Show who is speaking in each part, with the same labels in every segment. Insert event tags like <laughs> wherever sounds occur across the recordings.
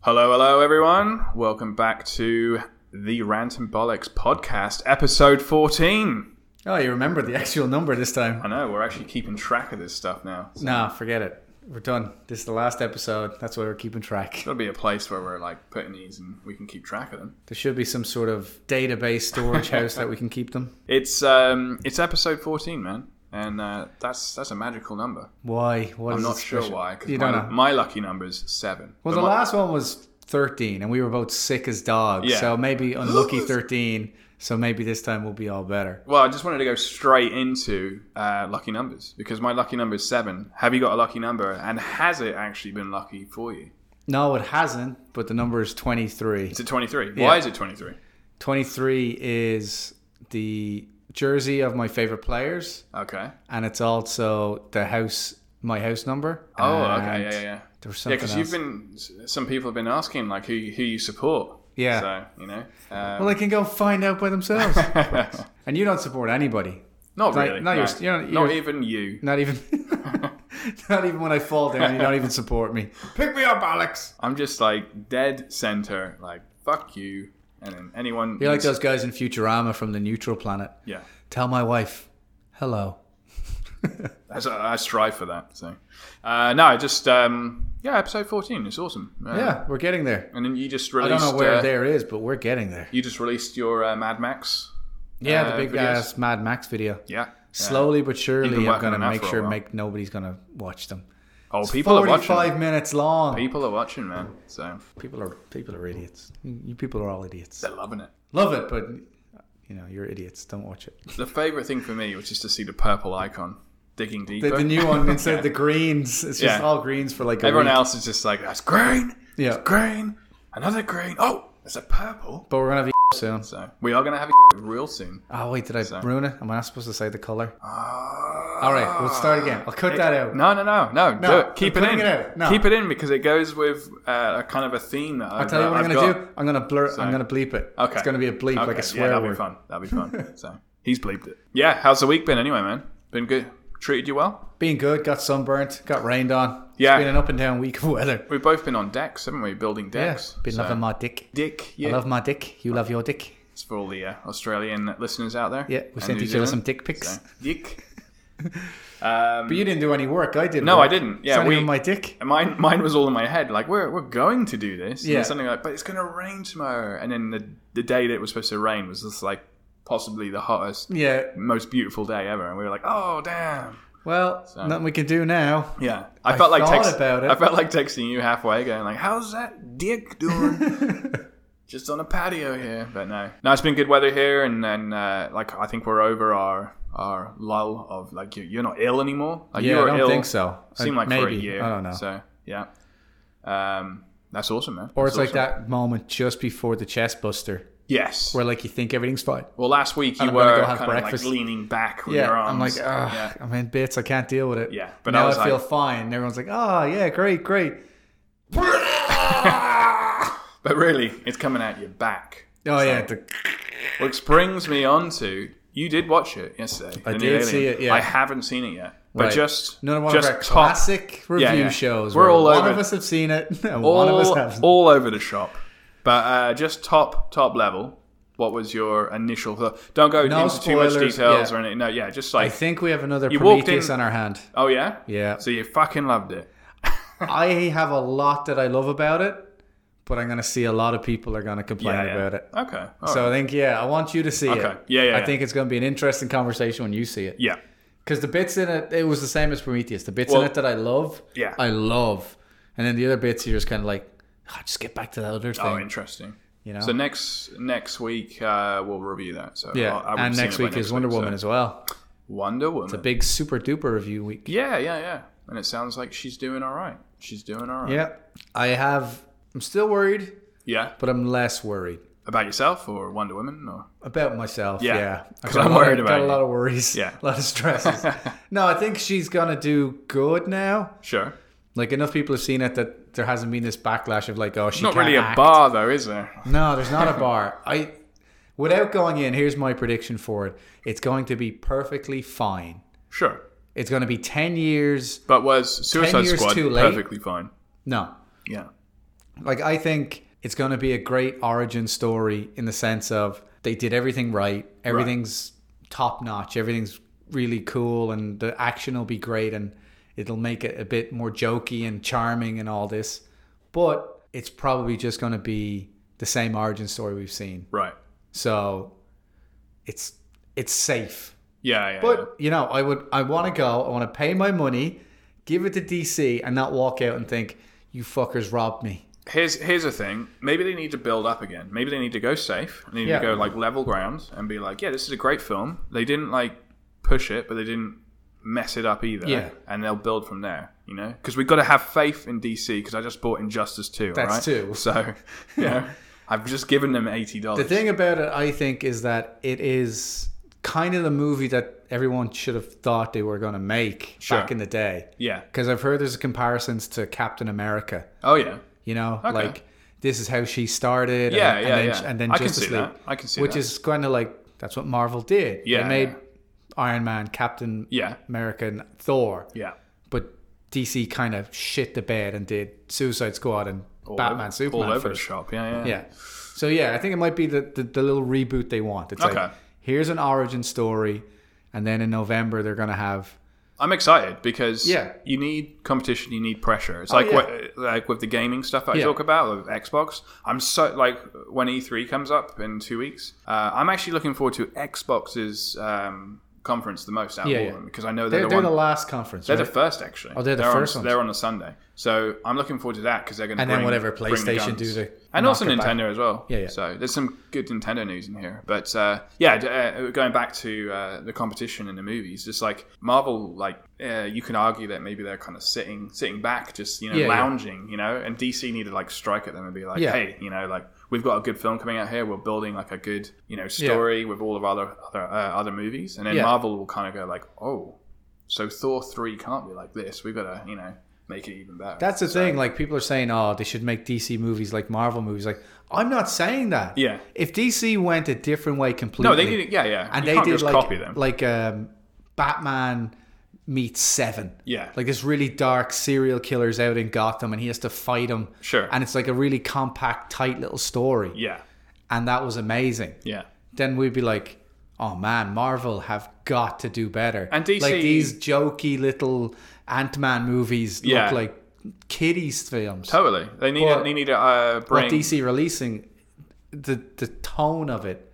Speaker 1: Hello, hello, everyone. Welcome back to the Rant and Bollocks podcast, episode 14.
Speaker 2: Oh, you remember the <laughs> actual number this time.
Speaker 1: I know, we're actually keeping track of this stuff now. So
Speaker 2: No, forget it. We're done. This is the last episode. That's why we're
Speaker 1: <laughs>
Speaker 2: keeping track.
Speaker 1: There'll be a place where we're like putting these and we can keep track of them.
Speaker 2: There should be some sort of database storage house that we can keep them.
Speaker 1: It's um, it's episode 14, man. And uh, that's that's a magical number.
Speaker 2: Why? What
Speaker 1: I'm
Speaker 2: is
Speaker 1: not
Speaker 2: it
Speaker 1: sure
Speaker 2: special?
Speaker 1: why, because
Speaker 2: You don't
Speaker 1: my,
Speaker 2: know.
Speaker 1: my lucky number is seven.
Speaker 2: well,
Speaker 1: But
Speaker 2: the
Speaker 1: my-
Speaker 2: last one was 13, and we were both sick as dogs.
Speaker 1: Yeah.
Speaker 2: So
Speaker 1: <laughs>
Speaker 2: maybe unlucky 13. So maybe this time we'll be all better.
Speaker 1: Well, I just wanted to go straight into uh, lucky numbers because my lucky number is seven. Have you got a lucky number? And has it actually been lucky for you?
Speaker 2: No, it hasn't, but the number is 23.
Speaker 1: Is it 23?
Speaker 2: Yeah.
Speaker 1: Why is it 23?
Speaker 2: 23 is the jersey of my favorite players.
Speaker 1: Okay.
Speaker 2: and it's also the house my house number.
Speaker 1: Oh,
Speaker 2: and
Speaker 1: okay, yeah, yeah, yeah.
Speaker 2: There was
Speaker 1: Yeah,
Speaker 2: something
Speaker 1: because
Speaker 2: else.
Speaker 1: you've been. Some people have been asking like who who you support.
Speaker 2: Yeah.
Speaker 1: So you know. <laughs>
Speaker 2: well,
Speaker 1: Um,
Speaker 2: they can go find out by
Speaker 1: <laughs>
Speaker 2: themselves. and you don't support anybody, <laughs>
Speaker 1: not
Speaker 2: like,
Speaker 1: really.
Speaker 2: no,
Speaker 1: No,
Speaker 2: you're- you're-
Speaker 1: not
Speaker 2: you're-
Speaker 1: even you.
Speaker 2: not
Speaker 1: <laughs>
Speaker 2: even, <laughs> not even when I fall down. You don't even support me. Pick me up, Alex.
Speaker 1: I'm just like dead center. Like fuck you. And then anyone.
Speaker 2: You're like those guys in Futurama from the Neutral Planet.
Speaker 1: Yeah.
Speaker 2: Tell my wife, hello.
Speaker 1: That's, I strive for that. So. Uh, no, just um, yeah. Episode 14. It's awesome. Uh,
Speaker 2: Yeah, we're getting there.
Speaker 1: And then you just
Speaker 2: I
Speaker 1: released.
Speaker 2: don't know where
Speaker 1: uh,
Speaker 2: there is, but we're getting there.
Speaker 1: You just released your uh, Mad Max.
Speaker 2: Yeah,
Speaker 1: uh,
Speaker 2: the big
Speaker 1: videos.
Speaker 2: ass Mad Max video.
Speaker 1: Yeah.
Speaker 2: Slowly but surely, I'm
Speaker 1: working
Speaker 2: gonna
Speaker 1: on that
Speaker 2: make
Speaker 1: for a
Speaker 2: sure
Speaker 1: while.
Speaker 2: make nobody's gonna watch them.
Speaker 1: Oh, people are watching.
Speaker 2: Forty-five minutes long.
Speaker 1: People are watching, man. So
Speaker 2: People are people are idiots. You people are all idiots.
Speaker 1: they're loving it.
Speaker 2: Love it, but you know you're idiots. Don't watch it.
Speaker 1: The favorite thing for me was just to see the purple icon digging deeper.
Speaker 2: The, the new one instead of the greens, it's just
Speaker 1: Yeah.
Speaker 2: all greens for like
Speaker 1: <laughs>
Speaker 2: a
Speaker 1: Everyone
Speaker 2: week.
Speaker 1: else is just like, that's green,
Speaker 2: Yeah,
Speaker 1: green, another green. Oh, it's a purple.
Speaker 2: but we're gonna have a soon.
Speaker 1: So we are going to have a <laughs> real soon.
Speaker 2: Oh wait, did I
Speaker 1: So-
Speaker 2: ruin it? Am I not supposed to say the color?
Speaker 1: All
Speaker 2: All right, we'll start again. I'll cut that out.
Speaker 1: Ah. No, no, no, no.
Speaker 2: No,
Speaker 1: do it. Keep
Speaker 2: I'm
Speaker 1: it in.
Speaker 2: putting it out. No.
Speaker 1: Keep it in because it goes with uh, a kind of a theme. That
Speaker 2: I'll tell you what I'm
Speaker 1: I've
Speaker 2: gonna
Speaker 1: got.
Speaker 2: do. I'm gonna blur. I'm gonna bleep it.
Speaker 1: Okay.
Speaker 2: It's gonna be a bleep
Speaker 1: Okay,
Speaker 2: like a
Speaker 1: yeah,
Speaker 2: swear
Speaker 1: that'd
Speaker 2: word.
Speaker 1: be fun. That'd be
Speaker 2: <laughs>
Speaker 1: fun. so he's bleeped it. Yeah, how's the week been anyway, man? Been good. Treated you well?
Speaker 2: Being good, got sunburnt, got rained on.
Speaker 1: Yeah.
Speaker 2: It's been an up and down week of weather.
Speaker 1: We've both been on decks, haven't we? Building decks.
Speaker 2: Yeah. Been
Speaker 1: So-
Speaker 2: loving my dick.
Speaker 1: Dick, yeah.
Speaker 2: I love my dick. You love your dick.
Speaker 1: It's for all the uh, Australian listeners out there.
Speaker 2: Yeah, we
Speaker 1: And
Speaker 2: sent
Speaker 1: New
Speaker 2: each other
Speaker 1: Zealand.
Speaker 2: some dick pics.
Speaker 1: So, dick. <laughs> Um,
Speaker 2: But you didn't do any work. I did.
Speaker 1: No,
Speaker 2: work.
Speaker 1: I didn't.
Speaker 2: it's
Speaker 1: Yeah,
Speaker 2: not
Speaker 1: we-
Speaker 2: even my dick.
Speaker 1: mine, mine was all in my head. Like we're we're going to do this. Yeah.
Speaker 2: Yeah.
Speaker 1: something like, but it's going to rain tomorrow. And then the the day that it was supposed to rain was just like possibly the hottest,
Speaker 2: Yeah.
Speaker 1: most beautiful day ever. And we were like, oh damn.
Speaker 2: Well, nothing we can do now. <laughs>
Speaker 1: Yeah. I felt like
Speaker 2: thought
Speaker 1: text-
Speaker 2: about it.
Speaker 1: I felt like texting you halfway, going like, how's that dick doing? just on a patio here. But no, no, it's been good weather here, and then uh, like I think we're over our our lull of like you, you're not ill anymore. Like, you
Speaker 2: yeah,
Speaker 1: were
Speaker 2: I don't
Speaker 1: ill,
Speaker 2: think so.
Speaker 1: Seemed
Speaker 2: Uh,
Speaker 1: like
Speaker 2: Maybe.
Speaker 1: for a year.
Speaker 2: I don't know.
Speaker 1: So yeah, um, that's awesome, man.
Speaker 2: or it's like that moment just before the chest buster,
Speaker 1: Yes.
Speaker 2: where like you think everything's fine.
Speaker 1: Well, last week you
Speaker 2: I'm gonna
Speaker 1: were
Speaker 2: go have
Speaker 1: kind
Speaker 2: breakfast.
Speaker 1: of like leaning back with
Speaker 2: Yeah,
Speaker 1: your arms.
Speaker 2: I'm like, Ugh,
Speaker 1: yeah.
Speaker 2: I'm in bits. I can't deal with it.
Speaker 1: Yeah, but I
Speaker 2: now I,
Speaker 1: was
Speaker 2: feel
Speaker 1: like-
Speaker 2: fine. And everyone's like, oh yeah, great, great.
Speaker 1: <laughs> But really, it's coming out your back.
Speaker 2: Oh yeah, the-
Speaker 1: Which brings me on to you did watch it yesterday. I
Speaker 2: did see it, yeah.
Speaker 1: I haven't seen it yet, but
Speaker 2: Right.
Speaker 1: just
Speaker 2: another one
Speaker 1: just
Speaker 2: of our
Speaker 1: top-
Speaker 2: classic review
Speaker 1: yeah.
Speaker 2: shows.
Speaker 1: We're
Speaker 2: where
Speaker 1: all
Speaker 2: one
Speaker 1: over
Speaker 2: of
Speaker 1: it.
Speaker 2: us have seen it, <laughs> and
Speaker 1: all,
Speaker 2: one of us haven't.
Speaker 1: all over the shop. But uh, just top top level. What was your initial thought? Don't go
Speaker 2: No
Speaker 1: into too much
Speaker 2: spoilers,
Speaker 1: details
Speaker 2: yeah.
Speaker 1: or anything. No, yeah, just
Speaker 2: I
Speaker 1: like
Speaker 2: think we have another
Speaker 1: walked
Speaker 2: Prometheus
Speaker 1: in-
Speaker 2: on our hand.
Speaker 1: oh yeah,
Speaker 2: Yeah.
Speaker 1: So you fucking loved it.
Speaker 2: I have a lot that I love about it, but I'm going to see a lot of people are going to complain
Speaker 1: Yeah, yeah.
Speaker 2: about it.
Speaker 1: Okay. all
Speaker 2: So
Speaker 1: right.
Speaker 2: I think, yeah, I want you to see
Speaker 1: Okay.
Speaker 2: it.
Speaker 1: Yeah, yeah,
Speaker 2: I
Speaker 1: yeah.
Speaker 2: think it's going to be an interesting conversation when you see it.
Speaker 1: yeah,
Speaker 2: Because the bits in it, it was the same as Prometheus. The bits
Speaker 1: Well-
Speaker 2: in it that I love,
Speaker 1: Yeah.
Speaker 2: I love. And then the other bits, you're just kind of like, oh, just get back to that other thing.
Speaker 1: oh, interesting.
Speaker 2: you know?
Speaker 1: So next next week uh, we'll review that. So
Speaker 2: yeah.
Speaker 1: I- I would've
Speaker 2: and
Speaker 1: seen
Speaker 2: next
Speaker 1: it by
Speaker 2: week is Wonder
Speaker 1: so-
Speaker 2: Woman as well.
Speaker 1: Wonder Woman.
Speaker 2: Big super duper review week.
Speaker 1: yeah, yeah, yeah. And it sounds like she's doing all right. She's doing all right.
Speaker 2: Yeah. I have, I'm still worried,
Speaker 1: Yeah.
Speaker 2: but I'm less worried.
Speaker 1: About yourself or Wonder Woman or
Speaker 2: About myself,
Speaker 1: Yeah.
Speaker 2: yeah.
Speaker 1: 'Cause
Speaker 2: I've
Speaker 1: I'm
Speaker 2: got a lot of-
Speaker 1: worried about
Speaker 2: got
Speaker 1: you.
Speaker 2: a lot of worries,
Speaker 1: Yeah.
Speaker 2: <laughs> a lot of stresses.
Speaker 1: <laughs>
Speaker 2: no, I think she's gonna do good now.
Speaker 1: sure.
Speaker 2: Like enough people have seen it that there hasn't been this backlash of like, oh, she
Speaker 1: Not
Speaker 2: can't
Speaker 1: really a
Speaker 2: act.
Speaker 1: bar though, is there?
Speaker 2: No, there's not a bar. <laughs> I, without going in, here's my prediction for it. It's going to be perfectly fine.
Speaker 1: Sure.
Speaker 2: It's going to be ten years.
Speaker 1: But was Suicide
Speaker 2: years
Speaker 1: Squad
Speaker 2: too late?
Speaker 1: perfectly fine?
Speaker 2: No,
Speaker 1: Yeah.
Speaker 2: Like I think it's going to be a great origin story in the sense of they did everything right. Everything's top notch. Everything's really cool, and the action will be great, and it'll make it a bit more jokey and charming and all this. But it's probably just going to be the same origin story we've seen.
Speaker 1: Right.
Speaker 2: So it's it's safe.
Speaker 1: Yeah, yeah. yeah.
Speaker 2: But you know, I would I want to go. I want to pay my money, give it to DC, and not walk out and think you fuckers robbed me.
Speaker 1: here's here's a thing. Maybe they need to build up again. Maybe they need to go safe. They need
Speaker 2: Yeah.
Speaker 1: to go like level ground and be like, yeah, this is a great film. They didn't like push it, but they didn't mess it up either.
Speaker 2: Yeah.
Speaker 1: And they'll build from there. You know, because we've got to have faith in DC. Because I just bought Injustice two.
Speaker 2: That's
Speaker 1: right?
Speaker 2: two.
Speaker 1: So you know, I've just given them eighty
Speaker 2: The
Speaker 1: dollars.
Speaker 2: thing about it, I think, is that it is kind of the movie that everyone should have thought they were going to make
Speaker 1: Sure.
Speaker 2: back in the day.
Speaker 1: yeah.
Speaker 2: Because I've heard there's comparisons to Captain America.
Speaker 1: Oh yeah.
Speaker 2: You know, like this is how she started. and-
Speaker 1: Yeah,
Speaker 2: and,
Speaker 1: yeah,
Speaker 2: then,
Speaker 1: yeah.
Speaker 2: And then
Speaker 1: I can
Speaker 2: Justice
Speaker 1: see
Speaker 2: League,
Speaker 1: that. I can see
Speaker 2: which
Speaker 1: that.
Speaker 2: is kind of like that's what Marvel did.
Speaker 1: Yeah,
Speaker 2: they made Iron Man, Captain
Speaker 1: Yeah.
Speaker 2: America, and Thor.
Speaker 1: Yeah.
Speaker 2: But DC kind of shit the bed and did Suicide Squad and Batman,
Speaker 1: over,
Speaker 2: Superman
Speaker 1: all over
Speaker 2: first.
Speaker 1: the shop. Yeah, yeah.
Speaker 2: Yeah. So yeah, I think it might be the, the, the little reboot they want. It's like
Speaker 1: Okay.
Speaker 2: here's an origin story, and then in November they're gonna have
Speaker 1: I'm excited because
Speaker 2: Yeah. Oh,
Speaker 1: you need competition, you need pressure. It's like
Speaker 2: yeah.
Speaker 1: what, like with the gaming stuff that
Speaker 2: Yeah.
Speaker 1: I talk about with Xbox. I'm so like when E3 comes up in two weeks, uh, I'm actually looking forward to Xbox's um, conference the most out
Speaker 2: Yeah,
Speaker 1: of all
Speaker 2: yeah.
Speaker 1: of them because I know they're,
Speaker 2: they're,
Speaker 1: the
Speaker 2: they're
Speaker 1: one.
Speaker 2: the last conference,
Speaker 1: they're
Speaker 2: right?
Speaker 1: the first, actually. Oh,
Speaker 2: they're the first
Speaker 1: on,
Speaker 2: ones.
Speaker 1: They're on a Sunday, so I'm looking forward to that because they're going to
Speaker 2: And then whatever PlayStation do to
Speaker 1: and
Speaker 2: knock
Speaker 1: also
Speaker 2: it back.
Speaker 1: Nintendo as well.
Speaker 2: Yeah, yeah.
Speaker 1: So there's some good Nintendo news in here, but uh, yeah, d- uh, going back to uh, the competition in the movies, just like Marvel, like uh, you can argue that maybe they're kind of sitting sitting back, just you know
Speaker 2: Yeah, yeah.
Speaker 1: lounging, you know, and DC need to like strike at them and be like,
Speaker 2: Yeah.
Speaker 1: hey, you know, like we've got a good film coming out here, we're building like a good you know story with all of other other uh, other movies, and then
Speaker 2: Yeah.
Speaker 1: Marvel will kind of go like, oh, so Thor three can't be like this, we've got to you know make it even better.
Speaker 2: That's the
Speaker 1: So-
Speaker 2: thing. Like people are saying, oh, they should make DC movies like Marvel movies. Like I'm not saying that.
Speaker 1: Yeah.
Speaker 2: If DC went a different way
Speaker 1: No,
Speaker 2: completely,
Speaker 1: they need. Yeah, yeah.
Speaker 2: and
Speaker 1: you
Speaker 2: they
Speaker 1: can't
Speaker 2: did
Speaker 1: just
Speaker 2: like
Speaker 1: copy them.
Speaker 2: like um, Batman meets Seven.
Speaker 1: Yeah.
Speaker 2: like this really dark serial killer's out in Gotham, and he has to fight him.
Speaker 1: Sure.
Speaker 2: and it's like a really compact, tight little story,
Speaker 1: yeah.
Speaker 2: and that was amazing.
Speaker 1: Yeah.
Speaker 2: Then we'd be like, oh man, Marvel have got to do better.
Speaker 1: And DC
Speaker 2: like these jokey little Ant Man movies
Speaker 1: Yeah.
Speaker 2: look like kiddies films.
Speaker 1: Totally. They need.
Speaker 2: But-
Speaker 1: they need to uh, bring.
Speaker 2: What DC releasing, the the tone of it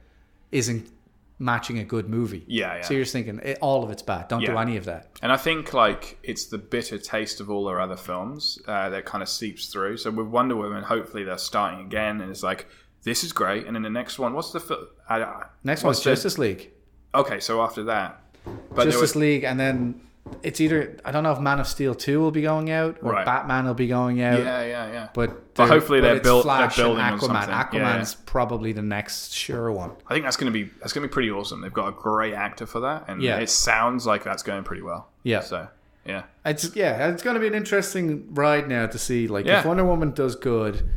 Speaker 2: isn't matching a good movie.
Speaker 1: Yeah, yeah.
Speaker 2: So you're just thinking it, all of it's bad. Don't do
Speaker 1: Yeah.
Speaker 2: any of that.
Speaker 1: and I think like it's the bitter taste of all their other films uh, that kind of seeps through. So with Wonder Woman, hopefully they're starting again, and it's like this is great. And then the next one, what's the fil- I, I-
Speaker 2: Next
Speaker 1: what's
Speaker 2: one's
Speaker 1: the-
Speaker 2: Justice League.
Speaker 1: Okay, so after that, but there
Speaker 2: Justice
Speaker 1: was
Speaker 2: League, and then it's either I don't know if Man of Steel two will be going out or
Speaker 1: Right.
Speaker 2: Batman will be going out.
Speaker 1: yeah, yeah, yeah.
Speaker 2: But,
Speaker 1: But
Speaker 2: they're-
Speaker 1: hopefully they're
Speaker 2: it's
Speaker 1: built- they're
Speaker 2: Flash
Speaker 1: building on
Speaker 2: and Aquaman.
Speaker 1: something. Yeah, yeah.
Speaker 2: Aquaman's probably the next sure one.
Speaker 1: I think that's gonna be that's gonna be pretty awesome. They've got a great actor for that, and
Speaker 2: Yeah.
Speaker 1: it sounds like that's going pretty well.
Speaker 2: Yeah.
Speaker 1: So yeah,
Speaker 2: It's yeah, it's going to be an interesting ride now to see. Like
Speaker 1: Yeah.
Speaker 2: if Wonder Woman does good,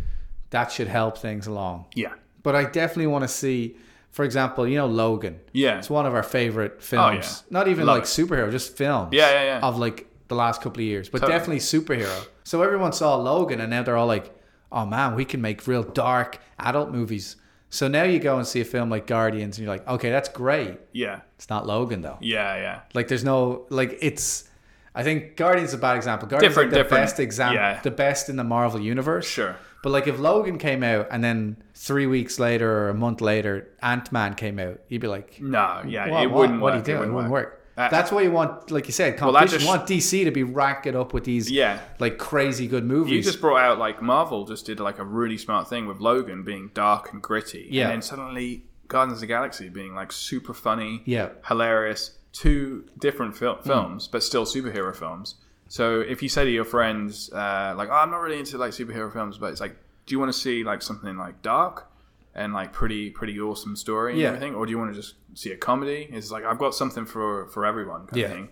Speaker 2: that should help things along.
Speaker 1: yeah,
Speaker 2: But I definitely want to see, for example, you know Logan.
Speaker 1: yeah.
Speaker 2: It's one of our favorite films. Not even
Speaker 1: Oh, Love
Speaker 2: like
Speaker 1: it.
Speaker 2: superhero, just films.
Speaker 1: Yeah, yeah, yeah.
Speaker 2: Of like the last couple of years, but
Speaker 1: Totally.
Speaker 2: definitely superhero. So everyone saw Logan, and now they're all like, "Oh man, we can make real dark adult movies." So now you go and see a film like Guardians, and you're like, "Okay, that's great."
Speaker 1: yeah,
Speaker 2: It's not Logan though.
Speaker 1: yeah, yeah.
Speaker 2: Like there's no like it's. I think Guardians is a bad example. Guardians
Speaker 1: Different,
Speaker 2: is like the
Speaker 1: different.
Speaker 2: best example,
Speaker 1: Yeah.
Speaker 2: the best in the Marvel universe.
Speaker 1: Sure.
Speaker 2: But like if Logan came out and then three weeks later or a month later Ant Man came out, you'd be like,
Speaker 1: No, yeah,
Speaker 2: "What?
Speaker 1: Uh, it
Speaker 2: what,
Speaker 1: wouldn't
Speaker 2: what
Speaker 1: work.
Speaker 2: do you do? It wouldn't work."
Speaker 1: That-
Speaker 2: That's why you want, like you said, competition.
Speaker 1: that
Speaker 2: you
Speaker 1: just-
Speaker 2: want DC to be racking up with these,
Speaker 1: Yeah.
Speaker 2: like crazy good
Speaker 1: You
Speaker 2: movies.
Speaker 1: just brought out like Marvel just did like a really smart thing with Logan being dark and gritty,
Speaker 2: Yeah.
Speaker 1: and then suddenly Guardians of the Galaxy being like super funny,
Speaker 2: Yeah. Hmm.
Speaker 1: hilarious. Two different fil- films, but still superhero films. So if you say to your friends, uh, like, "Oh, I'm not really into like superhero films," but it's like, do you want to see like something like dark and like pretty pretty awesome story and
Speaker 2: Yeah.
Speaker 1: everything, or do you want to just see a comedy? It's like I've got something for for everyone, kind
Speaker 2: Yeah.
Speaker 1: of thing.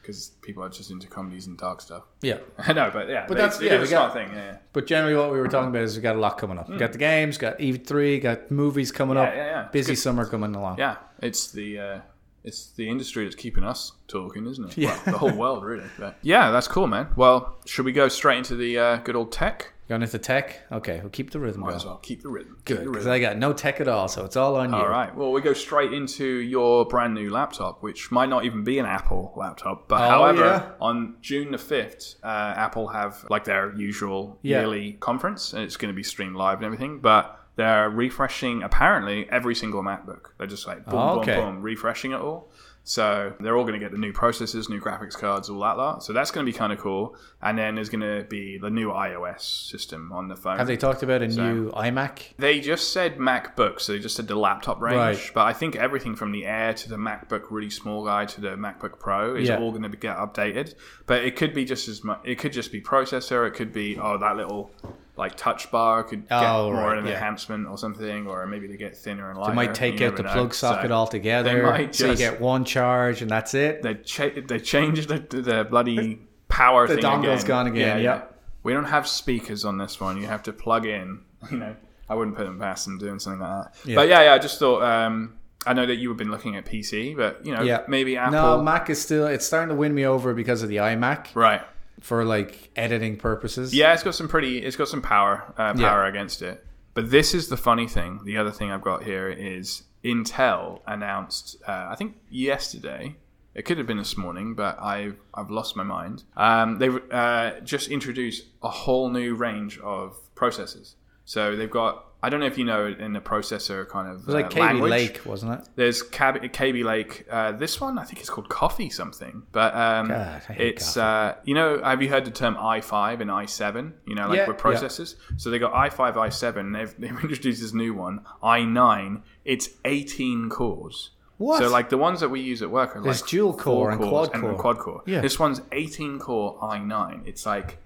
Speaker 1: Because people are just into comedies and dark stuff.
Speaker 2: yeah.
Speaker 1: <laughs> no, but yeah, but
Speaker 2: that's-
Speaker 1: that's
Speaker 2: yeah,
Speaker 1: a
Speaker 2: we
Speaker 1: smart thing. Yeah, yeah.
Speaker 2: But generally, what we were talking about is we got a lot coming up. We got the games, got Eve three, got movies coming up.
Speaker 1: Hmm. yeah, yeah. It's
Speaker 2: Busy
Speaker 1: good.
Speaker 2: summer coming along.
Speaker 1: Yeah, it's the uh, it's the industry that's keeping us talking, isn't it?
Speaker 2: Yeah.
Speaker 1: Well, the whole world, really. But yeah, that's cool, man. Well, should we go straight into the uh, good old tech?
Speaker 2: Going into tech? Okay, we'll keep the rhythm
Speaker 1: Might
Speaker 2: going.
Speaker 1: as well keep the rhythm. Keep
Speaker 2: Good,
Speaker 1: the
Speaker 2: because
Speaker 1: rhythm.
Speaker 2: I got no tech at all, so it's all on you.
Speaker 1: All right. Well, we go straight into your brand new laptop, which might not even be an Apple laptop. But
Speaker 2: Oh,
Speaker 1: however,
Speaker 2: yeah.
Speaker 1: on June the 5th, uh, Apple have like their usual
Speaker 2: Yeah.
Speaker 1: yearly conference, and it's going to be streamed live and everything. But they're refreshing apparently every single MacBook. They're just like boom,
Speaker 2: Oh, okay.
Speaker 1: boom, boom, refreshing it all. So they're all going to get the new processors, new graphics cards, all that lot. So that's going to be kind of cool. And then there's going to be the new iOS system on the phone.
Speaker 2: Have they talked about a new iMac?
Speaker 1: They just said MacBook, so they just said the laptop range.
Speaker 2: Right.
Speaker 1: But I think everything from the Air to the MacBook really small guy to the MacBook Pro is
Speaker 2: Yeah.
Speaker 1: all going to get updated. But it could be just as much. It could just be processor. It could be oh that little like touch bar could get
Speaker 2: Oh,
Speaker 1: more
Speaker 2: right,
Speaker 1: an
Speaker 2: yeah.
Speaker 1: enhancement or something, or maybe they get thinner and lighter.
Speaker 2: They might take
Speaker 1: You
Speaker 2: out
Speaker 1: never
Speaker 2: the
Speaker 1: know.
Speaker 2: plug socket
Speaker 1: So
Speaker 2: altogether.
Speaker 1: they might
Speaker 2: so you
Speaker 1: just-
Speaker 2: get one charge and that's it.
Speaker 1: They cha- they changed the, the bloody power.
Speaker 2: The
Speaker 1: thing
Speaker 2: dongle's
Speaker 1: again.
Speaker 2: gone again, yep.
Speaker 1: We don't have speakers on this one. You have to plug in. You know, I wouldn't put them past them doing something like that. But yeah, yeah. I just thought. Um, I know that you have been looking at PC, but you know,
Speaker 2: Yeah.
Speaker 1: maybe Apple.
Speaker 2: No, Mac is still it's starting to win me over because of the iMac
Speaker 1: right.
Speaker 2: for like editing purposes.
Speaker 1: Yeah, it's got some pretty. It's got some power. Uh, power against it. But this is the funny thing. The other thing I've got here is Intel announced. Uh, I think yesterday. It could have been this morning, but I've I've lost my mind. Um, they've uh, just introduced a whole new range of processors. So they've got. I don't know if you know in the processor kind of
Speaker 2: It was like
Speaker 1: uh,
Speaker 2: KB
Speaker 1: language.
Speaker 2: Lake, wasn't it?
Speaker 1: There's Cab- KB Lake. Uh, this one, I think it's called Coffee something, but um,
Speaker 2: God, I hate
Speaker 1: it's uh, you know, have you heard the term i5 and i7? You know, like
Speaker 2: Yeah,
Speaker 1: with
Speaker 2: yeah.
Speaker 1: processors. So they got i5, i7. They've, <laughs> they've introduced this new one, i9. It's 18 cores.
Speaker 2: What?
Speaker 1: So like the ones that we use at work are
Speaker 2: There's
Speaker 1: like
Speaker 2: dual
Speaker 1: four
Speaker 2: core and
Speaker 1: cores
Speaker 2: quad core.
Speaker 1: quad core.
Speaker 2: Yeah.
Speaker 1: This one's 18 core i9. It's like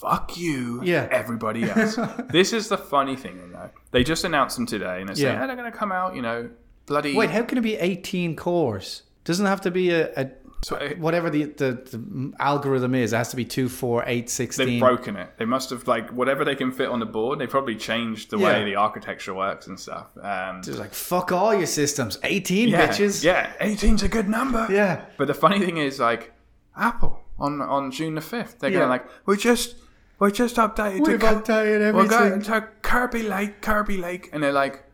Speaker 1: fuck you,
Speaker 2: Yeah. <laughs>
Speaker 1: everybody else. this is the funny thing, you know. They just announced them today, and they're saying,
Speaker 2: Yeah.
Speaker 1: "Hey, they're going to come out, you know." Bloody
Speaker 2: Wait, how can it be 18 cores? Doesn't have to be a, a
Speaker 1: So it-
Speaker 2: whatever the, the, the algorithm is. It has to be 2, 4, 8, 16.
Speaker 1: they've broken it. They must have like whatever they can fit on the board. They probably changed the way
Speaker 2: Yeah.
Speaker 1: the architecture works and stuff. Um,
Speaker 2: It's like, fuck all your systems. 18
Speaker 1: yeah,
Speaker 2: bitches.
Speaker 1: yeah, 18's a good number.
Speaker 2: Yeah.
Speaker 1: But the funny thing is, like Apple on on June the fifth, they're
Speaker 2: Yeah.
Speaker 1: going like, we just we just updated. to
Speaker 2: We've
Speaker 1: Col-
Speaker 2: updated
Speaker 1: We're going
Speaker 2: everything.
Speaker 1: to Kirby Lake, Kirby Lake, and they're like,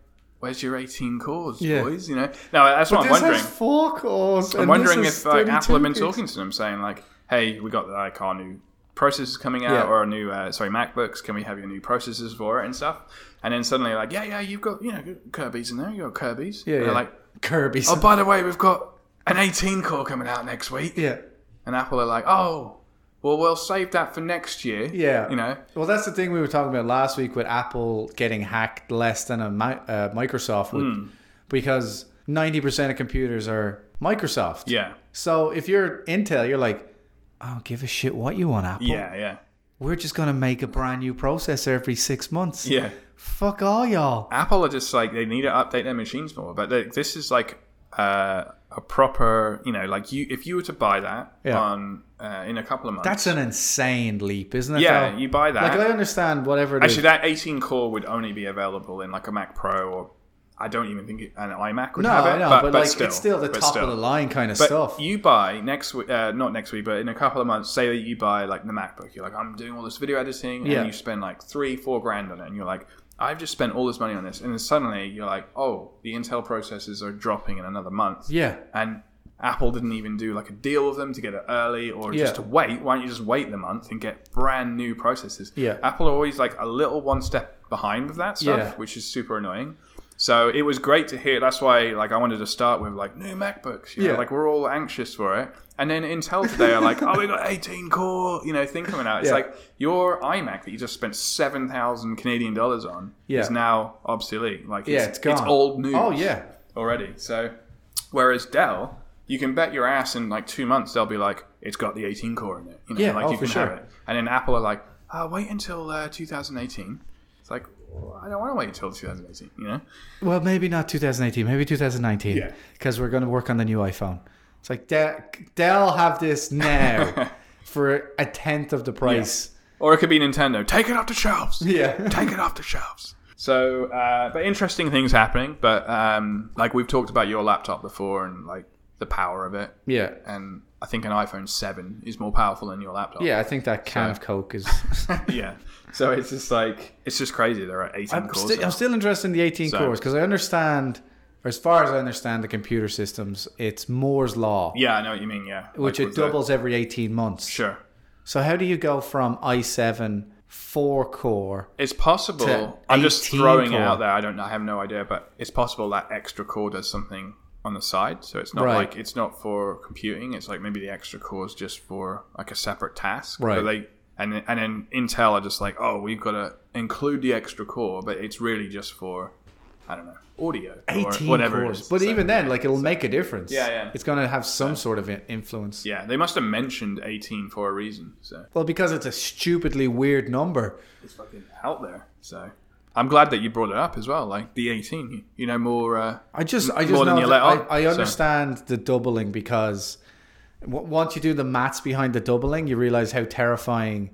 Speaker 1: where's your 18 cores,
Speaker 2: Yeah.
Speaker 1: boys? You know. No, that's what I'm
Speaker 2: This
Speaker 1: wondering.
Speaker 2: has four cores.
Speaker 1: I'm wondering if like, Apple have been talking to them, saying like, "Hey, we got like our new processors coming out,
Speaker 2: Yeah.
Speaker 1: or our new uh, sorry MacBooks. Can we have your new processors for it and stuff?" And then suddenly like, "Yeah, yeah, you've got you know Kirby's in there. You got Kirby's."
Speaker 2: Yeah,
Speaker 1: And they're
Speaker 2: yeah.
Speaker 1: Like,
Speaker 2: Kirby.
Speaker 1: oh, by the way, we've got an 18 core coming out next week,
Speaker 2: <laughs> yeah.
Speaker 1: and Apple are like, "Oh, well, we'll save that for next year."
Speaker 2: Yeah.
Speaker 1: you know.
Speaker 2: Well, that's the thing we were talking about last week with Apple getting hacked less than a Mi- uh, Microsoft would,
Speaker 1: Hmm.
Speaker 2: because 90% of computers are Microsoft.
Speaker 1: Yeah,
Speaker 2: So if you're Intel, you're like, I don't give a shit what you want, Apple.
Speaker 1: yeah, yeah,
Speaker 2: We're just going to make a brand new processor every six months.
Speaker 1: yeah.
Speaker 2: Fuck all y'all.
Speaker 1: Apple are just like they need to update their machines more. But like, this is like uh, a proper, you know, like you if you were to buy that
Speaker 2: Yeah.
Speaker 1: on uh, in a couple of months,
Speaker 2: That's an insane leap, isn't it?
Speaker 1: yeah,
Speaker 2: though?
Speaker 1: you buy that.
Speaker 2: Like, I understand whatever it is.
Speaker 1: Actually, that 18 core would only be available in like a Mac Pro or I don't even think an iMac would
Speaker 2: no,
Speaker 1: have it.
Speaker 2: I know,
Speaker 1: but,
Speaker 2: but, like, it's still the
Speaker 1: but
Speaker 2: top
Speaker 1: still.
Speaker 2: of the line kind of
Speaker 1: But
Speaker 2: stuff.
Speaker 1: you buy next week, uh, not next week, but in a couple of months, say that you buy like the MacBook. You're like, I'm doing all this video editing,
Speaker 2: Yeah.
Speaker 1: and you spend like three, four grand on it, and you're like, I've just spent all this money on this, and then suddenly you're like, oh, the Intel processors are dropping in another month,
Speaker 2: yeah.
Speaker 1: and Apple didn't even do like a deal with them to get it early or
Speaker 2: Yeah.
Speaker 1: just to wait. Why don't you just wait the month and get brand new processors?
Speaker 2: Yeah.
Speaker 1: Apple are always like a little one step behind with that stuff,
Speaker 2: Yeah.
Speaker 1: which is super annoying. So it was great to hear. That's why, like, I wanted to start with like new MacBooks. You know,
Speaker 2: Yeah.
Speaker 1: like we're all anxious for it. And then Intel today are like, oh, we got 18 core, you know, thing coming out. It's
Speaker 2: Yeah.
Speaker 1: like your iMac that you just spent seven thousand Canadian dollars on
Speaker 2: Yeah.
Speaker 1: is now obsolete. Like,
Speaker 2: Yeah,
Speaker 1: it's
Speaker 2: it's gone.
Speaker 1: It's old news
Speaker 2: Oh, yeah.
Speaker 1: already. So, whereas Dell, you can bet your ass in like two months they'll be like, it's got the 18 core in it. You know,
Speaker 2: Yeah,
Speaker 1: like
Speaker 2: oh,
Speaker 1: you
Speaker 2: for
Speaker 1: can
Speaker 2: sure.
Speaker 1: have it. And then Apple are like, oh, wait until uh, 2018. It's like, well, I don't want to wait until 2018. You know?
Speaker 2: Well, maybe not 2018, maybe 2019.
Speaker 1: Yeah.
Speaker 2: Because we're going to work on the new iPhone. It's like, De- Dell have
Speaker 1: <laughs>
Speaker 2: this now for a tenth of the price.
Speaker 1: Or it could be Nintendo. Take it off the shelves.
Speaker 2: Yeah.
Speaker 1: <laughs> Take it off the shelves. So, uh, but interesting things happening. But um, like we've talked about your laptop before and like the power of it.
Speaker 2: Yeah.
Speaker 1: And I think an iPhone 7 is more powerful than your laptop.
Speaker 2: Yeah, I think that can of
Speaker 1: <laughs>
Speaker 2: Coke is.
Speaker 1: yeah. So it's just like it's just crazy. There are 18
Speaker 2: I'm,
Speaker 1: cores.
Speaker 2: sti-
Speaker 1: now.
Speaker 2: I'm still interested in the 18
Speaker 1: So-
Speaker 2: cores because I understand, or as far as I understand the computer systems, it's Moore's Law,
Speaker 1: yeah, I know what you mean. Yeah, Like
Speaker 2: which it
Speaker 1: with the-
Speaker 2: doubles every 18 months.
Speaker 1: Sure,
Speaker 2: So, how do you go from i7 4 core?
Speaker 1: it's possible.
Speaker 2: To
Speaker 1: I'm just
Speaker 2: 18
Speaker 1: throwing it
Speaker 2: core.
Speaker 1: out there. I don't. know. I have no idea, but it's possible that extra core does something on the side. So it's not
Speaker 2: Right.
Speaker 1: like it's not for computing. It's like maybe the extra core is just for like a separate task.
Speaker 2: Right.
Speaker 1: But they and and then Intel are just like, oh, we've got to include the extra core, but it's really just for I don't know audio
Speaker 2: 18
Speaker 1: or whatever. it
Speaker 2: cores.
Speaker 1: is.
Speaker 2: But
Speaker 1: So-
Speaker 2: even then, like it'll make a difference.
Speaker 1: Yeah, yeah.
Speaker 2: It's going to have some sort of i- influence.
Speaker 1: yeah, they must have mentioned 18 for a reason. So
Speaker 2: Well, because it's a stupidly weird number.
Speaker 1: it's fucking out there. So I'm glad that you brought it up as well. Like the 18, you- you know, more. Uh,
Speaker 2: I just, I just
Speaker 1: More than
Speaker 2: know
Speaker 1: you
Speaker 2: that
Speaker 1: let on,
Speaker 2: I, I
Speaker 1: so.
Speaker 2: understand the doubling because w- once you do the maths behind the doubling, you realize how terrifying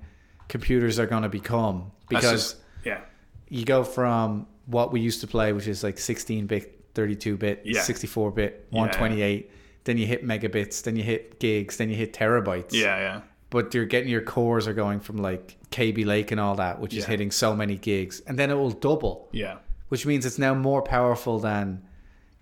Speaker 2: computers are going to become
Speaker 1: that's
Speaker 2: because
Speaker 1: just- yeah,
Speaker 2: you go from what we used to play, which is like 16 bit, 32 bit,
Speaker 1: Yeah.
Speaker 2: 64 bit, 128. Then you hit megabits, then you hit gigs, then you hit terabytes.
Speaker 1: yeah, yeah.
Speaker 2: But you're getting your cores are going from like KB Lake and all that, which is
Speaker 1: Yeah.
Speaker 2: hitting so many gigs, and then it will double,
Speaker 1: Yeah,
Speaker 2: which means it's now more powerful than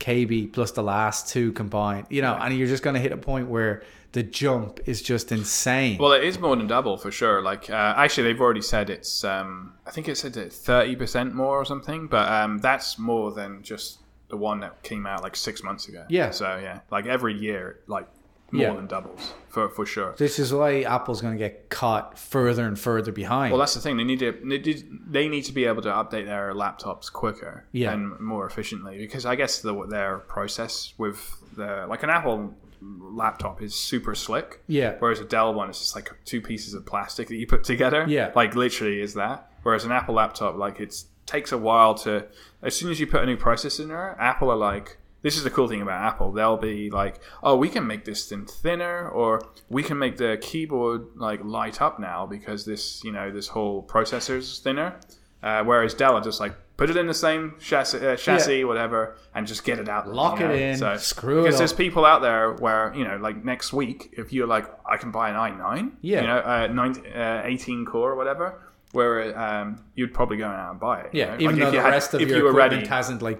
Speaker 2: KB plus the last two combined. You know, and you're just going to hit a point where the jump is just insane.
Speaker 1: well, it is more than double for sure. Like, uh, actually, they've already said it's. Um, I think it said that thirty percent more or something, but um, that's more than just the one that came out like six months ago.
Speaker 2: Yeah.
Speaker 1: So yeah, like every year, like more
Speaker 2: Yeah.
Speaker 1: than doubles for for sure.
Speaker 2: this is why Apple's going to get caught further and further behind.
Speaker 1: Well, that's the thing. They need to they did- they need to be able to update their laptops quicker
Speaker 2: Yeah.
Speaker 1: and more efficiently because I guess the, their process with the like an Apple laptop is super slick.
Speaker 2: Yeah.
Speaker 1: Whereas a Dell one is just like two pieces of plastic that you put together.
Speaker 2: Yeah.
Speaker 1: Like literally is that. Whereas an Apple laptop, like it's takes a while to as soon as you put a new process in there, Apple are like this is the cool thing about Apple. They'll be like, "Oh, we can make this thing thinner, or we can make the keyboard like light up now because this, you know, this whole processor's thinner." Uh, whereas Dell are just like, "Put it in the same chassis, uh, chassis whatever, and just get it out."
Speaker 2: Lock it in, screw it
Speaker 1: Because
Speaker 2: up.
Speaker 1: there's people out there where you know, like next week, if you're like, I can buy an i9,
Speaker 2: Yeah.
Speaker 1: you know, uh, 19, uh, 18 core or whatever, where um, you'd probably go out and buy it. you
Speaker 2: Yeah,
Speaker 1: know?
Speaker 2: even
Speaker 1: Like,
Speaker 2: though
Speaker 1: if
Speaker 2: the
Speaker 1: you had-
Speaker 2: rest of
Speaker 1: if
Speaker 2: your
Speaker 1: you were
Speaker 2: equipment
Speaker 1: ready,
Speaker 2: hasn't like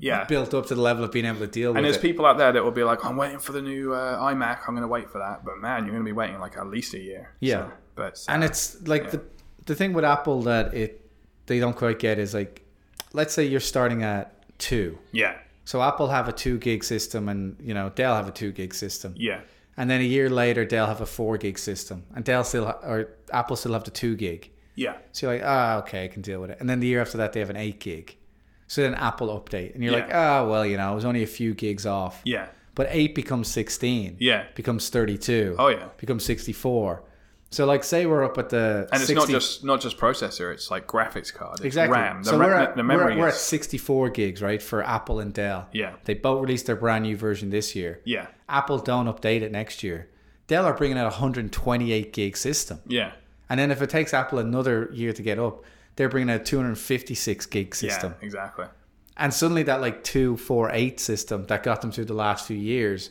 Speaker 1: yeah.
Speaker 2: built up to the level of being able to deal
Speaker 1: And
Speaker 2: with
Speaker 1: there's
Speaker 2: it.
Speaker 1: people out there that will be like, I'm waiting for the new uh, iMac. I'm going to wait for that, but man, you're going to be waiting like at least a year.
Speaker 2: Yeah.
Speaker 1: So, but
Speaker 2: and it's like the the thing with Apple that it they don't quite get is like, let's say you're starting at two.
Speaker 1: yeah,
Speaker 2: So Apple have a two gig system, and you know Dell have a two gig system,
Speaker 1: yeah,
Speaker 2: and then a year later Dell have a four gig system, and Dell still ha- or Apple still have the two gig.
Speaker 1: yeah,
Speaker 2: So you're like, ah, okay, I can deal with it. And then the year after that, they have an eight gig. So then Apple update, and you're
Speaker 1: Yeah.
Speaker 2: like, ah, well, you know, it was only a few gigs off.
Speaker 1: yeah,
Speaker 2: But eight becomes sixteen.
Speaker 1: yeah.
Speaker 2: Becomes thirty-two.
Speaker 1: Oh yeah.
Speaker 2: Becomes sixty-four. So like, say we're up at the
Speaker 1: And it's not just not just processor; it's like graphics card, it's
Speaker 2: exactly.
Speaker 1: RAM. The,
Speaker 2: so
Speaker 1: ra-
Speaker 2: we're at,
Speaker 1: the memory
Speaker 2: we're, we're at
Speaker 1: is
Speaker 2: sixty-four gigs, right, for Apple and Dell.
Speaker 1: Yeah.
Speaker 2: They both released their brand new version this year.
Speaker 1: yeah,
Speaker 2: Apple don't update it next year. Dell are bringing out a hundred and twenty-eight gig system.
Speaker 1: yeah,
Speaker 2: And then if it takes Apple another year to get up, they're bringing out a 256 gig system.
Speaker 1: yeah, exactly.
Speaker 2: And suddenly that like 248 system that got them through the last few years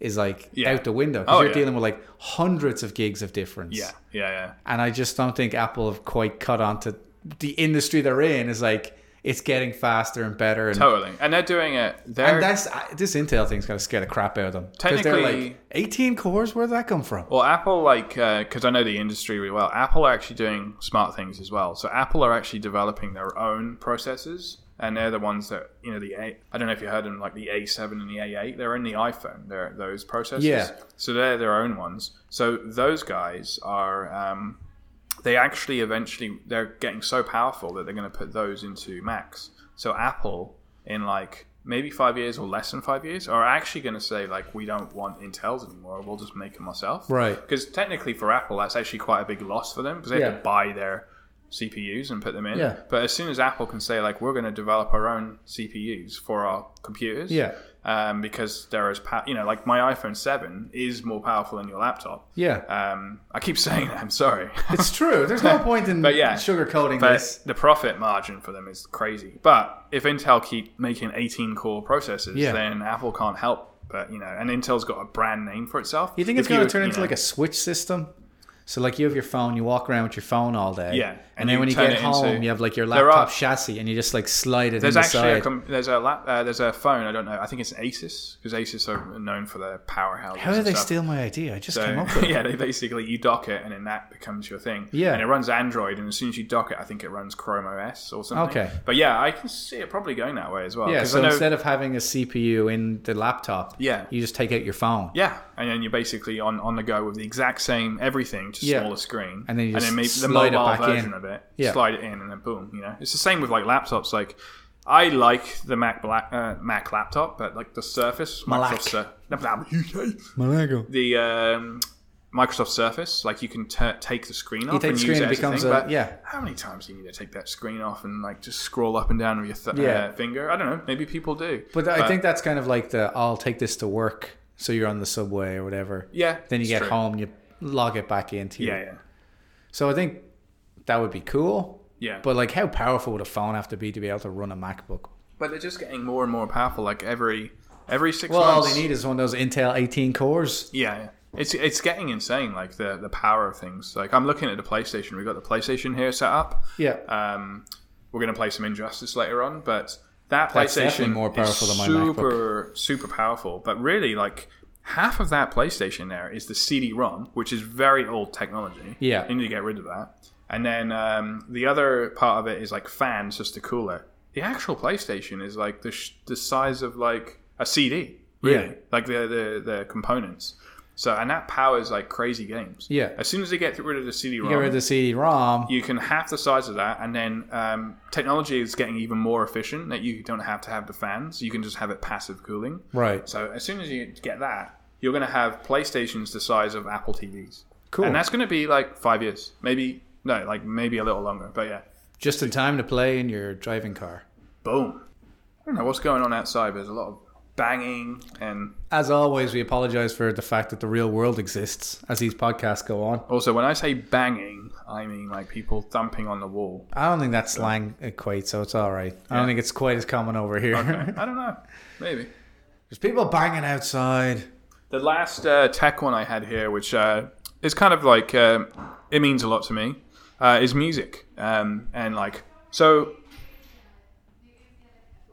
Speaker 2: is like
Speaker 1: Yeah.
Speaker 2: out the window. 'Cause
Speaker 1: Oh,
Speaker 2: you're
Speaker 1: yeah.
Speaker 2: dealing with like hundreds of gigs of difference.
Speaker 1: Yeah, yeah, yeah.
Speaker 2: And I just don't think Apple have quite cut onto the industry they're in is like it's getting faster and better and
Speaker 1: Totally. And they're doing it. They're
Speaker 2: and that's I- this Intel thing's gonna scare the crap out of them. 'Cause they're
Speaker 1: Technically-
Speaker 2: like 18 cores. Where'd that come from?
Speaker 1: well, Apple like because I know the industry really well. Apple are actually doing smart things as well. So Apple are actually developing their own processors, and they're the ones that you know the A. I don't know if you heard them like the A7 and the A8. They're in the iPhone. They're those processors.
Speaker 2: Yeah.
Speaker 1: So they're their own ones. So those guys are. Um, they actually eventually they're getting so powerful that they're going to put those into Macs. So Apple in like maybe five years or less than five years are actually going to say like we don't want Intel's anymore. We'll just make them ourselves.
Speaker 2: Right.
Speaker 1: Because technically for Apple that's actually quite a big loss for them because they have
Speaker 2: Yeah.
Speaker 1: to buy their CPUs and put them in.
Speaker 2: Yeah.
Speaker 1: But as soon as Apple can say like we're going to develop our own CPUs for our computers.
Speaker 2: Yeah.
Speaker 1: Um, because there is, pa- you know, like my iPhone 7 is more powerful than your laptop.
Speaker 2: Yeah,
Speaker 1: Um, I keep <laughs> saying that. I'm
Speaker 2: <laughs>
Speaker 1: sorry.
Speaker 2: it's true. There's <laughs> no point in
Speaker 1: But yeah.
Speaker 2: sugarcoating
Speaker 1: But
Speaker 2: this.
Speaker 1: the profit margin for them is crazy. But if Intel keep making 18 core processors,
Speaker 2: Yeah.
Speaker 1: then Apple can't help But you know, and Intel's got a brand name for itself.
Speaker 2: You think it's
Speaker 1: If
Speaker 2: going to
Speaker 1: you-
Speaker 2: turn
Speaker 1: you
Speaker 2: into
Speaker 1: know,
Speaker 2: like a switch system? So like you have your phone, you walk around with your phone all day.
Speaker 1: Yeah,
Speaker 2: And,
Speaker 1: and
Speaker 2: then
Speaker 1: you
Speaker 2: when you
Speaker 1: turn
Speaker 2: get
Speaker 1: it
Speaker 2: home,
Speaker 1: into-
Speaker 2: you have like your
Speaker 1: There are-
Speaker 2: laptop chassis and you just like slide it
Speaker 1: There's
Speaker 2: in the
Speaker 1: actually a
Speaker 2: side.
Speaker 1: com- there's a lap, uh, there's a phone. I don't know. I think it's Asus because Asus are known for their powerhouses.
Speaker 2: How did
Speaker 1: and
Speaker 2: they
Speaker 1: stuff.
Speaker 2: steal my idea? I just
Speaker 1: So, <laughs>
Speaker 2: came up with it.
Speaker 1: yeah, they basically you dock it and then that becomes your thing.
Speaker 2: Yeah.
Speaker 1: and it runs Android, and as soon as you dock it, I think it runs Chrome OS or something.
Speaker 2: Okay.
Speaker 1: but yeah, I can see it probably going that way as well.
Speaker 2: Yeah,
Speaker 1: 'Cause
Speaker 2: so
Speaker 1: I know-
Speaker 2: instead of having a CPU in the laptop,
Speaker 1: Yeah.
Speaker 2: you just take out your phone.
Speaker 1: yeah, and then you're basically on, on the go with the exact same everything, just
Speaker 2: Yeah.
Speaker 1: smaller screen,
Speaker 2: And then you just
Speaker 1: maybe
Speaker 2: slide it back in.
Speaker 1: version of it,
Speaker 2: Yeah.
Speaker 1: slide it in, and then boom, you know. It's the same with like laptops. Like I like the Mac black, uh, Mac laptop, but like the Surface,
Speaker 2: Malak.
Speaker 1: Microsoft Sur-
Speaker 2: My Lego.
Speaker 1: the um, Microsoft Surface, like you can t- take the screen off
Speaker 2: You take
Speaker 1: and
Speaker 2: the
Speaker 1: use
Speaker 2: screen,
Speaker 1: it
Speaker 2: it
Speaker 1: as
Speaker 2: becomes
Speaker 1: a,
Speaker 2: a,
Speaker 1: thing, but
Speaker 2: yeah.
Speaker 1: How many times do you need to take that screen off and like just scroll up and down with your th-
Speaker 2: Yeah.
Speaker 1: uh, finger? I don't know. Maybe people do,
Speaker 2: But I think that's kind of like the I'll take this to work. So you're on the subway or whatever.
Speaker 1: yeah.
Speaker 2: Then you
Speaker 1: it's
Speaker 2: get
Speaker 1: true.
Speaker 2: home, you log it back into your
Speaker 1: Yeah, yeah,
Speaker 2: So I think that would be cool.
Speaker 1: yeah.
Speaker 2: But like, how powerful would a phone have to be to be able to run a MacBook?
Speaker 1: But they're just getting more and more powerful. Like every every six
Speaker 2: Well, all
Speaker 1: months.
Speaker 2: they need is one of those Intel 18 cores.
Speaker 1: Yeah, yeah. it's it's getting insane. Like the the power of things. Like I'm looking at the PlayStation. We've got the PlayStation here set up.
Speaker 2: Yeah.
Speaker 1: Um, we're gonna play some Injustice later on, but that
Speaker 2: That's
Speaker 1: PlayStation
Speaker 2: definitely more powerful
Speaker 1: is
Speaker 2: than my MacBook.
Speaker 1: super super powerful. But really, like half of that PlayStation there is the CD-ROM, which is very old technology.
Speaker 2: Yeah.
Speaker 1: you need to get rid of that. And then um, the other part of it is like fans just to cool it. The actual PlayStation is like the sh- the size of like a CD, really,
Speaker 2: Yeah.
Speaker 1: like the, the the components. So and that powers like crazy games.
Speaker 2: Yeah.
Speaker 1: As soon as they get rid of the CD-ROM,
Speaker 2: Get rid of the CD-ROM.
Speaker 1: you can half the size of that, and then um, technology is getting even more efficient. That you don't have to have the fans; you can just have it passive cooling.
Speaker 2: Right.
Speaker 1: So as soon as you get that, you're going to have PlayStations the size of Apple TVs.
Speaker 2: Cool.
Speaker 1: and that's going to be like five years, maybe no, like maybe a little longer. But yeah,
Speaker 2: Just in time to play in your driving car.
Speaker 1: boom. I don't know what's going on outside. But there's a lot of banging and
Speaker 2: As always, we apologize for the fact that the real world exists as these podcasts go on.
Speaker 1: also when I say banging, I mean like people thumping on the wall.
Speaker 2: I don't think that's slang quite, so it's all right. I don't think it's quite as common over here.
Speaker 1: I don't know, maybe.
Speaker 2: <laughs> There's people banging outside.
Speaker 1: The last uh, tech one I had here, which uh, is kind of like um it means a lot to me, uh, is music. Um, and like, so.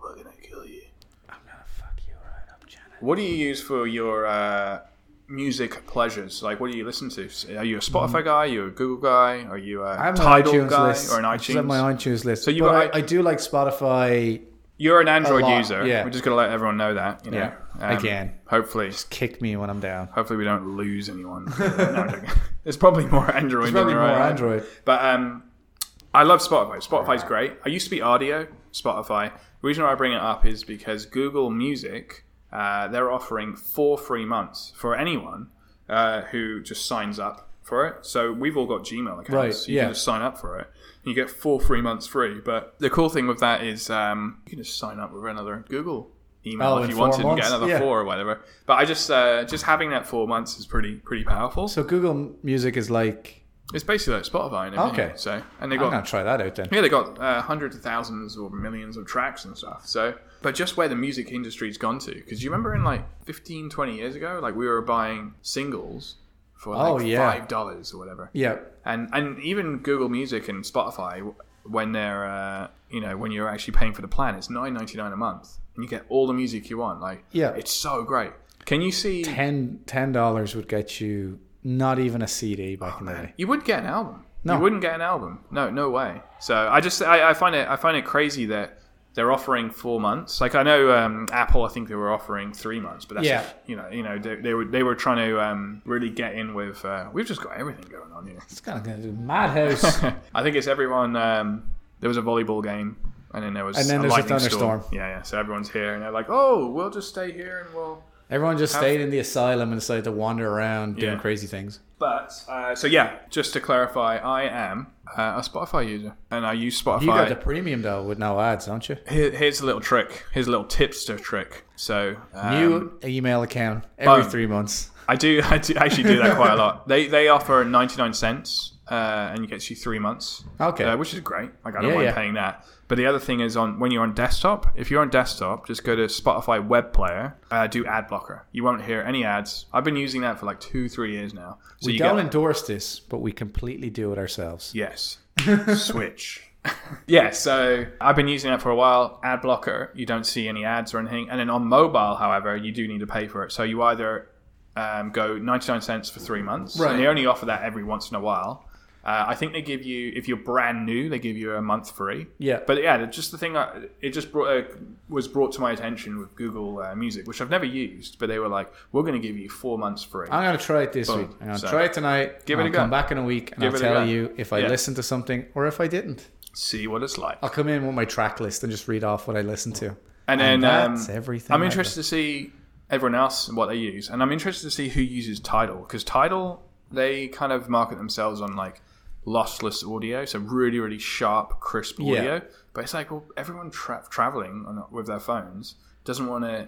Speaker 1: We're gonna kill you.
Speaker 2: I'm gonna fuck you right up, Janet.
Speaker 1: What do you use for your uh, music pleasures? Like, what do you listen to? Are you a Spotify guy? Are you a Google guy? Are you a
Speaker 2: I'm
Speaker 1: Tidal
Speaker 2: Mm-hmm. an iTunes
Speaker 1: guy
Speaker 2: list.
Speaker 1: or an
Speaker 2: I just have
Speaker 1: iTunes?
Speaker 2: my iTunes list. So
Speaker 1: you
Speaker 2: you, but
Speaker 1: got-
Speaker 2: I, I do like Spotify.
Speaker 1: You're an Android
Speaker 2: lot,
Speaker 1: user.
Speaker 2: yeah.
Speaker 1: We're just gonna let everyone know that. You know? Um,
Speaker 2: Yeah. Again.
Speaker 1: Hopefully,
Speaker 2: Kick me when I'm down.
Speaker 1: hopefully we don't lose
Speaker 2: <laughs>
Speaker 1: anyone. No, I'm joking. There's probably more Android. than
Speaker 2: Probably
Speaker 1: there
Speaker 2: more
Speaker 1: are-
Speaker 2: Android.
Speaker 1: But um, I love Spotify. Spotify's great. I used to be audio Spotify. The reason why I bring it up is because Google Music, uh, they're offering four free months for anyone uh, who just signs up for it. So we've all got Gmail accounts.
Speaker 2: Right,
Speaker 1: so you
Speaker 2: yeah.
Speaker 1: can just sign up for it. You get four free months free. But the cool thing with that is um, you can just sign up with another Google email
Speaker 2: Oh,
Speaker 1: if
Speaker 2: in
Speaker 1: you
Speaker 2: four
Speaker 1: wanted and get
Speaker 2: months?
Speaker 1: another
Speaker 2: Yeah.
Speaker 1: four or whatever. But I just uh, just having that four months is pretty pretty powerful.
Speaker 2: So Google Music is like
Speaker 1: It's basically like Spotify. And everything.
Speaker 2: Okay.
Speaker 1: So and they
Speaker 2: I'm
Speaker 1: got
Speaker 2: gonna try that out then.
Speaker 1: yeah, they got uh, hundreds of thousands or millions of tracks and stuff. So, but just where the music industry's gone to, because you remember in like 15, 20 years ago, like we were buying singles for like
Speaker 2: Oh, yeah.
Speaker 1: five dollars or whatever,
Speaker 2: Yeah,
Speaker 1: and and even Google Music and Spotify, when they're uh, you know when you're actually paying for the plan, it's nine ninety nine a month, and you get all the music you want. Like,
Speaker 2: Yeah.
Speaker 1: it's so great. Can you see?
Speaker 2: ten ten dollars would get you not even a CD back in the day.
Speaker 1: You would get an album.
Speaker 2: No.
Speaker 1: You wouldn't get an album. No, no way. So I just I, I find it I find it crazy that they're offering four months. Like I know um, Apple, I think they were offering three months, but that's
Speaker 2: Yeah.
Speaker 1: you know you know they, they were they were trying to um, really get in with. Uh, we've just got everything going on here. <laughs>
Speaker 2: It's kind of gonna do madhouse.
Speaker 1: I think it's everyone. Um, there was a volleyball game, and then there was
Speaker 2: And then
Speaker 1: a
Speaker 2: there's a
Speaker 1: lightning
Speaker 2: thunderstorm.
Speaker 1: Storm. Yeah, yeah. So everyone's here, and they're like, "Oh, we'll just stay here and we'll."
Speaker 2: Everyone just stayed in the asylum and decided to wander around doing
Speaker 1: Yeah.
Speaker 2: crazy things.
Speaker 1: But uh, so yeah, just to clarify, I am uh, a Spotify user, and I use Spotify.
Speaker 2: You got the premium though with no ads, don't you?
Speaker 1: Here, here's a little trick. Here's a little tipster trick. So um,
Speaker 2: New email account every
Speaker 1: boom.
Speaker 2: three months.
Speaker 1: <laughs> I do, I do actually do that quite a lot. They they offer ninety nine cents uh, and it gets you three months.
Speaker 2: Oh, Okay.
Speaker 1: uh, which is great. Like I don't
Speaker 2: Yeah,
Speaker 1: mind
Speaker 2: yeah.
Speaker 1: paying that. But the other thing is on when you're on desktop. If you're on desktop, just go to Spotify web player. Uh, do ad blocker. You won't hear any ads. I've been using that for like two, three years now. So
Speaker 2: we
Speaker 1: you
Speaker 2: don't
Speaker 1: get-
Speaker 2: endorse this, but we completely do it ourselves. <laughs>
Speaker 1: Yes. Switch. yeah, so I've been using that for a while. Ad blocker, you don't see any ads or anything. And then on mobile, however, you do need to pay for it. So you either um, go 99 cents for three months.
Speaker 2: Right.
Speaker 1: And they only offer that every once in a while. Uh, I think they give you, if you're brand new, they give you a month free.
Speaker 2: Yeah.
Speaker 1: But yeah, just the thing, I, it just brought, uh, was brought to my attention with Google uh, Music, which I've never used, but they were like, we're going to give you four months free.
Speaker 2: I'm gonna try it this week. I'm gonna
Speaker 1: So,
Speaker 2: try it tonight.
Speaker 1: give it
Speaker 2: I'll
Speaker 1: a go.
Speaker 2: Come back in a week and
Speaker 1: Give
Speaker 2: I'll
Speaker 1: it a
Speaker 2: tell
Speaker 1: go.
Speaker 2: you if I
Speaker 1: Yeah.
Speaker 2: listened to something or if I didn't.
Speaker 1: See what it's like.
Speaker 2: I'll come in with my track list and just read off what I listened to.
Speaker 1: And then
Speaker 2: that's
Speaker 1: um,
Speaker 2: everything
Speaker 1: I'm
Speaker 2: like
Speaker 1: interested to see everyone else and what they use, and I'm interested to see who uses Tidal because Tidal they kind of market themselves on like lossless audio, so really really sharp, crisp
Speaker 2: Yeah.
Speaker 1: audio. But it's like well, everyone tra- traveling on, with their phones doesn't want to.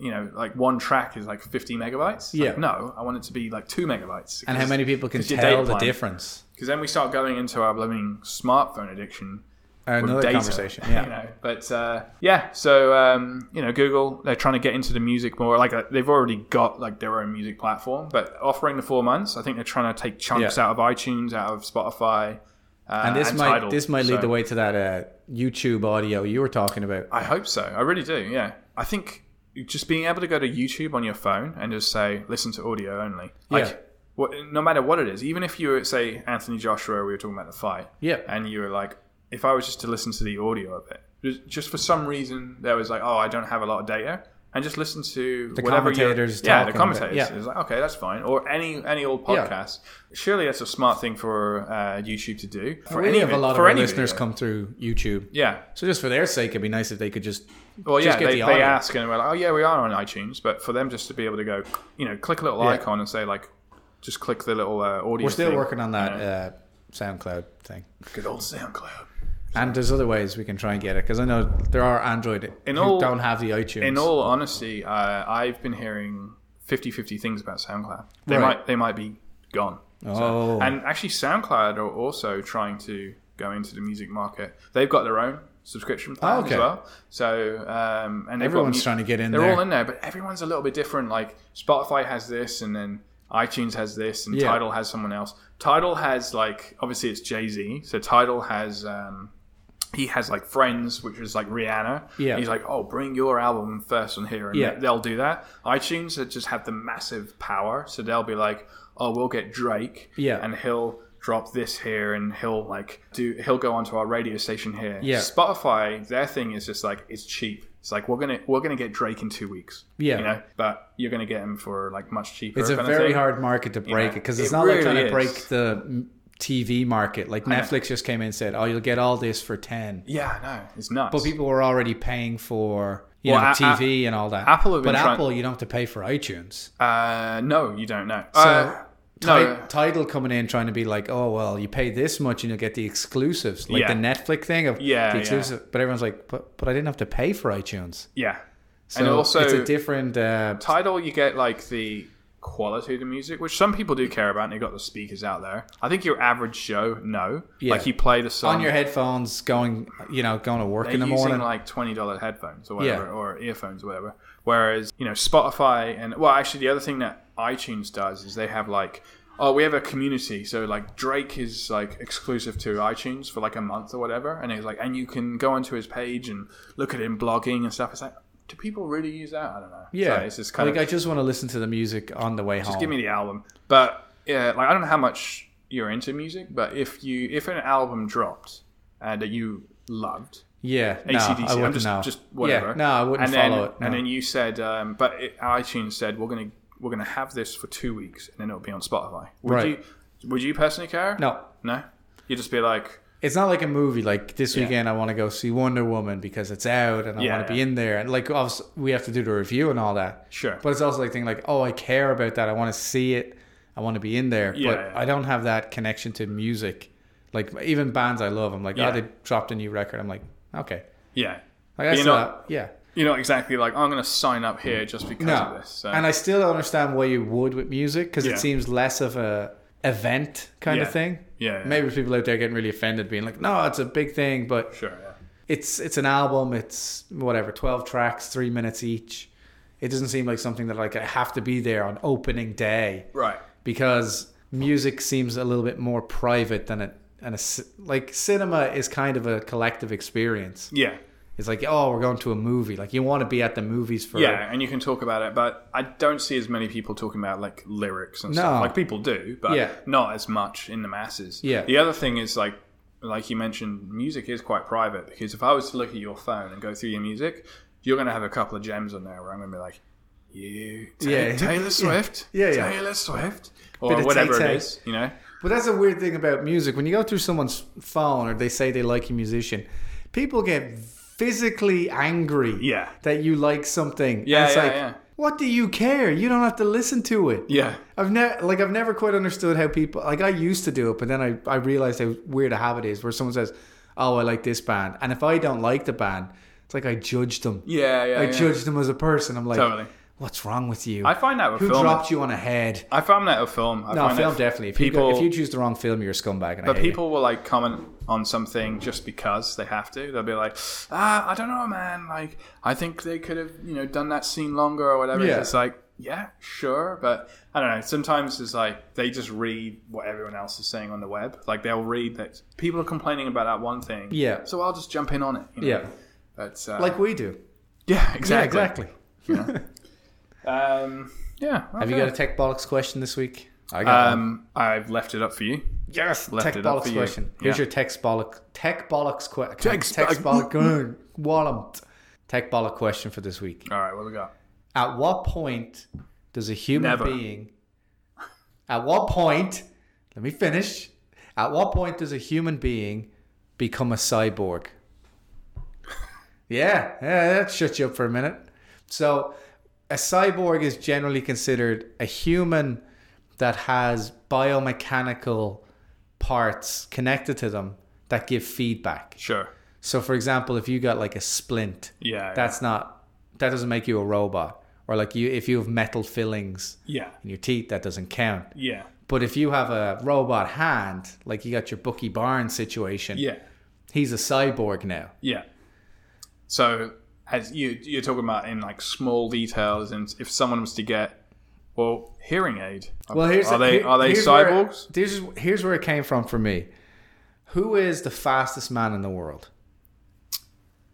Speaker 1: You know, like one track is like 50 megabytes. Like,
Speaker 2: Yeah.
Speaker 1: no, I want it to be like two megabytes.
Speaker 2: And how many people can
Speaker 1: it's your
Speaker 2: tell
Speaker 1: data
Speaker 2: the
Speaker 1: plan.
Speaker 2: difference?
Speaker 1: Because then we start going into our blooming smartphone addiction with
Speaker 2: Uh, Another
Speaker 1: data,
Speaker 2: conversation.
Speaker 1: you
Speaker 2: Yeah.
Speaker 1: know, but uh, yeah, so um, you know, Google they're trying to get into the music more. Like uh, they've already got like their own music platform, but offering the four months, I think they're trying to take chunks
Speaker 2: Yeah.
Speaker 1: out of iTunes, out of Spotify, uh,
Speaker 2: and this might
Speaker 1: Tidal.
Speaker 2: this might lead
Speaker 1: So
Speaker 2: the way to that uh, YouTube audio you were talking about.
Speaker 1: I hope so. I really do. Yeah, I think just being able to go to YouTube on your phone and just say listen to audio only, like.
Speaker 2: Yeah.
Speaker 1: What, no matter what it is, even if you were, say, Anthony Joshua, we were talking about the fight,
Speaker 2: Yeah.
Speaker 1: and you were like, if I was just to listen to the audio of it, just- just for some reason, there was like, oh, I don't have a lot of data, and just listen to
Speaker 2: The
Speaker 1: whatever you're-
Speaker 2: commentators
Speaker 1: yeah, the
Speaker 2: talking
Speaker 1: commentators.
Speaker 2: about- yeah.
Speaker 1: It's like, okay, that's fine, or any any old
Speaker 2: Yeah.
Speaker 1: podcast. Surely that's a smart thing for uh, YouTube to do. For
Speaker 2: we
Speaker 1: any
Speaker 2: have a
Speaker 1: vid-
Speaker 2: lot of
Speaker 1: for
Speaker 2: our
Speaker 1: any
Speaker 2: listeners
Speaker 1: video.
Speaker 2: come through YouTube.
Speaker 1: Yeah,
Speaker 2: So just for their sake, it'd be nice if they could just
Speaker 1: well, yeah,
Speaker 2: Just get
Speaker 1: they,
Speaker 2: the
Speaker 1: they
Speaker 2: audio.
Speaker 1: ask and we're like, oh yeah, we are on iTunes, but for them just to be able to go, you know, click a little
Speaker 2: Yeah.
Speaker 1: icon and say like, just click the little uh, audio.
Speaker 2: We're still
Speaker 1: thing,
Speaker 2: working on that
Speaker 1: you know.
Speaker 2: uh, SoundCloud thing,
Speaker 1: good old SoundCloud.
Speaker 2: and there's other ways we can try and get it because I know there are Android
Speaker 1: In
Speaker 2: who
Speaker 1: all-
Speaker 2: don't have the iTunes.
Speaker 1: In all honesty, uh, I've been hearing 50-50 things about SoundCloud. They
Speaker 2: Right.
Speaker 1: might they might be gone. So-
Speaker 2: Oh.
Speaker 1: and actually, SoundCloud are also trying to go into the music market. They've got their own subscription plan
Speaker 2: okay.
Speaker 1: as well. So um, and they've got
Speaker 2: Everyone's
Speaker 1: mu-
Speaker 2: trying to get in
Speaker 1: They're
Speaker 2: there.
Speaker 1: all in there, but everyone's a little bit different. Like Spotify has this, and then iTunes has this, and
Speaker 2: Yeah.
Speaker 1: Tidal has someone else. Tidal has like obviously it's Jay Z, so Tidal has. Um, he has like friends, which is like Rihanna.
Speaker 2: Yeah.
Speaker 1: He's like, oh, bring your album first on here, and
Speaker 2: Yeah.
Speaker 1: they- they'll do that. iTunes they just have the massive power, so they'll be like, oh, we'll get Drake,
Speaker 2: Yeah.
Speaker 1: and he'll drop this here, and he'll like do he'll go onto our radio station here.
Speaker 2: Yeah.
Speaker 1: Spotify, their thing is just like it's cheap. It's like we're gonna we're gonna get Drake in two weeks.
Speaker 2: Yeah.
Speaker 1: You know, but you're gonna get him for like much cheaper.
Speaker 2: it's a
Speaker 1: kind
Speaker 2: very
Speaker 1: of thing.
Speaker 2: hard market to break it because it's
Speaker 1: it
Speaker 2: not like trying
Speaker 1: really
Speaker 2: to break
Speaker 1: is.
Speaker 2: the mm, TV market. Like Netflix just came in and said, "Oh, you'll get all this for 10
Speaker 1: Yeah, no, it's nuts.
Speaker 2: But people were already paying for you
Speaker 1: Well,
Speaker 2: know
Speaker 1: A- A-
Speaker 2: TV and all that.
Speaker 1: Apple have been
Speaker 2: but
Speaker 1: trying-
Speaker 2: Apple, you don't have to pay for iTunes.
Speaker 1: uh, no, you don't know.
Speaker 2: So
Speaker 1: uh, no,
Speaker 2: Ti- title coming in trying to be like, oh well, you pay this much and you'll get the exclusives, like
Speaker 1: Yeah.
Speaker 2: the Netflix thing of
Speaker 1: Yeah,
Speaker 2: the
Speaker 1: yeah.
Speaker 2: exclusive. But everyone's like, but but I didn't have to pay for iTunes.
Speaker 1: yeah.
Speaker 2: So it's a different. Uh,
Speaker 1: Tidal, you get like the quality of the music, which some people do care about, and you've got the speakers out there. I think your average Joe, no.
Speaker 2: Yeah.
Speaker 1: Like you play the song
Speaker 2: on your headphones, going, you know, going to work
Speaker 1: they're
Speaker 2: in the
Speaker 1: using
Speaker 2: morning.
Speaker 1: like twenty dollar headphones or whatever,
Speaker 2: Yeah.
Speaker 1: or earphones or whatever. Whereas you know Spotify and well, actually the other thing that iTunes does is they have like oh we have a community, so like Drake is like exclusive to iTunes for like a month or whatever, and he's like and you can go onto his page and look at him blogging and stuff. It's like do people really use that? I don't know.
Speaker 2: yeah,
Speaker 1: so it's just kind
Speaker 2: like uh,
Speaker 1: of
Speaker 2: I just want to listen to the music on the way home.
Speaker 1: just give me the album. But yeah, like I don't know how much you're into music, but if you if an album dropped uh, that you loved
Speaker 2: yeah, no,
Speaker 1: ACDC.
Speaker 2: I
Speaker 1: I'm
Speaker 2: wouldn't
Speaker 1: just,
Speaker 2: know.
Speaker 1: just whatever.
Speaker 2: Yeah, no, I wouldn't
Speaker 1: and then,
Speaker 2: follow it. no.
Speaker 1: And then you said, um, but it, iTunes said we're gonna we're gonna have this for two weeks, and then it'll be on Spotify. Would
Speaker 2: Right.
Speaker 1: you Would you personally care?
Speaker 2: no,
Speaker 1: no. You'd just be like,
Speaker 2: it's not like a movie. Like this weekend, I want to go see Wonder Woman because it's out, and I
Speaker 1: Yeah,
Speaker 2: want to be
Speaker 1: yeah.
Speaker 2: in there. And like, obviously, we have to do the review and all that.
Speaker 1: Sure.
Speaker 2: but it's also like thing like, oh, I care about that. I want to see it. I want to be in there.
Speaker 1: Yeah,
Speaker 2: but
Speaker 1: yeah.
Speaker 2: I don't have that connection to music. Like even bands I love, I'm like,
Speaker 1: Yeah.
Speaker 2: oh, they dropped a new record. I'm like, okay,
Speaker 1: yeah,
Speaker 2: like that's
Speaker 1: you know-
Speaker 2: not, yeah.
Speaker 1: you're not exactly like I'm gonna sign up here just because
Speaker 2: No,
Speaker 1: of this. So.
Speaker 2: and I still don't understand why you would with music because
Speaker 1: Yeah.
Speaker 2: it seems less of a event kind
Speaker 1: Yeah.
Speaker 2: of thing.
Speaker 1: Yeah, yeah.
Speaker 2: Maybe there's people out there getting really offended, being like, "No, it's a big thing," but
Speaker 1: Sure. Yeah.
Speaker 2: it's it's an album. It's whatever, twelve tracks, three minutes each. It doesn't seem like something that like I have to be there on opening day
Speaker 1: Right.
Speaker 2: because music seems a little bit more private than it and a, ci- like cinema is kind of a collective experience.
Speaker 1: Yeah.
Speaker 2: It's like, oh, we're going to a movie. Like you want to be at the movies for
Speaker 1: Yeah, and you can talk about it, but I don't see as many people talking about like lyrics and
Speaker 2: No.
Speaker 1: stuff. Like people do, but
Speaker 2: Yeah.
Speaker 1: not as much in the masses.
Speaker 2: Yeah.
Speaker 1: The other thing is like like you mentioned, music is quite private because if I was to look at your phone and go through your music, you're gonna have a couple of gems on there where I'm gonna be like, You Ta-
Speaker 2: <laughs> Yeah.
Speaker 1: Taylor Swift.
Speaker 2: Yeah, yeah.
Speaker 1: Taylor Swift. Or
Speaker 2: Bit of
Speaker 1: whatever it
Speaker 2: Tay-Tay.
Speaker 1: is, you know?
Speaker 2: But that's a weird thing about music. When you go through someone's phone or they say they like a musician, people get physically angry
Speaker 1: Yeah.
Speaker 2: that you like something. And
Speaker 1: Yeah,
Speaker 2: it's
Speaker 1: yeah,
Speaker 2: like,
Speaker 1: yeah.
Speaker 2: what do you care? You don't have to listen to it.
Speaker 1: Yeah.
Speaker 2: I've never like I've never quite understood how people like I used to do it, but then I, I realized how weird a habit is where someone says, Oh, I like this band and if I don't like the band, it's like I judge them.
Speaker 1: Yeah, yeah.
Speaker 2: I
Speaker 1: yeah.
Speaker 2: judge them as a person. I'm like
Speaker 1: Totally.
Speaker 2: What's wrong with you?
Speaker 1: I find that with
Speaker 2: Who
Speaker 1: film.
Speaker 2: dropped you on a head?
Speaker 1: I found that with film. I
Speaker 2: No,
Speaker 1: find that
Speaker 2: film
Speaker 1: f-
Speaker 2: definitely. If you go, if you choose the wrong film, you're a scumbag. And
Speaker 1: But
Speaker 2: I hate
Speaker 1: people will like comment on something just because they have to. They'll be like, "Ah, I don't know, man. Like, I think they could have, you know, done that scene longer or whatever."
Speaker 2: Yeah.
Speaker 1: It's like, yeah, sure, but I don't know. Sometimes it's like they just read what everyone else is saying on the web. Like they'll read that people are complaining about that one thing.
Speaker 2: Yeah.
Speaker 1: So I'll just jump in on it. you know?
Speaker 2: you. yeah,
Speaker 1: But uh,
Speaker 2: like we do.
Speaker 1: yeah, exactly.
Speaker 2: Yeah, exactly.
Speaker 1: Um, yeah.
Speaker 2: Have you got a tech bollocks question this week? I
Speaker 1: Um, I've left it up for you.
Speaker 2: yes,
Speaker 1: left
Speaker 2: tech
Speaker 1: it up for
Speaker 2: bollocks
Speaker 1: you.
Speaker 2: question. Here's
Speaker 1: Yeah.
Speaker 2: your tech bollock tech bollocks question.
Speaker 1: Tech
Speaker 2: Tech
Speaker 1: bollock-
Speaker 2: bollock <laughs> walloped. Tech bollock question for this week.
Speaker 1: All right, what we got?
Speaker 2: At what point does a human
Speaker 1: Never.
Speaker 2: being? At what point? Let me finish. At what point does a human being become a cyborg? Yeah, yeah, that shuts you up for a minute. So, a cyborg is generally considered a human that has biomechanical parts connected to them that give feedback.
Speaker 1: Sure.
Speaker 2: So, for example, if you got like a splint,
Speaker 1: Yeah.
Speaker 2: that's not that doesn't make you a robot. Or like you, if you have metal fillings
Speaker 1: yeah.
Speaker 2: in your teeth, that doesn't count.
Speaker 1: Yeah.
Speaker 2: But if you have a robot hand, like you got your Bucky Barnes situation,
Speaker 1: Yeah.
Speaker 2: he's a cyborg now.
Speaker 1: Yeah. So as you you're talking about in like small details, and if someone was to get well hearing aid,
Speaker 2: Well, here's
Speaker 1: are they
Speaker 2: here-
Speaker 1: are they
Speaker 2: here's where-
Speaker 1: cyborgs?
Speaker 2: this is here's where it came from for me. Who is the fastest man in the world?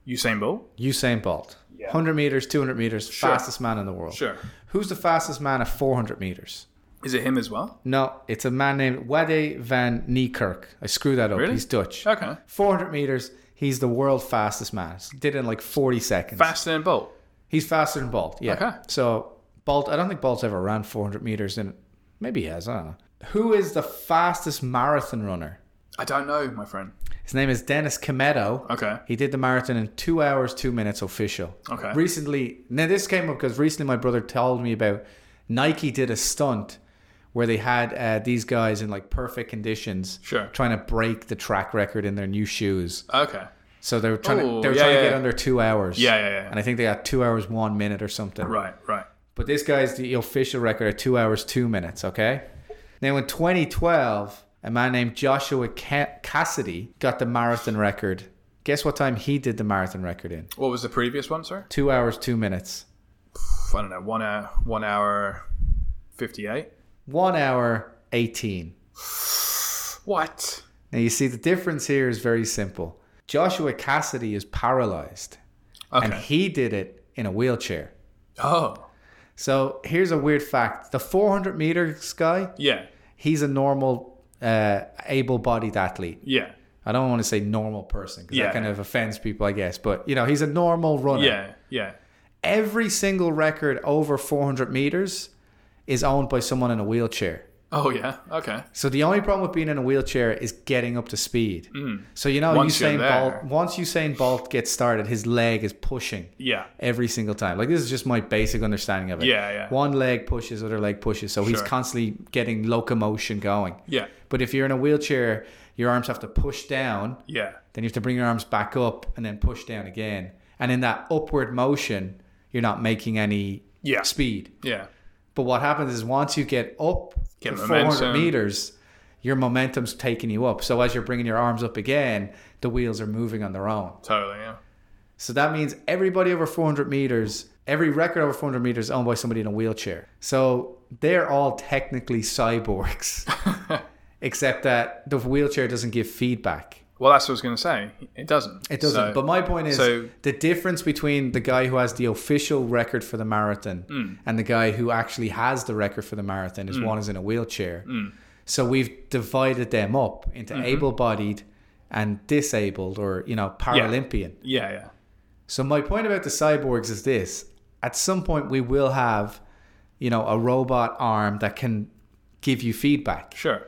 Speaker 1: Usain Bolt,
Speaker 2: Usain Bolt,
Speaker 1: Yeah.
Speaker 2: 100 meters, 200 meters, fastest man in the world.
Speaker 1: sure.
Speaker 2: Who's the fastest man at 400 meters?
Speaker 1: Is it him as well?
Speaker 2: No, it's a man named Wade van Niekerk. I screwed that up.
Speaker 1: Really?
Speaker 2: He's Dutch.
Speaker 1: Okay,
Speaker 2: 400 meters. He's the world fastest man. He did it in like 40 seconds.
Speaker 1: faster than Bolt.
Speaker 2: He's faster than Bolt. Yeah.
Speaker 1: Okay.
Speaker 2: So Bolt, I don't think Bolt's ever ran 400 meters in. Maybe he has. I don't know. Who is the fastest marathon runner?
Speaker 1: I don't know, my friend.
Speaker 2: His name is Dennis Cometo.
Speaker 1: Okay,
Speaker 2: He did the marathon in two hours, two minutes official.
Speaker 1: Okay.
Speaker 2: Recently, now this came up because recently my brother told me about Nike did a stunt where they had uh, these guys in like perfect conditions
Speaker 1: Sure.
Speaker 2: trying to break the track record in their new shoes.
Speaker 1: okay,
Speaker 2: So they were trying
Speaker 1: Oh,
Speaker 2: to, they were
Speaker 1: yeah,
Speaker 2: trying
Speaker 1: yeah,
Speaker 2: to get
Speaker 1: yeah.
Speaker 2: under two hours.
Speaker 1: Yeah, yeah, yeah.
Speaker 2: And I think they got two hours, one minute or something.
Speaker 1: right, right.
Speaker 2: But this guy's the official record at two hours, two minutes, okay? Now, in 2012, a man named Joshua Ca- Cassidy got the marathon record. Guess what time he did the marathon record in?
Speaker 1: What was the previous one, sir?
Speaker 2: Two hours, two minutes.
Speaker 1: Pff, I don't know. One hour, one hour, fifty-eight.
Speaker 2: One hour, 18.
Speaker 1: What?
Speaker 2: Now, you see, the difference here is very simple. Joshua Cassidy is paralyzed, and
Speaker 1: Okay.
Speaker 2: he did it in a wheelchair.
Speaker 1: Oh,
Speaker 2: So, here's a weird fact the 400 meter guy,
Speaker 1: yeah,
Speaker 2: he's a normal, uh, able bodied athlete.
Speaker 1: yeah,
Speaker 2: I don't want to say normal person because
Speaker 1: Yeah.
Speaker 2: that kind of offends people, I guess. But you know, he's a normal runner.
Speaker 1: yeah, yeah.
Speaker 2: Every single record over 400 meters is owned by someone in a wheelchair.
Speaker 1: Oh, yeah. Okay.
Speaker 2: So the only problem with being in a wheelchair is getting up to speed. So you know,
Speaker 1: Mm. Once you're
Speaker 2: Usain
Speaker 1: there.
Speaker 2: Bolt. Once Usain Bolt gets started, his leg is pushing
Speaker 1: Yeah.
Speaker 2: every single time. Like this is just my basic understanding of it.
Speaker 1: Yeah, yeah.
Speaker 2: One leg pushes, other leg pushes. So he's
Speaker 1: Sure.
Speaker 2: constantly getting locomotion going.
Speaker 1: Yeah.
Speaker 2: But if you're in a wheelchair, your arms have to push down
Speaker 1: Yeah.
Speaker 2: then you have to bring your arms back up and then push down again. And in that upward motion, you're not making any
Speaker 1: Yeah.
Speaker 2: speed.
Speaker 1: Yeah.
Speaker 2: But what happens is once you get up
Speaker 1: Get
Speaker 2: to
Speaker 1: momentum.
Speaker 2: 400 meters, your momentum's taking you up. So as you're bringing your arms up again, the wheels are moving on their own.
Speaker 1: Totally, yeah.
Speaker 2: So that means everybody over 400 meters, every record over 400 meters is owned by somebody in a wheelchair. So they're all
Speaker 1: <laughs>
Speaker 2: technically cyborgs, except that the wheelchair doesn't give feedback.
Speaker 1: Well, that's what I was going to say. It doesn't.
Speaker 2: It doesn't.
Speaker 1: So-
Speaker 2: but my point is
Speaker 1: so-
Speaker 2: the difference between the guy who has the official record for the marathon
Speaker 1: Hmm.
Speaker 2: and the guy who actually has the record for the marathon is one is in a wheelchair.
Speaker 1: Hmm.
Speaker 2: So we've divided them up into
Speaker 1: Mm-hmm.
Speaker 2: able-bodied and disabled, or you know, Paralympian.
Speaker 1: yeah, yeah.
Speaker 2: So my point about the cyborgs is this: at some point, we will have, you know, a robot arm that can give you feedback.
Speaker 1: Sure.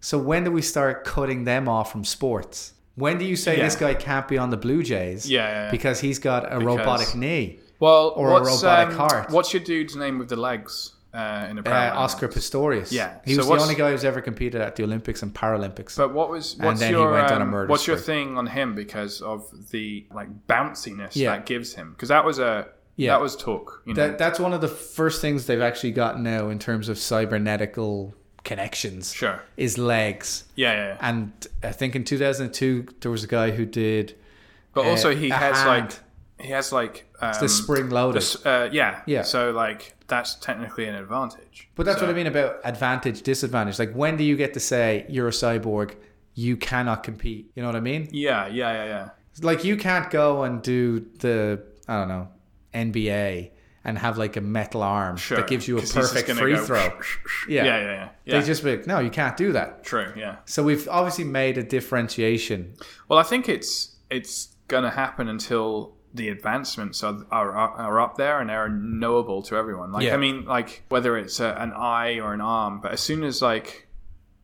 Speaker 2: So when do we start cutting them off from sports? When do you say
Speaker 1: Yeah.
Speaker 2: this guy can't be on the Blue Jays?
Speaker 1: Yeah, yeah, yeah.
Speaker 2: because he's got a robotic knee.
Speaker 1: Well,
Speaker 2: Or a
Speaker 1: what's,
Speaker 2: robotic
Speaker 1: um,
Speaker 2: heart.
Speaker 1: What's your dude's name with the legs uh, in a
Speaker 2: Uh,
Speaker 1: parallel?
Speaker 2: Oscar Pistorius.
Speaker 1: Yeah.
Speaker 2: he
Speaker 1: So
Speaker 2: was the
Speaker 1: what's-
Speaker 2: only guy who's ever competed at the Olympics and Paralympics.
Speaker 1: But what was what's
Speaker 2: then he
Speaker 1: your
Speaker 2: went on a
Speaker 1: um,
Speaker 2: murder
Speaker 1: what's your
Speaker 2: spree.
Speaker 1: thing on him because of the like bounciness
Speaker 2: Yeah.
Speaker 1: that gives him? Because that was a
Speaker 2: Yeah.
Speaker 1: that was talk. You know,
Speaker 2: that, that's one of the first things they've actually got now in terms of cybernetical connections.
Speaker 1: sure.
Speaker 2: Is legs.
Speaker 1: Yeah, yeah. yeah.
Speaker 2: And I think in 2002 there was a guy who did
Speaker 1: But
Speaker 2: uh,
Speaker 1: also he
Speaker 2: a
Speaker 1: has
Speaker 2: hand.
Speaker 1: like he has like um,
Speaker 2: the spring loaded.
Speaker 1: s- uh, yeah,
Speaker 2: Yeah.
Speaker 1: So like that's technically an advantage.
Speaker 2: But that's
Speaker 1: So-
Speaker 2: what I mean about advantage, disadvantage. Like when do you get to say you're a cyborg, you cannot compete? You know what I mean?
Speaker 1: Yeah, yeah, yeah, yeah.
Speaker 2: Like you can't go and do the I don't know NBA and have like a metal arm
Speaker 1: Sure.
Speaker 2: that gives you a
Speaker 1: 'Cause he's just
Speaker 2: perfect
Speaker 1: gonna
Speaker 2: free
Speaker 1: go
Speaker 2: throw.
Speaker 1: Yeah,
Speaker 2: yeah.
Speaker 1: <laughs> yeah, yeah. yeah. yeah.
Speaker 2: They just be like, no, you can't do that.
Speaker 1: True. Yeah.
Speaker 2: So we've obviously made a differentiation.
Speaker 1: Well, I think it's it's gonna happen until the advancements are are, are up there and are knowable to everyone. Like
Speaker 2: Yeah.
Speaker 1: I mean, like whether it's a, an eye or an arm, but as soon as like,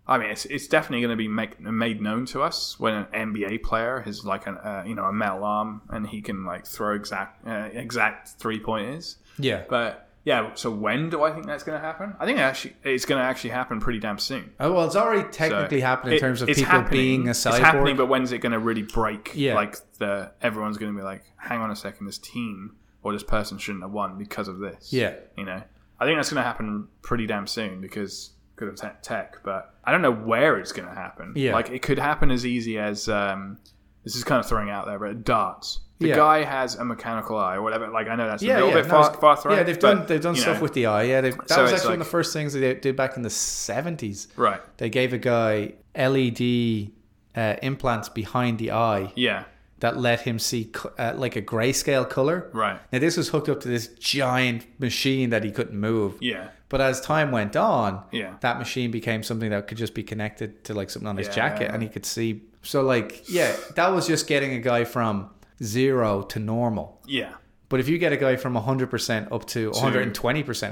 Speaker 1: I mean, it's, it's definitely going to be make, made known to us when an NBA player has like an uh, you know a metal arm and he can like throw exact uh, exact three pointers.
Speaker 2: Yeah.
Speaker 1: But yeah, so when do I think that's going to happen? I think actually it's going to actually happen pretty damn soon.
Speaker 2: Oh, well, it's already
Speaker 1: So
Speaker 2: technically happened in
Speaker 1: it-
Speaker 2: terms of
Speaker 1: it's
Speaker 2: people
Speaker 1: happening.
Speaker 2: being a
Speaker 1: It's
Speaker 2: cyborg.
Speaker 1: happening, but when's it going to really break?
Speaker 2: Yeah.
Speaker 1: Like the everyone's going to be like, hang on a second, this team or this person shouldn't have won because of this.
Speaker 2: Yeah.
Speaker 1: You know, I think that's going to happen pretty damn soon because could have tech, tech, but I don't know where it's going to happen.
Speaker 2: Yeah.
Speaker 1: Like it could happen as easy as um, this is kind of throwing out there, but darts. The
Speaker 2: Yeah.
Speaker 1: guy has a mechanical eye or whatever. Like I know that's a
Speaker 2: yeah,
Speaker 1: little
Speaker 2: yeah,
Speaker 1: bit
Speaker 2: no,
Speaker 1: far,
Speaker 2: it's-
Speaker 1: far thrown.
Speaker 2: yeah, they've
Speaker 1: but,
Speaker 2: done they've done
Speaker 1: you
Speaker 2: stuff
Speaker 1: know,
Speaker 2: with the eye. Yeah, they've, that
Speaker 1: So
Speaker 2: was
Speaker 1: it's
Speaker 2: actually one of
Speaker 1: like-
Speaker 2: the first things they did back in the seventies.
Speaker 1: right.
Speaker 2: They gave a guy LED uh, implants behind the eye
Speaker 1: Yeah.
Speaker 2: that let him see co- uh, like a grayscale color.
Speaker 1: Right.
Speaker 2: Now this was hooked up to this giant machine that he couldn't move.
Speaker 1: Yeah.
Speaker 2: But as time went on,
Speaker 1: Yeah.
Speaker 2: that machine became something that could just be connected to like something on his
Speaker 1: Yeah.
Speaker 2: jacket and he could see. So like, yeah, that was just getting a guy from zero to normal.
Speaker 1: Yeah.
Speaker 2: But if you get a guy from 100% up to 120%,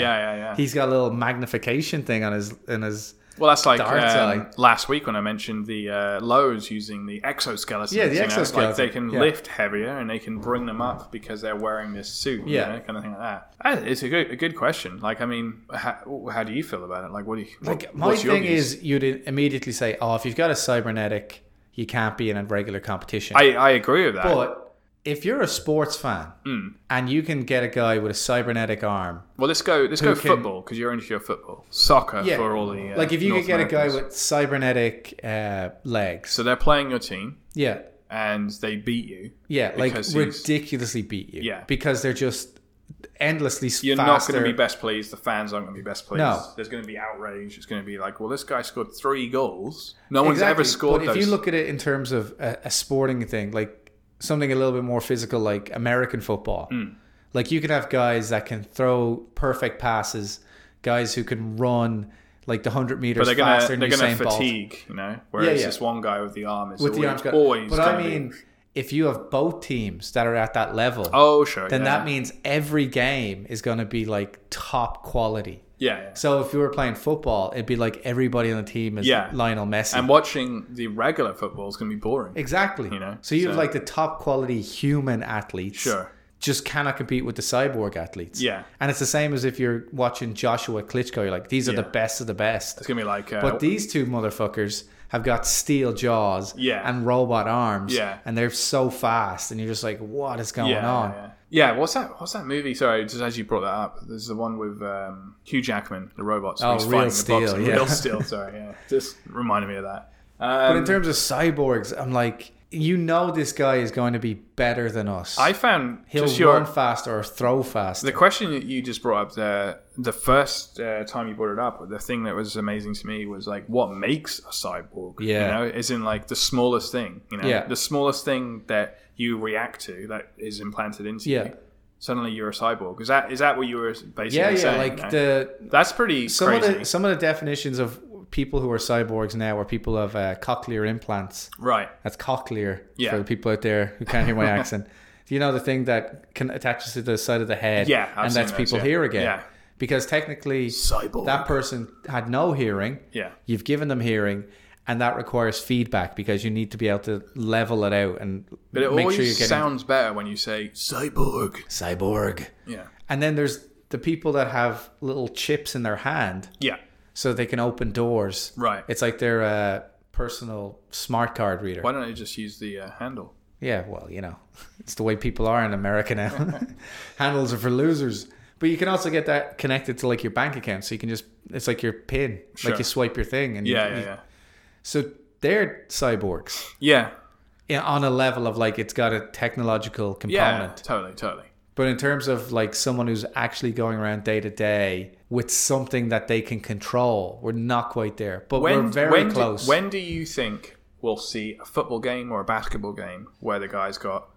Speaker 1: Yeah, yeah, yeah.
Speaker 2: he's got a little magnification thing on his in his
Speaker 1: Well, that's like
Speaker 2: Darts
Speaker 1: um,
Speaker 2: eye.
Speaker 1: last week when I mentioned the uh, Lowe's using the exoskeletons.
Speaker 2: Yeah, the
Speaker 1: you know, Like
Speaker 2: exoskeleton,
Speaker 1: they can
Speaker 2: yeah.
Speaker 1: lift heavier and they can bring them up because they're wearing this suit. Yeah,
Speaker 2: Yeah.
Speaker 1: kind of thing like that. Uh, It's a good, a good question. Like, I mean, how, how do you feel about it? Like, what do you? What,
Speaker 2: Like my
Speaker 1: what's your
Speaker 2: thing
Speaker 1: views?
Speaker 2: is, you'd immediately say, "Oh, if you've got a cybernetic, you can't be in a regular competition."
Speaker 1: I, I agree with that.
Speaker 2: but if you're a sports fan
Speaker 1: Hmm.
Speaker 2: and you can get a guy with a cybernetic arm,
Speaker 1: well, let's go. Let's go
Speaker 2: can-
Speaker 1: football because you're into your football, soccer
Speaker 2: Yeah.
Speaker 1: for all the uh,
Speaker 2: like if you
Speaker 1: North
Speaker 2: could get
Speaker 1: Americans.
Speaker 2: a guy with cybernetic uh, legs,
Speaker 1: So they're playing your team
Speaker 2: yeah,
Speaker 1: and they beat you.
Speaker 2: yeah, like
Speaker 1: Because he's-
Speaker 2: ridiculously beat you,
Speaker 1: Yeah.
Speaker 2: because they're just endlessly
Speaker 1: You're
Speaker 2: faster.
Speaker 1: not going to be best pleased. The fans aren't going to be best pleased.
Speaker 2: No.
Speaker 1: There's going to be outrage. It's going to be like, well, this guy scored three goals. No one's ever scored
Speaker 2: But
Speaker 1: those.
Speaker 2: if you look at it in terms of a, a sporting thing, like something a little bit more physical, like American football,
Speaker 1: Hmm.
Speaker 2: like you can have guys that can throw perfect passes, guys who can run like the hundred meters
Speaker 1: but they're
Speaker 2: faster
Speaker 1: going to
Speaker 2: than
Speaker 1: they're going
Speaker 2: Usain
Speaker 1: to
Speaker 2: Bolt
Speaker 1: fatigue, you know. Whereas
Speaker 2: yeah.
Speaker 1: this one guy with the arm is
Speaker 2: with
Speaker 1: always,
Speaker 2: the arms. go-
Speaker 1: always.
Speaker 2: but I
Speaker 1: gonna be-
Speaker 2: mean, if you have both teams that are at that level,
Speaker 1: oh sure.
Speaker 2: then
Speaker 1: yeah.
Speaker 2: that means every game is going to be like top quality.
Speaker 1: yeah, yeah.
Speaker 2: So if you were playing football, it'd be like everybody on the team is
Speaker 1: Yeah.
Speaker 2: Lionel Messi.
Speaker 1: And watching the regular football is going to be boring.
Speaker 2: Exactly.
Speaker 1: You know,
Speaker 2: so you have
Speaker 1: so-
Speaker 2: like the top quality human athletes.
Speaker 1: Sure.
Speaker 2: Just cannot compete with the cyborg athletes.
Speaker 1: Yeah.
Speaker 2: And it's the same as if you're watching Joshua Klitschko. You're like, these are the best of the best.
Speaker 1: It's going to be like, uh,
Speaker 2: But these two motherfuckers have got steel jaws
Speaker 1: Yeah.
Speaker 2: and robot arms.
Speaker 1: Yeah.
Speaker 2: And they're so fast. And you're just like, what is going
Speaker 1: yeah,
Speaker 2: on?
Speaker 1: yeah. Yeah, what's that? What's that movie? Sorry, just as you brought that up, there's the one with um, Hugh Jackman, the robots.
Speaker 2: Oh, Real
Speaker 1: the
Speaker 2: Steel,
Speaker 1: boxer.
Speaker 2: yeah.
Speaker 1: Real Steel. Sorry, yeah, just reminded me of that.
Speaker 2: But
Speaker 1: Um,
Speaker 2: in terms of cyborgs, I'm like, you know, this guy is going to be better than us.
Speaker 1: I found
Speaker 2: He'll
Speaker 1: just
Speaker 2: run
Speaker 1: your
Speaker 2: faster or throw fast.
Speaker 1: the question that you just brought up the the first uh, time you brought it up. The thing that was amazing to me was like what makes a cyborg.
Speaker 2: Yeah.
Speaker 1: you know, isn't like the smallest thing. You know,
Speaker 2: Yeah.
Speaker 1: the smallest thing that you react to that is implanted into
Speaker 2: Yeah.
Speaker 1: you. Suddenly you're a cyborg. Is that is that what you were basically
Speaker 2: yeah, yeah,
Speaker 1: saying?
Speaker 2: like
Speaker 1: you know?
Speaker 2: the
Speaker 1: that's pretty
Speaker 2: some
Speaker 1: crazy,
Speaker 2: of the some of the definitions of people who are cyborgs now are people of uh, cochlear implants.
Speaker 1: right?
Speaker 2: That's cochlear
Speaker 1: Yeah.
Speaker 2: for the people out there who can't
Speaker 1: <laughs>
Speaker 2: hear my accent. Do you know the thing that can attaches to the side of the head?
Speaker 1: Yeah, I've
Speaker 2: and
Speaker 1: seen
Speaker 2: that's
Speaker 1: those,
Speaker 2: people
Speaker 1: yeah.
Speaker 2: hear again.
Speaker 1: Yeah.
Speaker 2: Because technically,
Speaker 1: Cyborg.
Speaker 2: that person had no hearing.
Speaker 1: Yeah.
Speaker 2: You've given them hearing, and that requires feedback because you need to be able to level it out and
Speaker 1: But it
Speaker 2: make
Speaker 1: always
Speaker 2: sure you're getting
Speaker 1: sounds better when you say cyborg.
Speaker 2: cyborg.
Speaker 1: Yeah.
Speaker 2: And then there's the people that have little chips in their hand
Speaker 1: Yeah.
Speaker 2: so they can open doors.
Speaker 1: Right.
Speaker 2: It's like their uh, personal smart card reader.
Speaker 1: Why don't I just use the uh, handle?
Speaker 2: Yeah, well, you know, <laughs> it's the way people are in America now. <laughs> Handles are for losers. But you can also get that connected to like your bank account, so you can just it's like your pin,
Speaker 1: Sure.
Speaker 2: like you swipe your thing, and you-
Speaker 1: Yeah,
Speaker 2: you,
Speaker 1: yeah, yeah.
Speaker 2: So they're cyborgs
Speaker 1: Yeah.
Speaker 2: yeah, on a level of like it's got a technological
Speaker 1: Yeah.
Speaker 2: component.
Speaker 1: Totally, totally.
Speaker 2: But in terms of like someone who's actually going around day to day with something that they can control, we're not quite there, but
Speaker 1: When,
Speaker 2: we're very
Speaker 1: when
Speaker 2: close.
Speaker 1: Do, when do you think we'll see a football game or a basketball game where the guy's got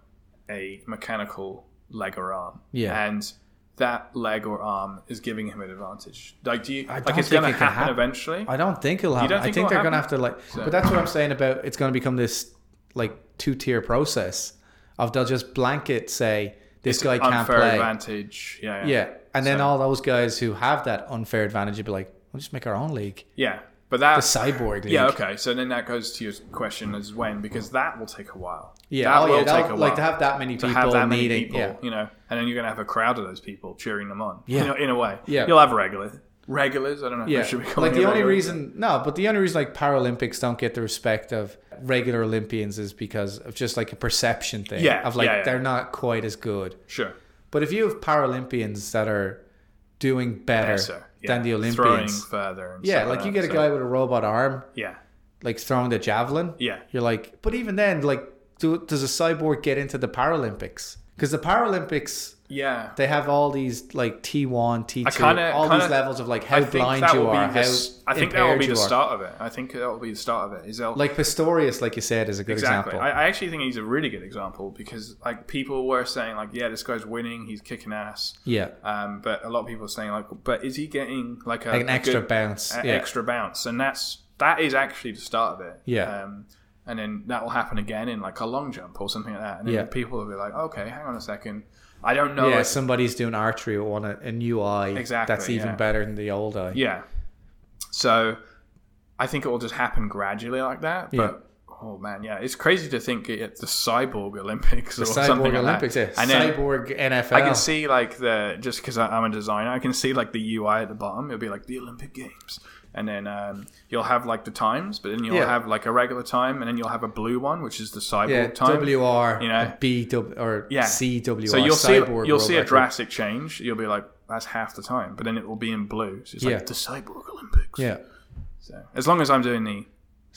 Speaker 1: a mechanical leg or arm?
Speaker 2: Yeah.
Speaker 1: And that leg or arm is giving him an advantage. Like, do you,
Speaker 2: I
Speaker 1: like,
Speaker 2: don't
Speaker 1: it's
Speaker 2: think
Speaker 1: going to
Speaker 2: it can
Speaker 1: happen
Speaker 2: happen.
Speaker 1: eventually?
Speaker 2: I don't think it'll happen.
Speaker 1: don't
Speaker 2: I
Speaker 1: think
Speaker 2: think
Speaker 1: it'll
Speaker 2: they're gonna have
Speaker 1: happen?
Speaker 2: to like. But that's what I'm saying about it's gonna become this like two tier process of they'll just blanket say this guy can't
Speaker 1: Unfair
Speaker 2: play.
Speaker 1: advantage. Yeah.
Speaker 2: Yeah, and then
Speaker 1: So-
Speaker 2: all those guys who have that unfair advantage will be like, we'll just make our own league,
Speaker 1: Yeah. But that
Speaker 2: a cyborg league.
Speaker 1: Yeah, okay. So then that goes to your question as when, because that will take a while.
Speaker 2: Yeah,
Speaker 1: that
Speaker 2: oh,
Speaker 1: will
Speaker 2: yeah,
Speaker 1: take a
Speaker 2: that'll-
Speaker 1: while.
Speaker 2: like to have that many
Speaker 1: to
Speaker 2: people
Speaker 1: have that many <laughs>
Speaker 2: needing.
Speaker 1: people,
Speaker 2: yeah,
Speaker 1: you know, and then you're going to have a crowd of those people cheering them on.
Speaker 2: Yeah.
Speaker 1: You know, in a way.
Speaker 2: Yeah.
Speaker 1: You'll have regulars. Regulars? I don't know if
Speaker 2: yeah.
Speaker 1: they should be calling
Speaker 2: Like the
Speaker 1: it
Speaker 2: only
Speaker 1: regulars.
Speaker 2: reason, no, but the only reason like Paralympics don't get the respect of regular Olympians is because of just like a perception thing.
Speaker 1: Yeah,
Speaker 2: of like
Speaker 1: yeah, yeah.
Speaker 2: they're not quite as good.
Speaker 1: Sure.
Speaker 2: But if you have Paralympians that are doing better
Speaker 1: So, yeah.
Speaker 2: than the
Speaker 1: Throwing
Speaker 2: Olympians,
Speaker 1: further. And
Speaker 2: yeah,
Speaker 1: stuff
Speaker 2: like you
Speaker 1: that,
Speaker 2: get a
Speaker 1: so-
Speaker 2: guy with a robot arm,
Speaker 1: Yeah.
Speaker 2: like throwing the javelin,
Speaker 1: Yeah.
Speaker 2: you're like, but even then, like, do, does a cyborg get into the Paralympics? Because the Paralympics,
Speaker 1: Yeah.
Speaker 2: they have all these like T1, T2,
Speaker 1: kinda-
Speaker 2: all
Speaker 1: kinda-
Speaker 2: these levels of like how
Speaker 1: I think
Speaker 2: blind
Speaker 1: that
Speaker 2: you
Speaker 1: will be
Speaker 2: are,
Speaker 1: the
Speaker 2: how
Speaker 1: s- I think that will
Speaker 2: impaired
Speaker 1: be
Speaker 2: you
Speaker 1: the
Speaker 2: are.
Speaker 1: start of it. I think that will be the start of it. Is they'll-
Speaker 2: Like Pistorius, like you said, is a good
Speaker 1: Exactly. I,
Speaker 2: example.
Speaker 1: I actually think he's a really good example because like people were saying like, yeah, this guy's winning, he's kicking ass.
Speaker 2: yeah,
Speaker 1: Um, but a lot of people are saying like, but is he getting like a,
Speaker 2: like an
Speaker 1: a
Speaker 2: extra
Speaker 1: good-
Speaker 2: bounce.
Speaker 1: a
Speaker 2: yeah.
Speaker 1: extra bounce? And that's that is actually the start of it.
Speaker 2: Yeah.
Speaker 1: Um, and then that will happen again in like a long jump or something like that. And then
Speaker 2: Yeah.
Speaker 1: people will be like, okay, hang on a second, I don't know.
Speaker 2: yeah,
Speaker 1: if-
Speaker 2: somebody's doing archery on a, a new eye.
Speaker 1: Exactly,
Speaker 2: That's even
Speaker 1: yeah.
Speaker 2: better than the old eye.
Speaker 1: yeah. So I think it will just happen gradually like that. But Oh man, yeah, it's crazy to think it's the cyborg Olympics or something
Speaker 2: Cyborg
Speaker 1: like
Speaker 2: Olympics, yeah.
Speaker 1: that. And then
Speaker 2: Cyborg NFL.
Speaker 1: I can see like the just because I'm a designer, I can see like the UI at the bottom. It'll be like the Olympic Games, and then um, you'll have like the times, but then you'll
Speaker 2: Yeah.
Speaker 1: have like a regular time, and then you'll have a blue one, which is the cyborg
Speaker 2: yeah,
Speaker 1: time.
Speaker 2: WR,
Speaker 1: you know?
Speaker 2: BW, or
Speaker 1: Yeah.
Speaker 2: CWR.
Speaker 1: so you'll see
Speaker 2: cyborg
Speaker 1: you'll see a
Speaker 2: robot.
Speaker 1: drastic change. You'll be like that's half the time, but then it will be in blue. So it's
Speaker 2: Yeah.
Speaker 1: like the cyborg Olympics.
Speaker 2: Yeah,
Speaker 1: So, as long as I'm doing the,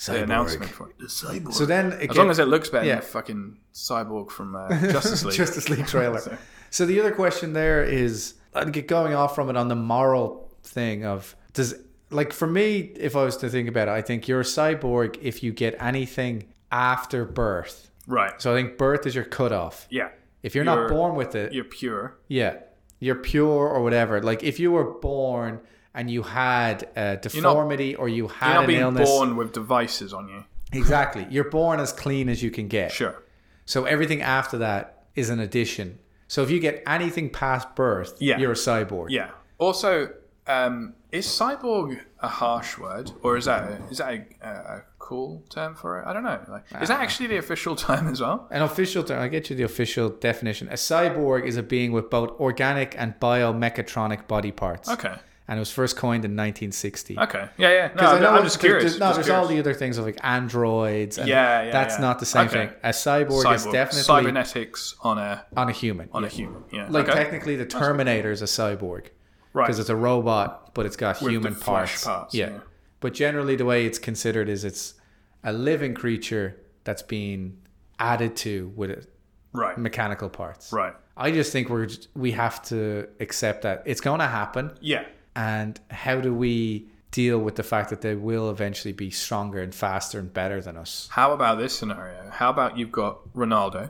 Speaker 1: the announcement
Speaker 2: cyborg.
Speaker 1: for it, the cyborg.
Speaker 2: So then, it
Speaker 1: as
Speaker 2: gets-
Speaker 1: long as it looks better
Speaker 2: yeah.
Speaker 1: than the fucking cyborg from
Speaker 2: <laughs>
Speaker 1: uh, Justice League.
Speaker 2: Justice League
Speaker 1: <laughs>
Speaker 2: trailer.
Speaker 1: So-
Speaker 2: So the other question there is I'd get going off from it on the moral thing of does like for me, if I was to think about it, I think you're a cyborg if you get anything after birth.
Speaker 1: right.
Speaker 2: So I think birth is your cutoff.
Speaker 1: Yeah.
Speaker 2: If you're,
Speaker 1: You're-
Speaker 2: not born with it,
Speaker 1: You're pure.
Speaker 2: yeah, you're pure or whatever. Like if you were born and you had a
Speaker 1: not-
Speaker 2: deformity or you
Speaker 1: You're
Speaker 2: had
Speaker 1: not
Speaker 2: an
Speaker 1: being
Speaker 2: illness,
Speaker 1: born with devices on you.
Speaker 2: exactly, you're born as clean as you can get.
Speaker 1: Sure.
Speaker 2: So everything after that is an addition. So if you get anything past birth,
Speaker 1: Yeah.
Speaker 2: you're a cyborg.
Speaker 1: Yeah. Also, um, is cyborg a harsh word, or is that a, is that a, a, a cool term for it? I don't know. Like,
Speaker 2: Ah.
Speaker 1: is that actually the official <laughs> term as well?
Speaker 2: An official term, I'll get you the official definition. A cyborg is a being with both organic and biomechatronic body parts.
Speaker 1: Okay.
Speaker 2: and it was first coined in 1960.
Speaker 1: Okay. Yeah, yeah. No,
Speaker 2: 'Cause
Speaker 1: I'm,
Speaker 2: I know
Speaker 1: I'm
Speaker 2: what-
Speaker 1: just
Speaker 2: there-
Speaker 1: curious.
Speaker 2: There's, no,
Speaker 1: just
Speaker 2: there's
Speaker 1: curious.
Speaker 2: all the other things of like androids. And
Speaker 1: Yeah, yeah,
Speaker 2: That's
Speaker 1: yeah.
Speaker 2: not the same
Speaker 1: Okay.
Speaker 2: thing. A cyborg, is
Speaker 1: Cyborg.
Speaker 2: definitely
Speaker 1: cybernetics on a
Speaker 2: on a human.
Speaker 1: on
Speaker 2: yeah.
Speaker 1: a human. Yeah.
Speaker 2: Like
Speaker 1: okay.
Speaker 2: technically, the Terminator is a cyborg
Speaker 1: right.
Speaker 2: because it's a robot, but it's got
Speaker 1: the
Speaker 2: human
Speaker 1: flesh
Speaker 2: parts.
Speaker 1: parts,
Speaker 2: yeah.
Speaker 1: yeah.
Speaker 2: But generally, the way it's considered is it's a living creature that's being added to with
Speaker 1: right.
Speaker 2: mechanical parts.
Speaker 1: Right.
Speaker 2: I just think we're just, we have to accept that it's going to happen.
Speaker 1: Yeah.
Speaker 2: and how do we deal with the fact that they will eventually be stronger and faster and better than us?
Speaker 1: How about this scenario? How about you've got Ronaldo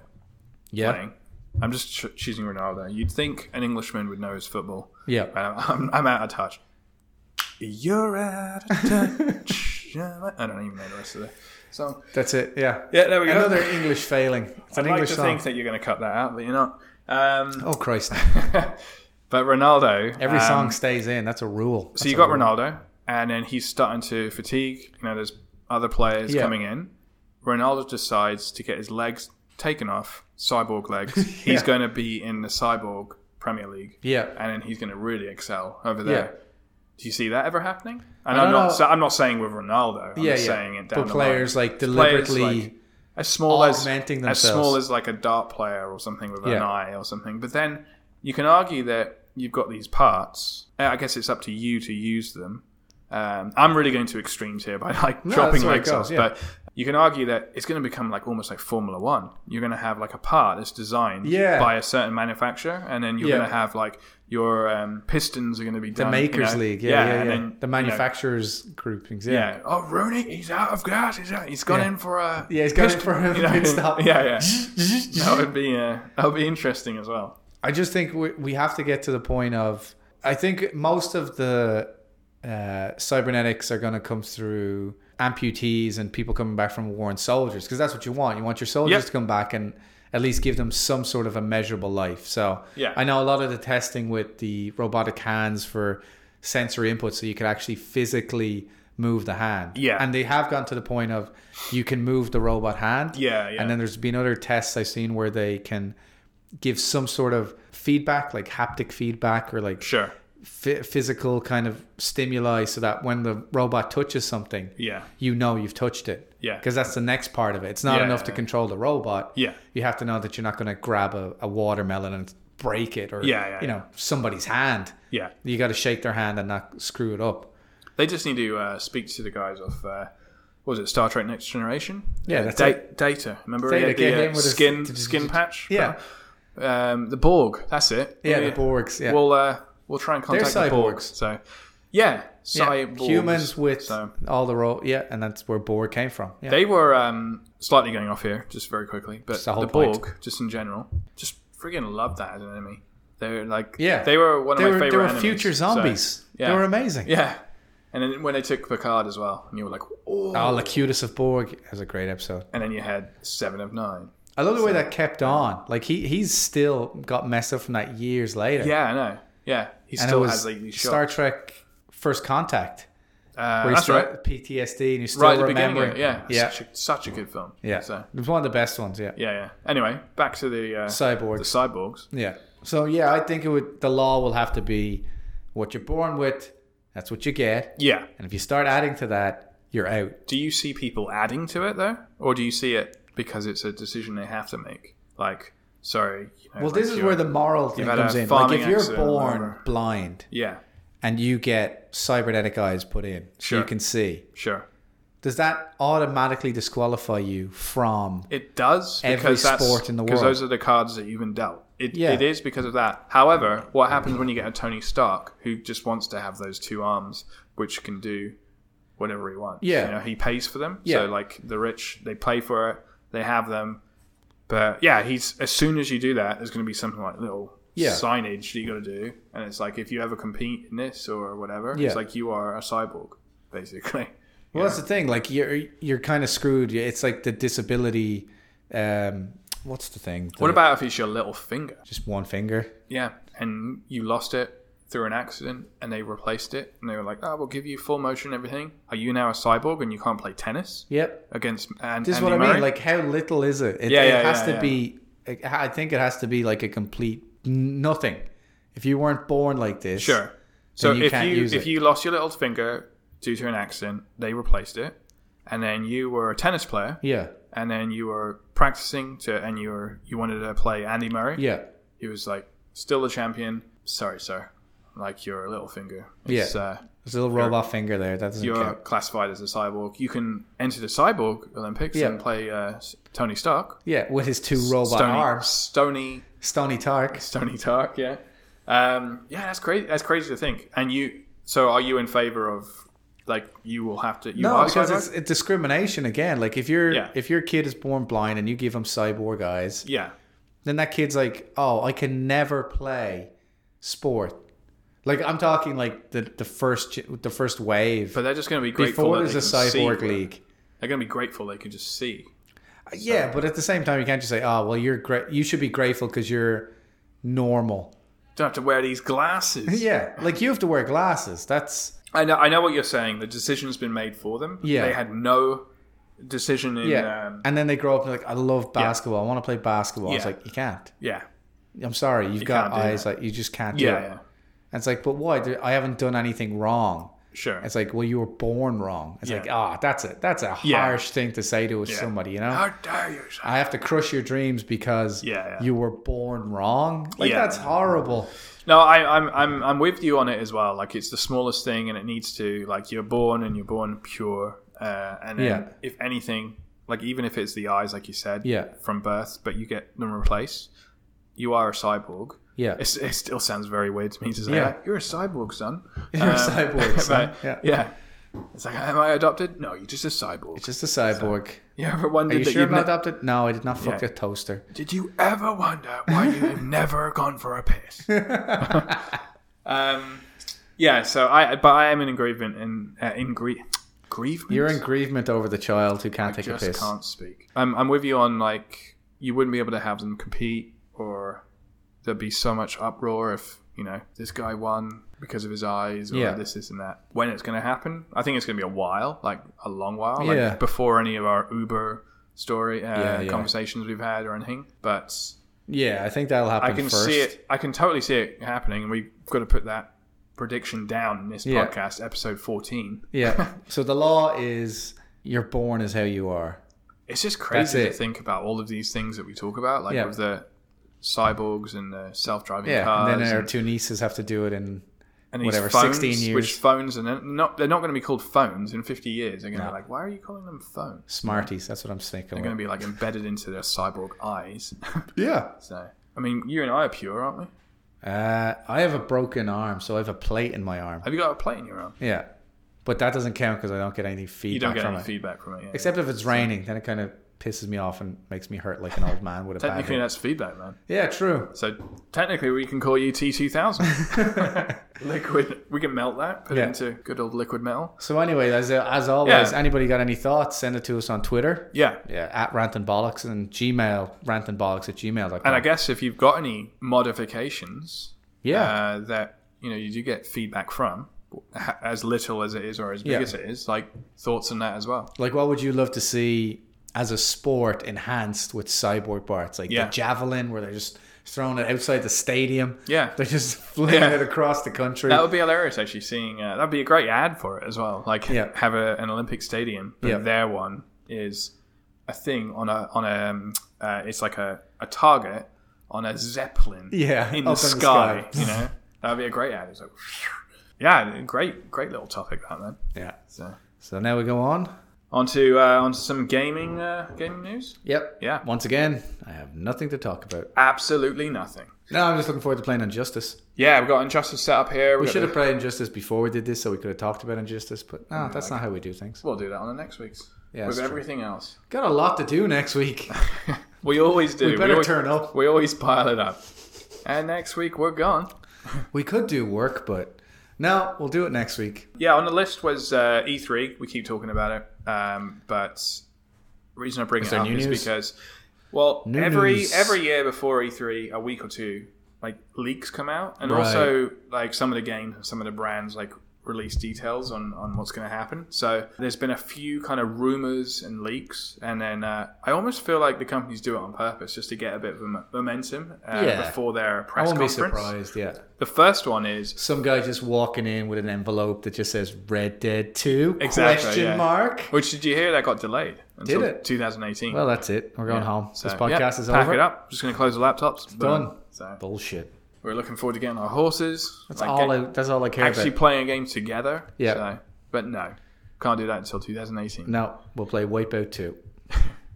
Speaker 2: Yeah,
Speaker 1: playing? I'm just cho- choosing Ronaldo. You'd think an Englishman would know his football.
Speaker 2: yeah.
Speaker 1: I'm, I'm, I'm out of touch. You're out of <laughs> touch. I don't even know the rest of the song.
Speaker 2: That's it. Yeah,
Speaker 1: Yeah, there we go.
Speaker 2: Another English
Speaker 1: <laughs>
Speaker 2: failing. It's an
Speaker 1: I'd like
Speaker 2: English
Speaker 1: to
Speaker 2: song.
Speaker 1: think that you're going to cut that out, but you're not. Um, <laughs>
Speaker 2: oh Christ!
Speaker 1: but Ronaldo.
Speaker 2: Every
Speaker 1: um,
Speaker 2: song stays in. That's a rule.
Speaker 1: So you got Ronaldo, and then he's starting to fatigue. You know, there's other players
Speaker 2: Yeah.
Speaker 1: coming in. Ronaldo decides to get his legs taken off, cyborg <laughs> legs. He's going to be in the cyborg Premier League,
Speaker 2: Yeah.
Speaker 1: and then he's going to really excel over there.
Speaker 2: Yeah.
Speaker 1: Do you see that ever happening? And
Speaker 2: I
Speaker 1: I'm
Speaker 2: don't
Speaker 1: not.
Speaker 2: know.
Speaker 1: sa- I'm not saying with Ronaldo. I'm
Speaker 2: yeah,
Speaker 1: just
Speaker 2: yeah.
Speaker 1: saying it down
Speaker 2: but
Speaker 1: the
Speaker 2: players
Speaker 1: line.
Speaker 2: like deliberately.
Speaker 1: like, as small as
Speaker 2: augmenting
Speaker 1: as small
Speaker 2: themselves.
Speaker 1: as like a dart player or something with an
Speaker 2: Yeah.
Speaker 1: eye or something. But then you can argue that you've got these parts. Uh, I guess it's up to you to use them. Um, I'm really going to extremes here by <laughs> like
Speaker 2: No,
Speaker 1: dropping
Speaker 2: that's where it
Speaker 1: legs off,
Speaker 2: goes, yeah.
Speaker 1: but you can argue that it's going to become like almost like Formula One. You're going to have like a part that's designed
Speaker 2: Yeah.
Speaker 1: by a certain manufacturer, and then you're
Speaker 2: Yeah.
Speaker 1: going to have like your um, pistons are going to be
Speaker 2: the
Speaker 1: done, um,
Speaker 2: makers
Speaker 1: you know?
Speaker 2: league, yeah, yeah, yeah.
Speaker 1: and then,
Speaker 2: the
Speaker 1: you know,
Speaker 2: manufacturers groupings, yeah.
Speaker 1: yeah. Oh, Rooney, he's out of gas. He's out. He's gone in for a.
Speaker 2: Yeah, he's gone in
Speaker 1: piston,
Speaker 2: for a
Speaker 1: you know?
Speaker 2: pit
Speaker 1: <laughs>
Speaker 2: stop.
Speaker 1: Yeah,
Speaker 2: <laughs>
Speaker 1: yeah. that would be uh, that would be interesting as well.
Speaker 2: I just think we, we have to get to the point of. I think most of the uh, cybernetics are going to come through amputees and people coming back from war and soldiers because that's what you want. You want your soldiers
Speaker 1: Yep.
Speaker 2: to come back and at least give them some sort of a measurable life. So
Speaker 1: Yeah.
Speaker 2: I know a lot of the testing with the robotic hands for sensory input, so you could actually physically move the hand.
Speaker 1: Yeah.
Speaker 2: and they have gone to the point of you can move the robot hand.
Speaker 1: Yeah, yeah.
Speaker 2: And then there's been other tests I've seen where they can give some sort of feedback, like haptic feedback or like
Speaker 1: Sure.
Speaker 2: phy- physical kind of stimuli, so that when the robot touches something,
Speaker 1: Yeah.
Speaker 2: you know you've touched it.
Speaker 1: Yeah.
Speaker 2: Because that's the next part of it. It's not
Speaker 1: Yeah,
Speaker 2: enough
Speaker 1: yeah,
Speaker 2: to
Speaker 1: yeah.
Speaker 2: control the robot.
Speaker 1: Yeah.
Speaker 2: You have to know that you're not going to grab a, a watermelon and break it or,
Speaker 1: Yeah, yeah,
Speaker 2: you know, somebody's hand.
Speaker 1: Yeah.
Speaker 2: You got to shake their hand and not screw it up.
Speaker 1: They just need to uh, speak to the guys of uh, what was it Star Trek Next Generation?
Speaker 2: Yeah,
Speaker 1: Uh,
Speaker 2: that's
Speaker 1: Da- Data. Remember he
Speaker 2: Data,
Speaker 1: had
Speaker 2: get
Speaker 1: the
Speaker 2: him
Speaker 1: uh,
Speaker 2: with his-
Speaker 1: skin skin patch.
Speaker 2: Yeah.
Speaker 1: Um, the Borg. That's it.
Speaker 2: Yeah, the Borgs. Yeah.
Speaker 1: Oh, We'll uh, we'll try and contact the Borg.
Speaker 2: cyborgs.
Speaker 1: So yeah,
Speaker 2: Yeah,
Speaker 1: cyborgs.
Speaker 2: humans with
Speaker 1: So-
Speaker 2: all the role. Yeah, and that's where Borg came from. Yeah.
Speaker 1: They were um, slightly going off here, just very quickly, but
Speaker 2: the
Speaker 1: the,
Speaker 2: whole
Speaker 1: Borg,
Speaker 2: point.
Speaker 1: just in general, just friggin' loved that as an enemy. They're like,
Speaker 2: Yeah.
Speaker 1: they were one of
Speaker 2: they
Speaker 1: my
Speaker 2: were,
Speaker 1: favorite
Speaker 2: they were
Speaker 1: enemies,
Speaker 2: future
Speaker 1: so,
Speaker 2: zombies.
Speaker 1: yeah,
Speaker 2: They were amazing.
Speaker 1: yeah. And then when they took Picard as well, and you were like, oh,
Speaker 2: Oh, Lacutus of Borg that was a great episode.
Speaker 1: and then you had Seven of Nine.
Speaker 2: I love the way that kept on. Like he he's still got messed up from that years later.
Speaker 1: Yeah, I know. Yeah, he
Speaker 2: and
Speaker 1: still
Speaker 2: it was
Speaker 1: has like these
Speaker 2: Star
Speaker 1: shots.
Speaker 2: Trek First Contact,
Speaker 1: Uh,
Speaker 2: where he
Speaker 1: that's
Speaker 2: still
Speaker 1: right.
Speaker 2: had PTSD and he's still
Speaker 1: Right at the beginning,
Speaker 2: remembering.
Speaker 1: of it, yeah,
Speaker 2: yeah,
Speaker 1: Such, a, such a good film.
Speaker 2: yeah.
Speaker 1: So
Speaker 2: It was one of the best ones. Yeah,
Speaker 1: yeah, yeah. Anyway, back to the uh, the
Speaker 2: Cyborg.
Speaker 1: cyborgs.
Speaker 2: Yeah. So yeah, I think it would. The law will have to be what you're born with. That's what you get.
Speaker 1: Yeah.
Speaker 2: And if you start adding to that, you're out.
Speaker 1: Do you see people adding to it though, or do you see it because it's a decision they have to make? Like, sorry. You know,
Speaker 2: Well,
Speaker 1: like
Speaker 2: this is
Speaker 1: you're-
Speaker 2: where the moral thing
Speaker 1: had a
Speaker 2: comes in. Like
Speaker 1: farming
Speaker 2: if you're
Speaker 1: accident or
Speaker 2: born
Speaker 1: whatever.
Speaker 2: blind
Speaker 1: yeah,
Speaker 2: and you get cybernetic eyes put in, so
Speaker 1: Sure.
Speaker 2: you can see.
Speaker 1: sure,
Speaker 2: Does that automatically disqualify you from?
Speaker 1: it does
Speaker 2: Every
Speaker 1: because that's
Speaker 2: sport in the
Speaker 1: because
Speaker 2: world.
Speaker 1: those are the cards that you've been dealt. It,
Speaker 2: Yeah.
Speaker 1: it is because of that. However, what happens when you get a Tony Stark who just wants to have those two arms, which can do whatever he wants?
Speaker 2: Yeah.
Speaker 1: you know, he pays for them.
Speaker 2: Yeah.
Speaker 1: So like the rich, they play for it, they have them. But yeah, he's as soon as you do that, there's going to be something like little
Speaker 2: Yeah.
Speaker 1: signage that you got to do, and it's like if you ever compete in this or whatever,
Speaker 2: Yeah.
Speaker 1: it's like you are a cyborg, basically.
Speaker 2: Well, that's the thing. Like you're you're kind of screwed. It's like the disability. Um, what's the thing? The-
Speaker 1: What about if it's your little finger?
Speaker 2: just one finger?
Speaker 1: Yeah, and you lost it through an accident, and they replaced it, and they were like, "Oh, we'll give you full motion, and everything." Are you now a cyborg and you can't play tennis
Speaker 2: Yep.
Speaker 1: against? And
Speaker 2: This is
Speaker 1: Andy
Speaker 2: what I
Speaker 1: Murray?
Speaker 2: mean. Like, how little is it? It,
Speaker 1: Yeah,
Speaker 2: it
Speaker 1: yeah,
Speaker 2: has
Speaker 1: yeah,
Speaker 2: to
Speaker 1: yeah.
Speaker 2: be. like, I think it has to be like a complete n- nothing. If you weren't born like this,
Speaker 1: sure, So
Speaker 2: you
Speaker 1: if
Speaker 2: can't
Speaker 1: you
Speaker 2: use
Speaker 1: if
Speaker 2: it.
Speaker 1: you lost your little finger due to an accident, they replaced it, and then you were a tennis player,
Speaker 2: Yeah.
Speaker 1: and then you were practicing to, and you were you wanted to play Andy Murray.
Speaker 2: Yeah.
Speaker 1: He was like, still the champion. Sorry, sir. Like your little finger. It's,
Speaker 2: Yeah.
Speaker 1: Uh,
Speaker 2: There's a little robot finger there. That doesn't
Speaker 1: you're
Speaker 2: count.
Speaker 1: classified as a cyborg. You can enter the cyborg Olympics
Speaker 2: Yeah.
Speaker 1: and play uh, S- Tony Stark.
Speaker 2: Yeah, with his two robot
Speaker 1: Stony,
Speaker 2: arms.
Speaker 1: Stony,
Speaker 2: Stony Tark.
Speaker 1: Stony Stark. Yeah. Um, yeah, that's crazy. That's crazy to think. And you. So, are you in favor of like you will have to? You
Speaker 2: No,
Speaker 1: are
Speaker 2: because
Speaker 1: cyborg?
Speaker 2: it's, it's discrimination again. Like if you're
Speaker 1: Yeah.
Speaker 2: if your kid is born blind and you give him cyborg eyes,
Speaker 1: yeah,
Speaker 2: then that kid's like, oh, I can never play sport. Like I'm talking like the the first ch- the first wave
Speaker 1: but they're just going to be grateful.
Speaker 2: before
Speaker 1: that
Speaker 2: there's a
Speaker 1: they can
Speaker 2: cyborg
Speaker 1: see.
Speaker 2: league.
Speaker 1: They're going to be grateful they can just see.
Speaker 2: Yeah, but at the same time, you can't just say, oh, well, you're great. You should be grateful because you're normal.
Speaker 1: Don't have to wear these glasses.
Speaker 2: <laughs> Yeah, like you have to wear glasses. That's
Speaker 1: I know, I know what you're saying. The decision's been made for them.
Speaker 2: Yeah.
Speaker 1: They had no decision in.
Speaker 2: yeah.
Speaker 1: Yeah. Um,
Speaker 2: and then they grow up and they're like, I love basketball. I want to play basketball. It's
Speaker 1: Yeah.
Speaker 2: like you can't.
Speaker 1: yeah.
Speaker 2: I'm sorry, you've got
Speaker 1: can't do
Speaker 2: eyes. Like you just can't.
Speaker 1: Yeah.
Speaker 2: do it.
Speaker 1: yeah.
Speaker 2: And it's like, but why? There- I haven't done anything wrong.
Speaker 1: Sure.
Speaker 2: It's like, well, you were born wrong. It's
Speaker 1: Yeah.
Speaker 2: like, ah, that's it. That's a
Speaker 1: Yeah.
Speaker 2: harsh thing to say to
Speaker 1: Yeah.
Speaker 2: somebody. You know,
Speaker 1: How dare you? sir?
Speaker 2: I have to crush your dreams because
Speaker 1: Yeah, yeah.
Speaker 2: you were born wrong. Like
Speaker 1: Yeah.
Speaker 2: that's horrible.
Speaker 1: No, I, I'm, I'm, I'm with you on it as well. Like it's the smallest thing, and it needs to like you're born and you're born pure. Uh, and then
Speaker 2: Yeah.
Speaker 1: if anything, like even if it's the eyes, like you said,
Speaker 2: Yeah.
Speaker 1: from birth, but you get them replaced, you are a cyborg.
Speaker 2: Yeah.
Speaker 1: It's, it still sounds very weird to me to say
Speaker 2: Yeah.
Speaker 1: that. You're a cyborg, son.
Speaker 2: <laughs> You're a
Speaker 1: <laughs>
Speaker 2: cyborg, son. Yeah.
Speaker 1: yeah. yeah. It's like, am I adopted? No, you're just a cyborg.
Speaker 2: Just a cyborg.
Speaker 1: You ever wondered
Speaker 2: Are you
Speaker 1: that
Speaker 2: sure
Speaker 1: you've
Speaker 2: I'm
Speaker 1: ne-
Speaker 2: adopted? No, I did not fuck
Speaker 1: Yeah.
Speaker 2: a toaster.
Speaker 1: Did you ever wonder why <laughs> you've never gone for a piss? <laughs> um, yeah, so I, but I am in aggrievement and uh, in grie- grievement.
Speaker 2: You're in grievement over the child who can't take a
Speaker 1: just
Speaker 2: piss.
Speaker 1: can't speak. I'm, I'm with you on like you wouldn't be able to have them compete, or there'd be so much uproar if you know this guy won because of his eyes, or
Speaker 2: Yeah.
Speaker 1: this, this, and that. When it's going to happen? I think it's going to be a while, like a long while, like
Speaker 2: Yeah.
Speaker 1: before any of our Uber story uh,
Speaker 2: Yeah, yeah.
Speaker 1: conversations we've had or anything. But
Speaker 2: Yeah, I think that'll happen
Speaker 1: I can
Speaker 2: first.
Speaker 1: see it. I can totally see it happening. and We've got to put that prediction down in this
Speaker 2: Yeah.
Speaker 1: podcast, episode fourteen. <laughs>
Speaker 2: Yeah. so the law is you're born as how you are.
Speaker 1: It's just
Speaker 2: That's
Speaker 1: crazy to
Speaker 2: it.
Speaker 1: think about all of these things that we talk about, like
Speaker 2: Yeah.
Speaker 1: with the cyborgs and the self-driving
Speaker 2: Yeah.
Speaker 1: cars,
Speaker 2: and then our
Speaker 1: and,
Speaker 2: two nieces have to do it in
Speaker 1: and these
Speaker 2: whatever,
Speaker 1: phones,
Speaker 2: 16
Speaker 1: which
Speaker 2: years.
Speaker 1: phones and they're not they're not going to be called phones in fifty years. They're going to
Speaker 2: No.
Speaker 1: be like, why are you calling them phones?
Speaker 2: Smarties. That's what I'm thinking.
Speaker 1: They're
Speaker 2: about.
Speaker 1: going to be like embedded into their cyborg eyes. <laughs>
Speaker 2: yeah.
Speaker 1: so, I mean, you and I are pure, aren't we?
Speaker 2: Uh, I have a broken arm, so I have a plate in my arm.
Speaker 1: Have you got a plate in your arm?
Speaker 2: Yeah, but that doesn't count because I don't get any feedback
Speaker 1: You don't get
Speaker 2: from
Speaker 1: any
Speaker 2: it.
Speaker 1: feedback from it. Yeah.
Speaker 2: Except if it's raining, then it kind of pisses me off and makes me hurt like an old man with a bad.
Speaker 1: Technically,
Speaker 2: hip.
Speaker 1: that's feedback, man. <laughs>
Speaker 2: Yeah, true. <laughs>
Speaker 1: So technically, we can call you T two thousand liquid. We can melt that, put
Speaker 2: Yeah.
Speaker 1: it into good old liquid metal.
Speaker 2: So anyway, as as always,
Speaker 1: Yeah.
Speaker 2: anybody got any thoughts? Send it to us on Twitter.
Speaker 1: Yeah.
Speaker 2: Yeah, at rant and bollocks and Gmail rant and bollocks at gmail.com.
Speaker 1: And I guess if you've got any modifications
Speaker 2: yeah,
Speaker 1: uh, that you know you do get feedback from, ha- as little as it is or as big
Speaker 2: Yeah.
Speaker 1: as it is, like thoughts on that as well.
Speaker 2: like what would you love to see as a sport enhanced with cyborg parts, like
Speaker 1: Yeah.
Speaker 2: the javelin, where they're just throwing it outside the stadium.
Speaker 1: Yeah.
Speaker 2: <laughs> they're just flinging
Speaker 1: Yeah.
Speaker 2: it across the country.
Speaker 1: That would be hilarious, actually. Seeing uh, that'd be a great ad for it as well. Like
Speaker 2: Yeah.
Speaker 1: have a, an Olympic stadium, but
Speaker 2: Yeah.
Speaker 1: their one is a thing on a on a um, uh, it's like a, a target on a zeppelin.
Speaker 2: Yeah,
Speaker 1: in
Speaker 2: up
Speaker 1: the sky. You
Speaker 2: <laughs>
Speaker 1: know, that'd be a great ad. It's like, yeah, great, great little topic that man.
Speaker 2: yeah.
Speaker 1: So
Speaker 2: So now we go on.
Speaker 1: onto uh, onto some gaming uh, gaming news.
Speaker 2: Yep.
Speaker 1: Yeah.
Speaker 2: Once again, I have nothing to talk about.
Speaker 1: Absolutely nothing.
Speaker 2: No, I'm just looking forward to playing Injustice.
Speaker 1: Yeah, we've got Injustice set up here.
Speaker 2: We should have played Injustice before we did this, so we could have talked about Injustice. But no, that's not how we do things.
Speaker 1: We'll do that on the next week's.
Speaker 2: Yeah,
Speaker 1: with
Speaker 2: that's true.
Speaker 1: everything else. <laughs>
Speaker 2: Got a lot to do next week.
Speaker 1: We always do.
Speaker 2: We better
Speaker 1: always,
Speaker 2: turn up.
Speaker 1: We always pile it up. And next week we're gone.
Speaker 2: we could do work, but no, we'll do it next week.
Speaker 1: Yeah, on the list was uh, E3. We keep talking about it, um, but the reason I bring it
Speaker 2: there
Speaker 1: up
Speaker 2: new
Speaker 1: is
Speaker 2: news?
Speaker 1: because, well,
Speaker 2: New
Speaker 1: every
Speaker 2: news.
Speaker 1: every year before E3, a week or two, like leaks come out, and
Speaker 2: Right.
Speaker 1: also like some of the games, and some of the brands like release details on, on what's going to happen. So there's been a few kind of rumors and leaks, and then uh, I almost feel like the companies do it on purpose just to get a bit of mom- momentum uh,
Speaker 2: Yeah.
Speaker 1: before their
Speaker 2: I
Speaker 1: press
Speaker 2: won't be
Speaker 1: conference.
Speaker 2: surprised. Yeah,
Speaker 1: The first one is
Speaker 2: some guy just walking in with an envelope that just says "Red Dead 2?
Speaker 1: Exactly,
Speaker 2: question
Speaker 1: yeah.
Speaker 2: mark.
Speaker 1: which did you hear that got delayed until
Speaker 2: Did it?
Speaker 1: 2018.
Speaker 2: Well, that's it. We're going home.
Speaker 1: So,
Speaker 2: this podcast
Speaker 1: yeah,
Speaker 2: is
Speaker 1: pack
Speaker 2: over.
Speaker 1: it up. Just going to close the laptops. It's
Speaker 2: done.
Speaker 1: So
Speaker 2: Bullshit.
Speaker 1: we're looking forward to getting our horses.
Speaker 2: That's
Speaker 1: like,
Speaker 2: all.
Speaker 1: get-
Speaker 2: I, that's all I care
Speaker 1: actually
Speaker 2: about.
Speaker 1: playing a game together.
Speaker 2: Yeah.
Speaker 1: So, but no, can't do that until 2018.
Speaker 2: No, we'll play Wipeout Two.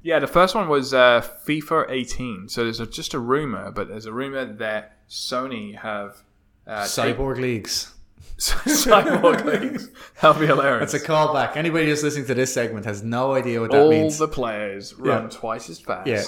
Speaker 1: Yeah, the first one was uh, FIFA 18. So there's a, just a rumor, but there's a rumor that Sony have uh,
Speaker 2: Cyborg Leagues.
Speaker 1: <laughs> cyborg leagues. That'll be hilarious.
Speaker 2: It's a callback. Anybody who's listening to this segment has no idea what that
Speaker 1: All
Speaker 2: means.
Speaker 1: the players run
Speaker 2: Yeah.
Speaker 1: twice as fast.
Speaker 2: yeah.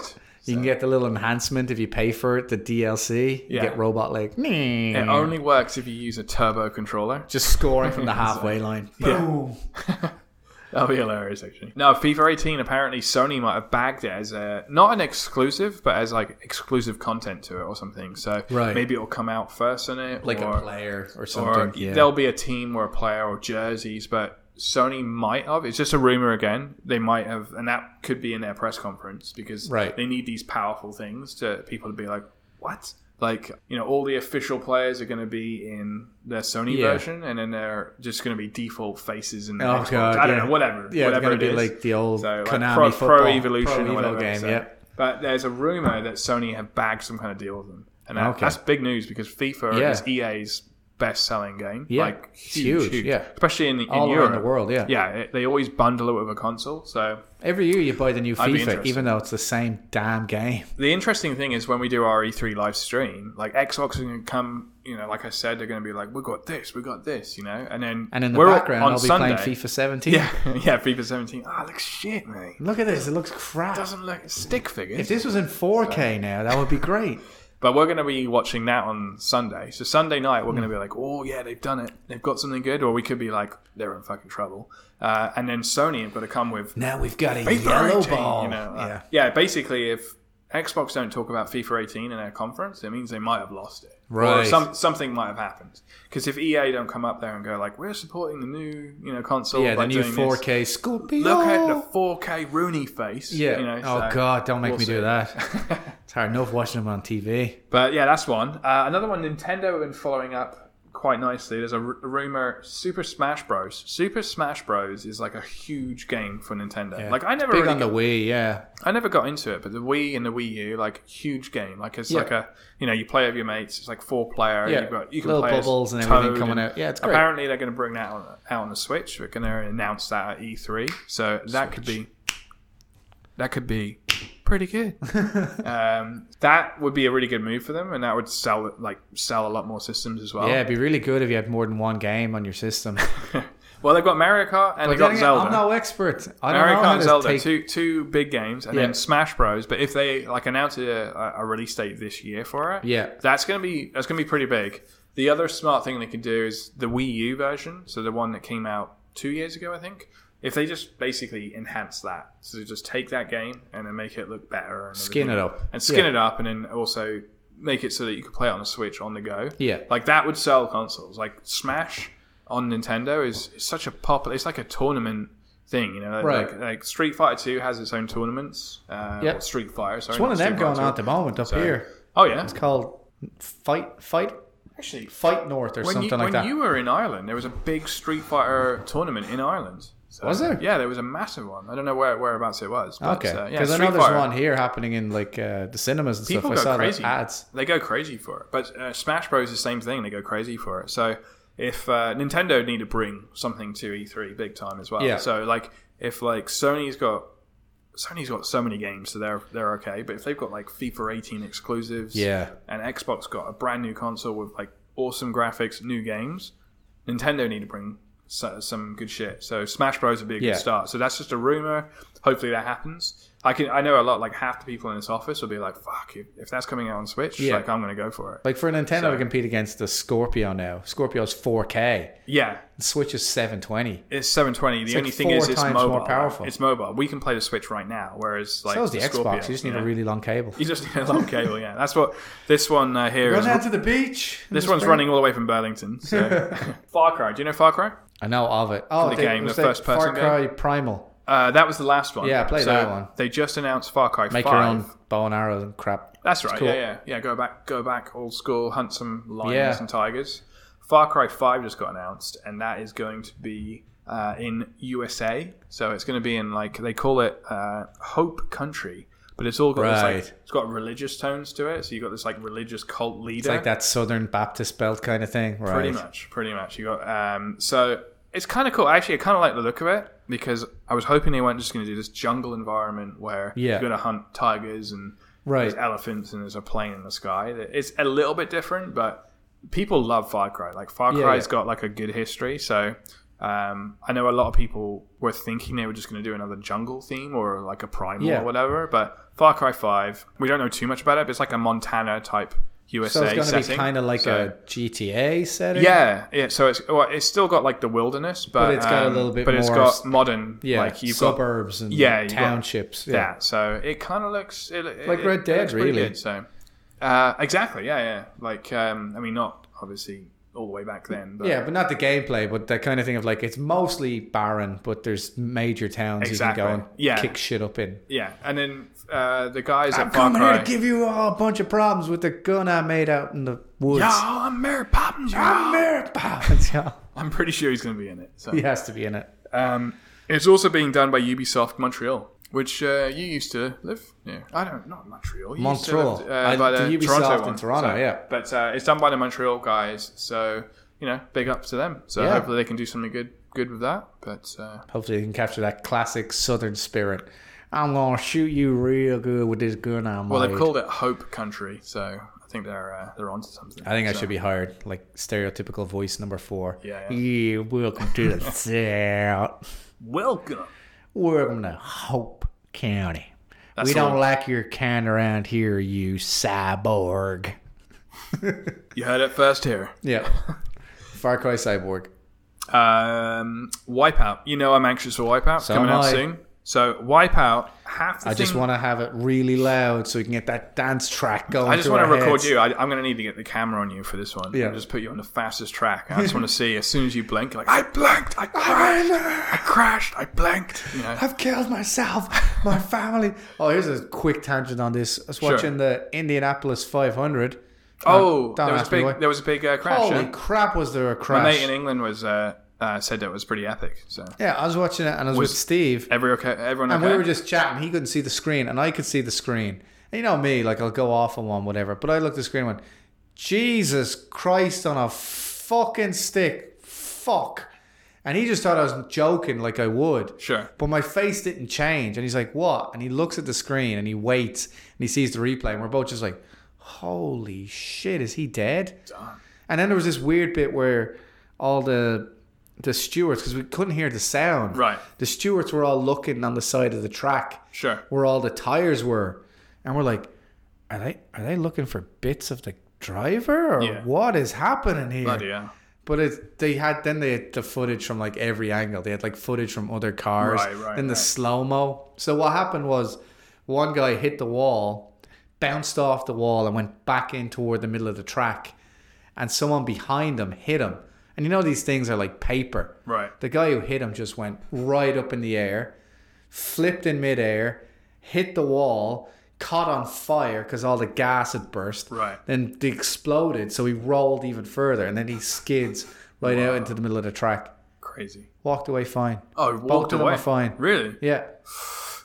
Speaker 2: You can get the little enhancement if you pay for it, the DLC. You
Speaker 1: Yeah.
Speaker 2: get robot leg.
Speaker 1: It only works if you use a turbo controller.
Speaker 2: just scoring from
Speaker 1: <laughs>
Speaker 2: the halfway line.
Speaker 1: Yeah.
Speaker 2: Boom.
Speaker 1: <laughs> That'll be hilarious, actually. No, FIFA 18. Apparently, Sony might have bagged it as a not an exclusive, but as like exclusive content to it or something. So
Speaker 2: Right.
Speaker 1: maybe it'll come out first in it,
Speaker 2: Like
Speaker 1: or-
Speaker 2: a player or
Speaker 1: or
Speaker 2: something. yeah.
Speaker 1: there'll be a team or a player or jerseys, but Sony might have. It's just a rumor again. They might have, and that could be in their press conference because
Speaker 2: Right.
Speaker 1: they need these powerful things to people to be like, what? Like you know, all the official players are going to be in their Sony
Speaker 2: Yeah.
Speaker 1: version, and then they're just going to be default faces in the
Speaker 2: Oh,
Speaker 1: Xbox.
Speaker 2: God,
Speaker 1: I don't
Speaker 2: yeah.
Speaker 1: know, whatever,
Speaker 2: yeah, they're
Speaker 1: whatever
Speaker 2: going
Speaker 1: it
Speaker 2: to be
Speaker 1: is.
Speaker 2: like the old
Speaker 1: So, like,
Speaker 2: Konami
Speaker 1: pro,
Speaker 2: football,
Speaker 1: pro evolution
Speaker 2: Pro
Speaker 1: or whatever.
Speaker 2: Evo game.
Speaker 1: so-
Speaker 2: yeah.
Speaker 1: But there's a rumor that Sony have bagged some kind of deal with them, and that,
Speaker 2: Okay.
Speaker 1: that's big news because FIFA
Speaker 2: Yeah.
Speaker 1: is EA's best-selling game.
Speaker 2: Yeah.
Speaker 1: like
Speaker 2: It's
Speaker 1: huge,
Speaker 2: huge,
Speaker 1: huge.
Speaker 2: yeah.
Speaker 1: Especially in, in
Speaker 2: All
Speaker 1: Europe,
Speaker 2: around the world. Yeah.
Speaker 1: Yeah, it, they always bundle it with a console. So
Speaker 2: Every year you buy the new
Speaker 1: I'd be
Speaker 2: FIFA,
Speaker 1: interested.
Speaker 2: even though it's the same damn game.
Speaker 1: the interesting thing is when we do our E3 live stream, like Xbox is going to come. You know, like I said, they're going to be like, "We got this, we got this," you know, and then
Speaker 2: And in the
Speaker 1: we're all-
Speaker 2: background,
Speaker 1: on
Speaker 2: I'll be
Speaker 1: Sunday,
Speaker 2: playing FIFA
Speaker 1: <laughs>
Speaker 2: 17.
Speaker 1: Yeah, yeah, FIFA 17. Ah, it looks shit, mate.
Speaker 2: Look at this. It looks crap.
Speaker 1: Doesn't look stick figures.
Speaker 2: If this was in 4K now, that would be great.
Speaker 1: But we're going to be watching that on Sunday. So Sunday night, we're
Speaker 2: Hmm.
Speaker 1: going to be like, oh, yeah, they've done it. They've got something good. Or we could be like, they're in fucking trouble. Uh, and then Sony have got to come with
Speaker 2: Now we've got a
Speaker 1: FIFA
Speaker 2: yellow
Speaker 1: 18,
Speaker 2: ball.
Speaker 1: You know, uh,
Speaker 2: yeah.
Speaker 1: yeah. basically, if Xbox don't talk about FIFA 18 in their conference, it means they might have lost it. Or
Speaker 2: Right.
Speaker 1: some, something might have happened. Because if EA don't come up there and go, like, we're supporting the new you know console.
Speaker 2: Yeah,
Speaker 1: by
Speaker 2: the new
Speaker 1: doing
Speaker 2: 4K
Speaker 1: This.
Speaker 2: Scorpio.
Speaker 1: Look at the 4K Rooney face.
Speaker 2: Yeah.
Speaker 1: You know, so-
Speaker 2: oh, God, don't make
Speaker 1: we'll
Speaker 2: me
Speaker 1: see. <laughs>
Speaker 2: do that. it's hard enough watching them on TV.
Speaker 1: But yeah, that's one. Uh, another one, Nintendo have been following up quite nicely. There's a r- rumor Super Smash Bros. Super Smash Bros. is like a huge game for Nintendo. Like I never
Speaker 2: Big
Speaker 1: really
Speaker 2: on the Wii, yeah.
Speaker 1: I never got into it, but the Wii and the Wii U, like huge game. Like it's
Speaker 2: Yeah.
Speaker 1: like a you know you play with your mates. It's like four player.
Speaker 2: Yeah.
Speaker 1: You've got, you can
Speaker 2: Little
Speaker 1: play as
Speaker 2: bubbles and everything
Speaker 1: Toad
Speaker 2: coming
Speaker 1: and-
Speaker 2: out. Yeah, it's great.
Speaker 1: Apparently they're going to bring that on, out on the Switch. We're going to announce that at E3. So that could be that could be pretty
Speaker 2: <laughs>
Speaker 1: good. um, that would be a really good move for them, and that would sell like sell a lot more systems as well.
Speaker 2: Yeah, it'd be really good if you had more than one game on your system.
Speaker 1: <laughs> well, they've got Mario Kart and they've
Speaker 2: Then
Speaker 1: got
Speaker 2: again,
Speaker 1: Zelda.
Speaker 2: I'm no expert. I don't
Speaker 1: Mario
Speaker 2: know
Speaker 1: Kart
Speaker 2: how
Speaker 1: and
Speaker 2: to
Speaker 1: Zelda,
Speaker 2: take-
Speaker 1: two two big games, and
Speaker 2: Yeah.
Speaker 1: then Smash Bros. But if they like announce a, a- a release date this year for it,
Speaker 2: Yeah.
Speaker 1: that's gonna be that's gonna be pretty big. The other smart thing they can do is the Wii U version, so the one that came out two years ago, I think. If they just basically enhance that, so they just take that game and then make it look better, and
Speaker 2: Skin
Speaker 1: everything.
Speaker 2: it up.
Speaker 1: and skin
Speaker 2: Yeah.
Speaker 1: it up, and then also make it so that you can play it on the Switch on the go.
Speaker 2: Yeah.
Speaker 1: like that would sell consoles. Like Smash on Nintendo is, is such a popular. It's like a tournament thing, you know. Like,
Speaker 2: Right.
Speaker 1: like, like Street Fighter Two has its own tournaments. Uh,
Speaker 2: Yeah.
Speaker 1: or Street Fighter. Sorry,
Speaker 2: There's one
Speaker 1: not
Speaker 2: of them
Speaker 1: Street
Speaker 2: going on
Speaker 1: Fighter
Speaker 2: at the moment up
Speaker 1: So-
Speaker 2: here.
Speaker 1: Oh yeah,
Speaker 2: It's called Fight Fight
Speaker 1: actually.
Speaker 2: Fight North or
Speaker 1: When,
Speaker 2: something
Speaker 1: you,
Speaker 2: like
Speaker 1: when
Speaker 2: that.
Speaker 1: you were in Ireland, there was a big Street Fighter tournament in Ireland. So-
Speaker 2: Was there?
Speaker 1: Yeah, there was a massive one. I don't know where, whereabouts it was. But,
Speaker 2: okay,
Speaker 1: uh, yeah,
Speaker 2: because I know
Speaker 1: Street
Speaker 2: there's
Speaker 1: Fighter-
Speaker 2: one here happening in like uh, the cinemas and
Speaker 1: People
Speaker 2: stuff. I
Speaker 1: go
Speaker 2: saw the
Speaker 1: crazy.
Speaker 2: ads.
Speaker 1: They go crazy for it. But uh, Smash Bros is the same thing. They go crazy for it. So if uh, Nintendo need to bring something to E3 big time as well.
Speaker 2: Yeah.
Speaker 1: So like if like Sony's got Sony's got so many games, so they're they're okay. But if they've got like FIFA 18 exclusives,
Speaker 2: Yeah.
Speaker 1: and Xbox got a brand new console with like awesome graphics, new games, Nintendo need to bring so, some good shit. So Smash Bros would be a good
Speaker 2: Yeah.
Speaker 1: start. So that's just a rumor. Hopefully that happens. I can I know a lot like half the people in this office will be like fuck if, if that's coming out on Switch
Speaker 2: Yeah.
Speaker 1: like I'm gonna go for it
Speaker 2: Like for a Nintendo
Speaker 1: So-
Speaker 2: to compete against the Scorpio now. Scorpio's 4K.
Speaker 1: yeah
Speaker 2: The Switch is 720.
Speaker 1: it's 720 the
Speaker 2: like
Speaker 1: only thing is
Speaker 2: four
Speaker 1: it's
Speaker 2: times
Speaker 1: mobile
Speaker 2: more powerful.
Speaker 1: it's mobile we can play the Switch right now whereas like
Speaker 2: so is the,
Speaker 1: Scorpio,
Speaker 2: Xbox. You just need
Speaker 1: yeah.
Speaker 2: a really long cable.
Speaker 1: you just need a long cable yeah that's what this one uh, here is
Speaker 2: Run out to the beach.
Speaker 1: this one's running all the way from Burlington
Speaker 2: <laughs>
Speaker 1: so Far Cry do you know Far Cry
Speaker 2: I know of it. Oh,
Speaker 1: the
Speaker 2: they-
Speaker 1: game,
Speaker 2: it was
Speaker 1: the
Speaker 2: like
Speaker 1: first-person
Speaker 2: Far Cry Primal.
Speaker 1: uh, that was the last one
Speaker 2: Yeah, I played
Speaker 1: So
Speaker 2: that one.
Speaker 1: they just announced Far Cry
Speaker 2: Make
Speaker 1: 5
Speaker 2: your own bow and arrows and crap.
Speaker 1: That's right.
Speaker 2: cool.
Speaker 1: Yeah, yeah, yeah. Go back, go back, old school. Hunt some lions
Speaker 2: Yeah.
Speaker 1: and tigers. Far Cry Five just got announced, and that is going to be uh, in USA. So it's going to be in like they call it uh, Hope Country, but it's all got this, like,
Speaker 2: Right.
Speaker 1: it's got religious tones to it. So you got this like religious cult leader,
Speaker 2: It's like that Southern Baptist belt kind of thing, right?
Speaker 1: pretty much, pretty much. You got um, so it's kind of cool. Actually, I kind of like the look of it because I was hoping they weren't just going to do this jungle environment where
Speaker 2: Yeah.
Speaker 1: you're going to hunt tigers and
Speaker 2: Right.
Speaker 1: there's elephants and there's a plane in the sky. It's a little bit different, but people love Far Cry. Like Far Cry's
Speaker 2: Yeah, yeah.
Speaker 1: got like a good history, so um, I know a lot of people were thinking they were just going to do another jungle theme or like a primal
Speaker 2: Yeah.
Speaker 1: or whatever. But Far Cry Five, we don't know too much about it. But it's like a Montana type USA
Speaker 2: So it's going to be
Speaker 1: setting.
Speaker 2: kind of like
Speaker 1: So-
Speaker 2: a GTA setting.
Speaker 1: yeah, yeah. So it's well, it's still got like the wilderness, but,
Speaker 2: But it's got a
Speaker 1: um,
Speaker 2: little bit
Speaker 1: But it's
Speaker 2: more
Speaker 1: got
Speaker 2: s-
Speaker 1: modern,
Speaker 2: Yeah.
Speaker 1: like you've got
Speaker 2: suburbs and
Speaker 1: Yeah, you've got-
Speaker 2: townships.
Speaker 1: yeah. So it kind of looks it, it-
Speaker 2: Like
Speaker 1: it-
Speaker 2: Red
Speaker 1: it
Speaker 2: Dead,
Speaker 1: looks pretty
Speaker 2: really.
Speaker 1: Good, so uh, exactly, yeah, yeah. Like um, I mean, not obviously all the way back then, but
Speaker 2: Yeah, but not the gameplay, but that kind of thing of like it's mostly barren, but there's major towns
Speaker 1: Exactly.
Speaker 2: you can go and
Speaker 1: Yeah.
Speaker 2: kick shit up in.
Speaker 1: yeah. And then uh, the guys
Speaker 2: I'm
Speaker 1: at Far
Speaker 2: coming here
Speaker 1: Cry,
Speaker 2: to give you all a bunch of problems with the gun I made out in the woods.
Speaker 1: yeah, I'm Mary Poppins.
Speaker 2: I'm
Speaker 1: y'all."
Speaker 2: Mary <laughs> Poppins, y'all.
Speaker 1: I'm pretty sure he's going to be in it. So
Speaker 2: He has to be in it.
Speaker 1: um, it's also being done by Ubisoft Montreal. Which uh, you used to live near? I don't, not Montreal. You used to
Speaker 2: Montreal.
Speaker 1: live,
Speaker 2: I-
Speaker 1: uh, by the,
Speaker 2: the Ubisoft
Speaker 1: Toronto
Speaker 2: in
Speaker 1: one.
Speaker 2: Toronto,
Speaker 1: So-
Speaker 2: yeah.
Speaker 1: But uh, it's done by the Montreal guys, so you know, big up to them. So
Speaker 2: Yeah.
Speaker 1: hopefully they can do something good, good with that. But uh,
Speaker 2: Hopefully, you can capture that classic Southern spirit. I'm gonna shoot you real good with this gun I made.
Speaker 1: Well, they've called it Hope Country, so I think they're uh, they're onto something.
Speaker 2: I think I
Speaker 1: So-
Speaker 2: should be hired, like stereotypical voice number four.
Speaker 1: Yeah, yeah.
Speaker 2: yeah. welcome to <laughs> the south.
Speaker 1: welcome.
Speaker 2: Welcome to Hope County.
Speaker 1: That's
Speaker 2: we
Speaker 1: the
Speaker 2: don't
Speaker 1: one.
Speaker 2: like your kind around here, you cyborg.
Speaker 1: You heard it first here.
Speaker 2: Yeah. <laughs> Far Cry Cyborg.
Speaker 1: Um, Wipeout. You know I'm anxious for Wipeout It's
Speaker 2: So
Speaker 1: coming
Speaker 2: am
Speaker 1: out
Speaker 2: I.
Speaker 1: soon. So Wipeout. Half the
Speaker 2: I just
Speaker 1: thing-
Speaker 2: want to have it really loud so we can get that dance track going.
Speaker 1: I just
Speaker 2: want to
Speaker 1: record you. I, I'm going to need to get the camera on you for this one.
Speaker 2: Yeah.
Speaker 1: I'll just put you on the fastest track. I
Speaker 2: <laughs>
Speaker 1: just want to see as soon as you blink, you're like I blanked, I crashed, I crashed, I blanked. You know?
Speaker 2: I've killed myself, my family. Oh, here's a quick tangent on this. I was watching the Indianapolis 500.
Speaker 1: Oh,
Speaker 2: Don't
Speaker 1: there was a
Speaker 2: ask me why.
Speaker 1: big there was a big uh, crash.
Speaker 2: Holy
Speaker 1: yeah?
Speaker 2: crap, was there a
Speaker 1: My
Speaker 2: crash?
Speaker 1: mate in England was uh, uh, said that was pretty epic. So
Speaker 2: yeah, I was watching it and I was, with Steve.
Speaker 1: every okay, everyone okay.
Speaker 2: And we were just chatting. He couldn't see the screen, and I could see the screen. And you know me, like I'll go off on one, whatever. But I looked at the screen and went, Jesus Christ on a fucking stick. Fuck. And he just thought I was joking, like I would.
Speaker 1: Sure.
Speaker 2: But my face didn't change. And he's like, what? And he looks at the screen and he waits and he sees the replay. And we're both just like, holy shit, is he dead? And then there was this weird bit where all the the stewards, because we couldn't hear the sound.
Speaker 1: Right.
Speaker 2: The stewards were all looking on the side of the track
Speaker 1: sure.
Speaker 2: where all the tires were. And we're like, are they are they looking for bits of the driver or
Speaker 1: Yeah.
Speaker 2: what is happening here?
Speaker 1: Bloody hell.
Speaker 2: But it, they had then they had the footage from like every angle. They had like footage from other cars,
Speaker 1: Right, right,
Speaker 2: then the
Speaker 1: right.
Speaker 2: slow mo. So what happened was, one guy hit the wall, bounced off the wall, and went back in toward the middle of the track, and someone behind him hit him. And you know these things are like paper.
Speaker 1: Right.
Speaker 2: The guy who hit him just went right up in the air, flipped in midair, hit the wall, caught on fire because all the gas had burst.
Speaker 1: Right.
Speaker 2: Then they exploded, so he rolled even further, and then he skids right out into the middle of the track.
Speaker 1: Crazy.
Speaker 2: Walked away fine.
Speaker 1: Oh,
Speaker 2: Both
Speaker 1: walked
Speaker 2: of them
Speaker 1: away.
Speaker 2: are fine.
Speaker 1: Really?
Speaker 2: Yeah,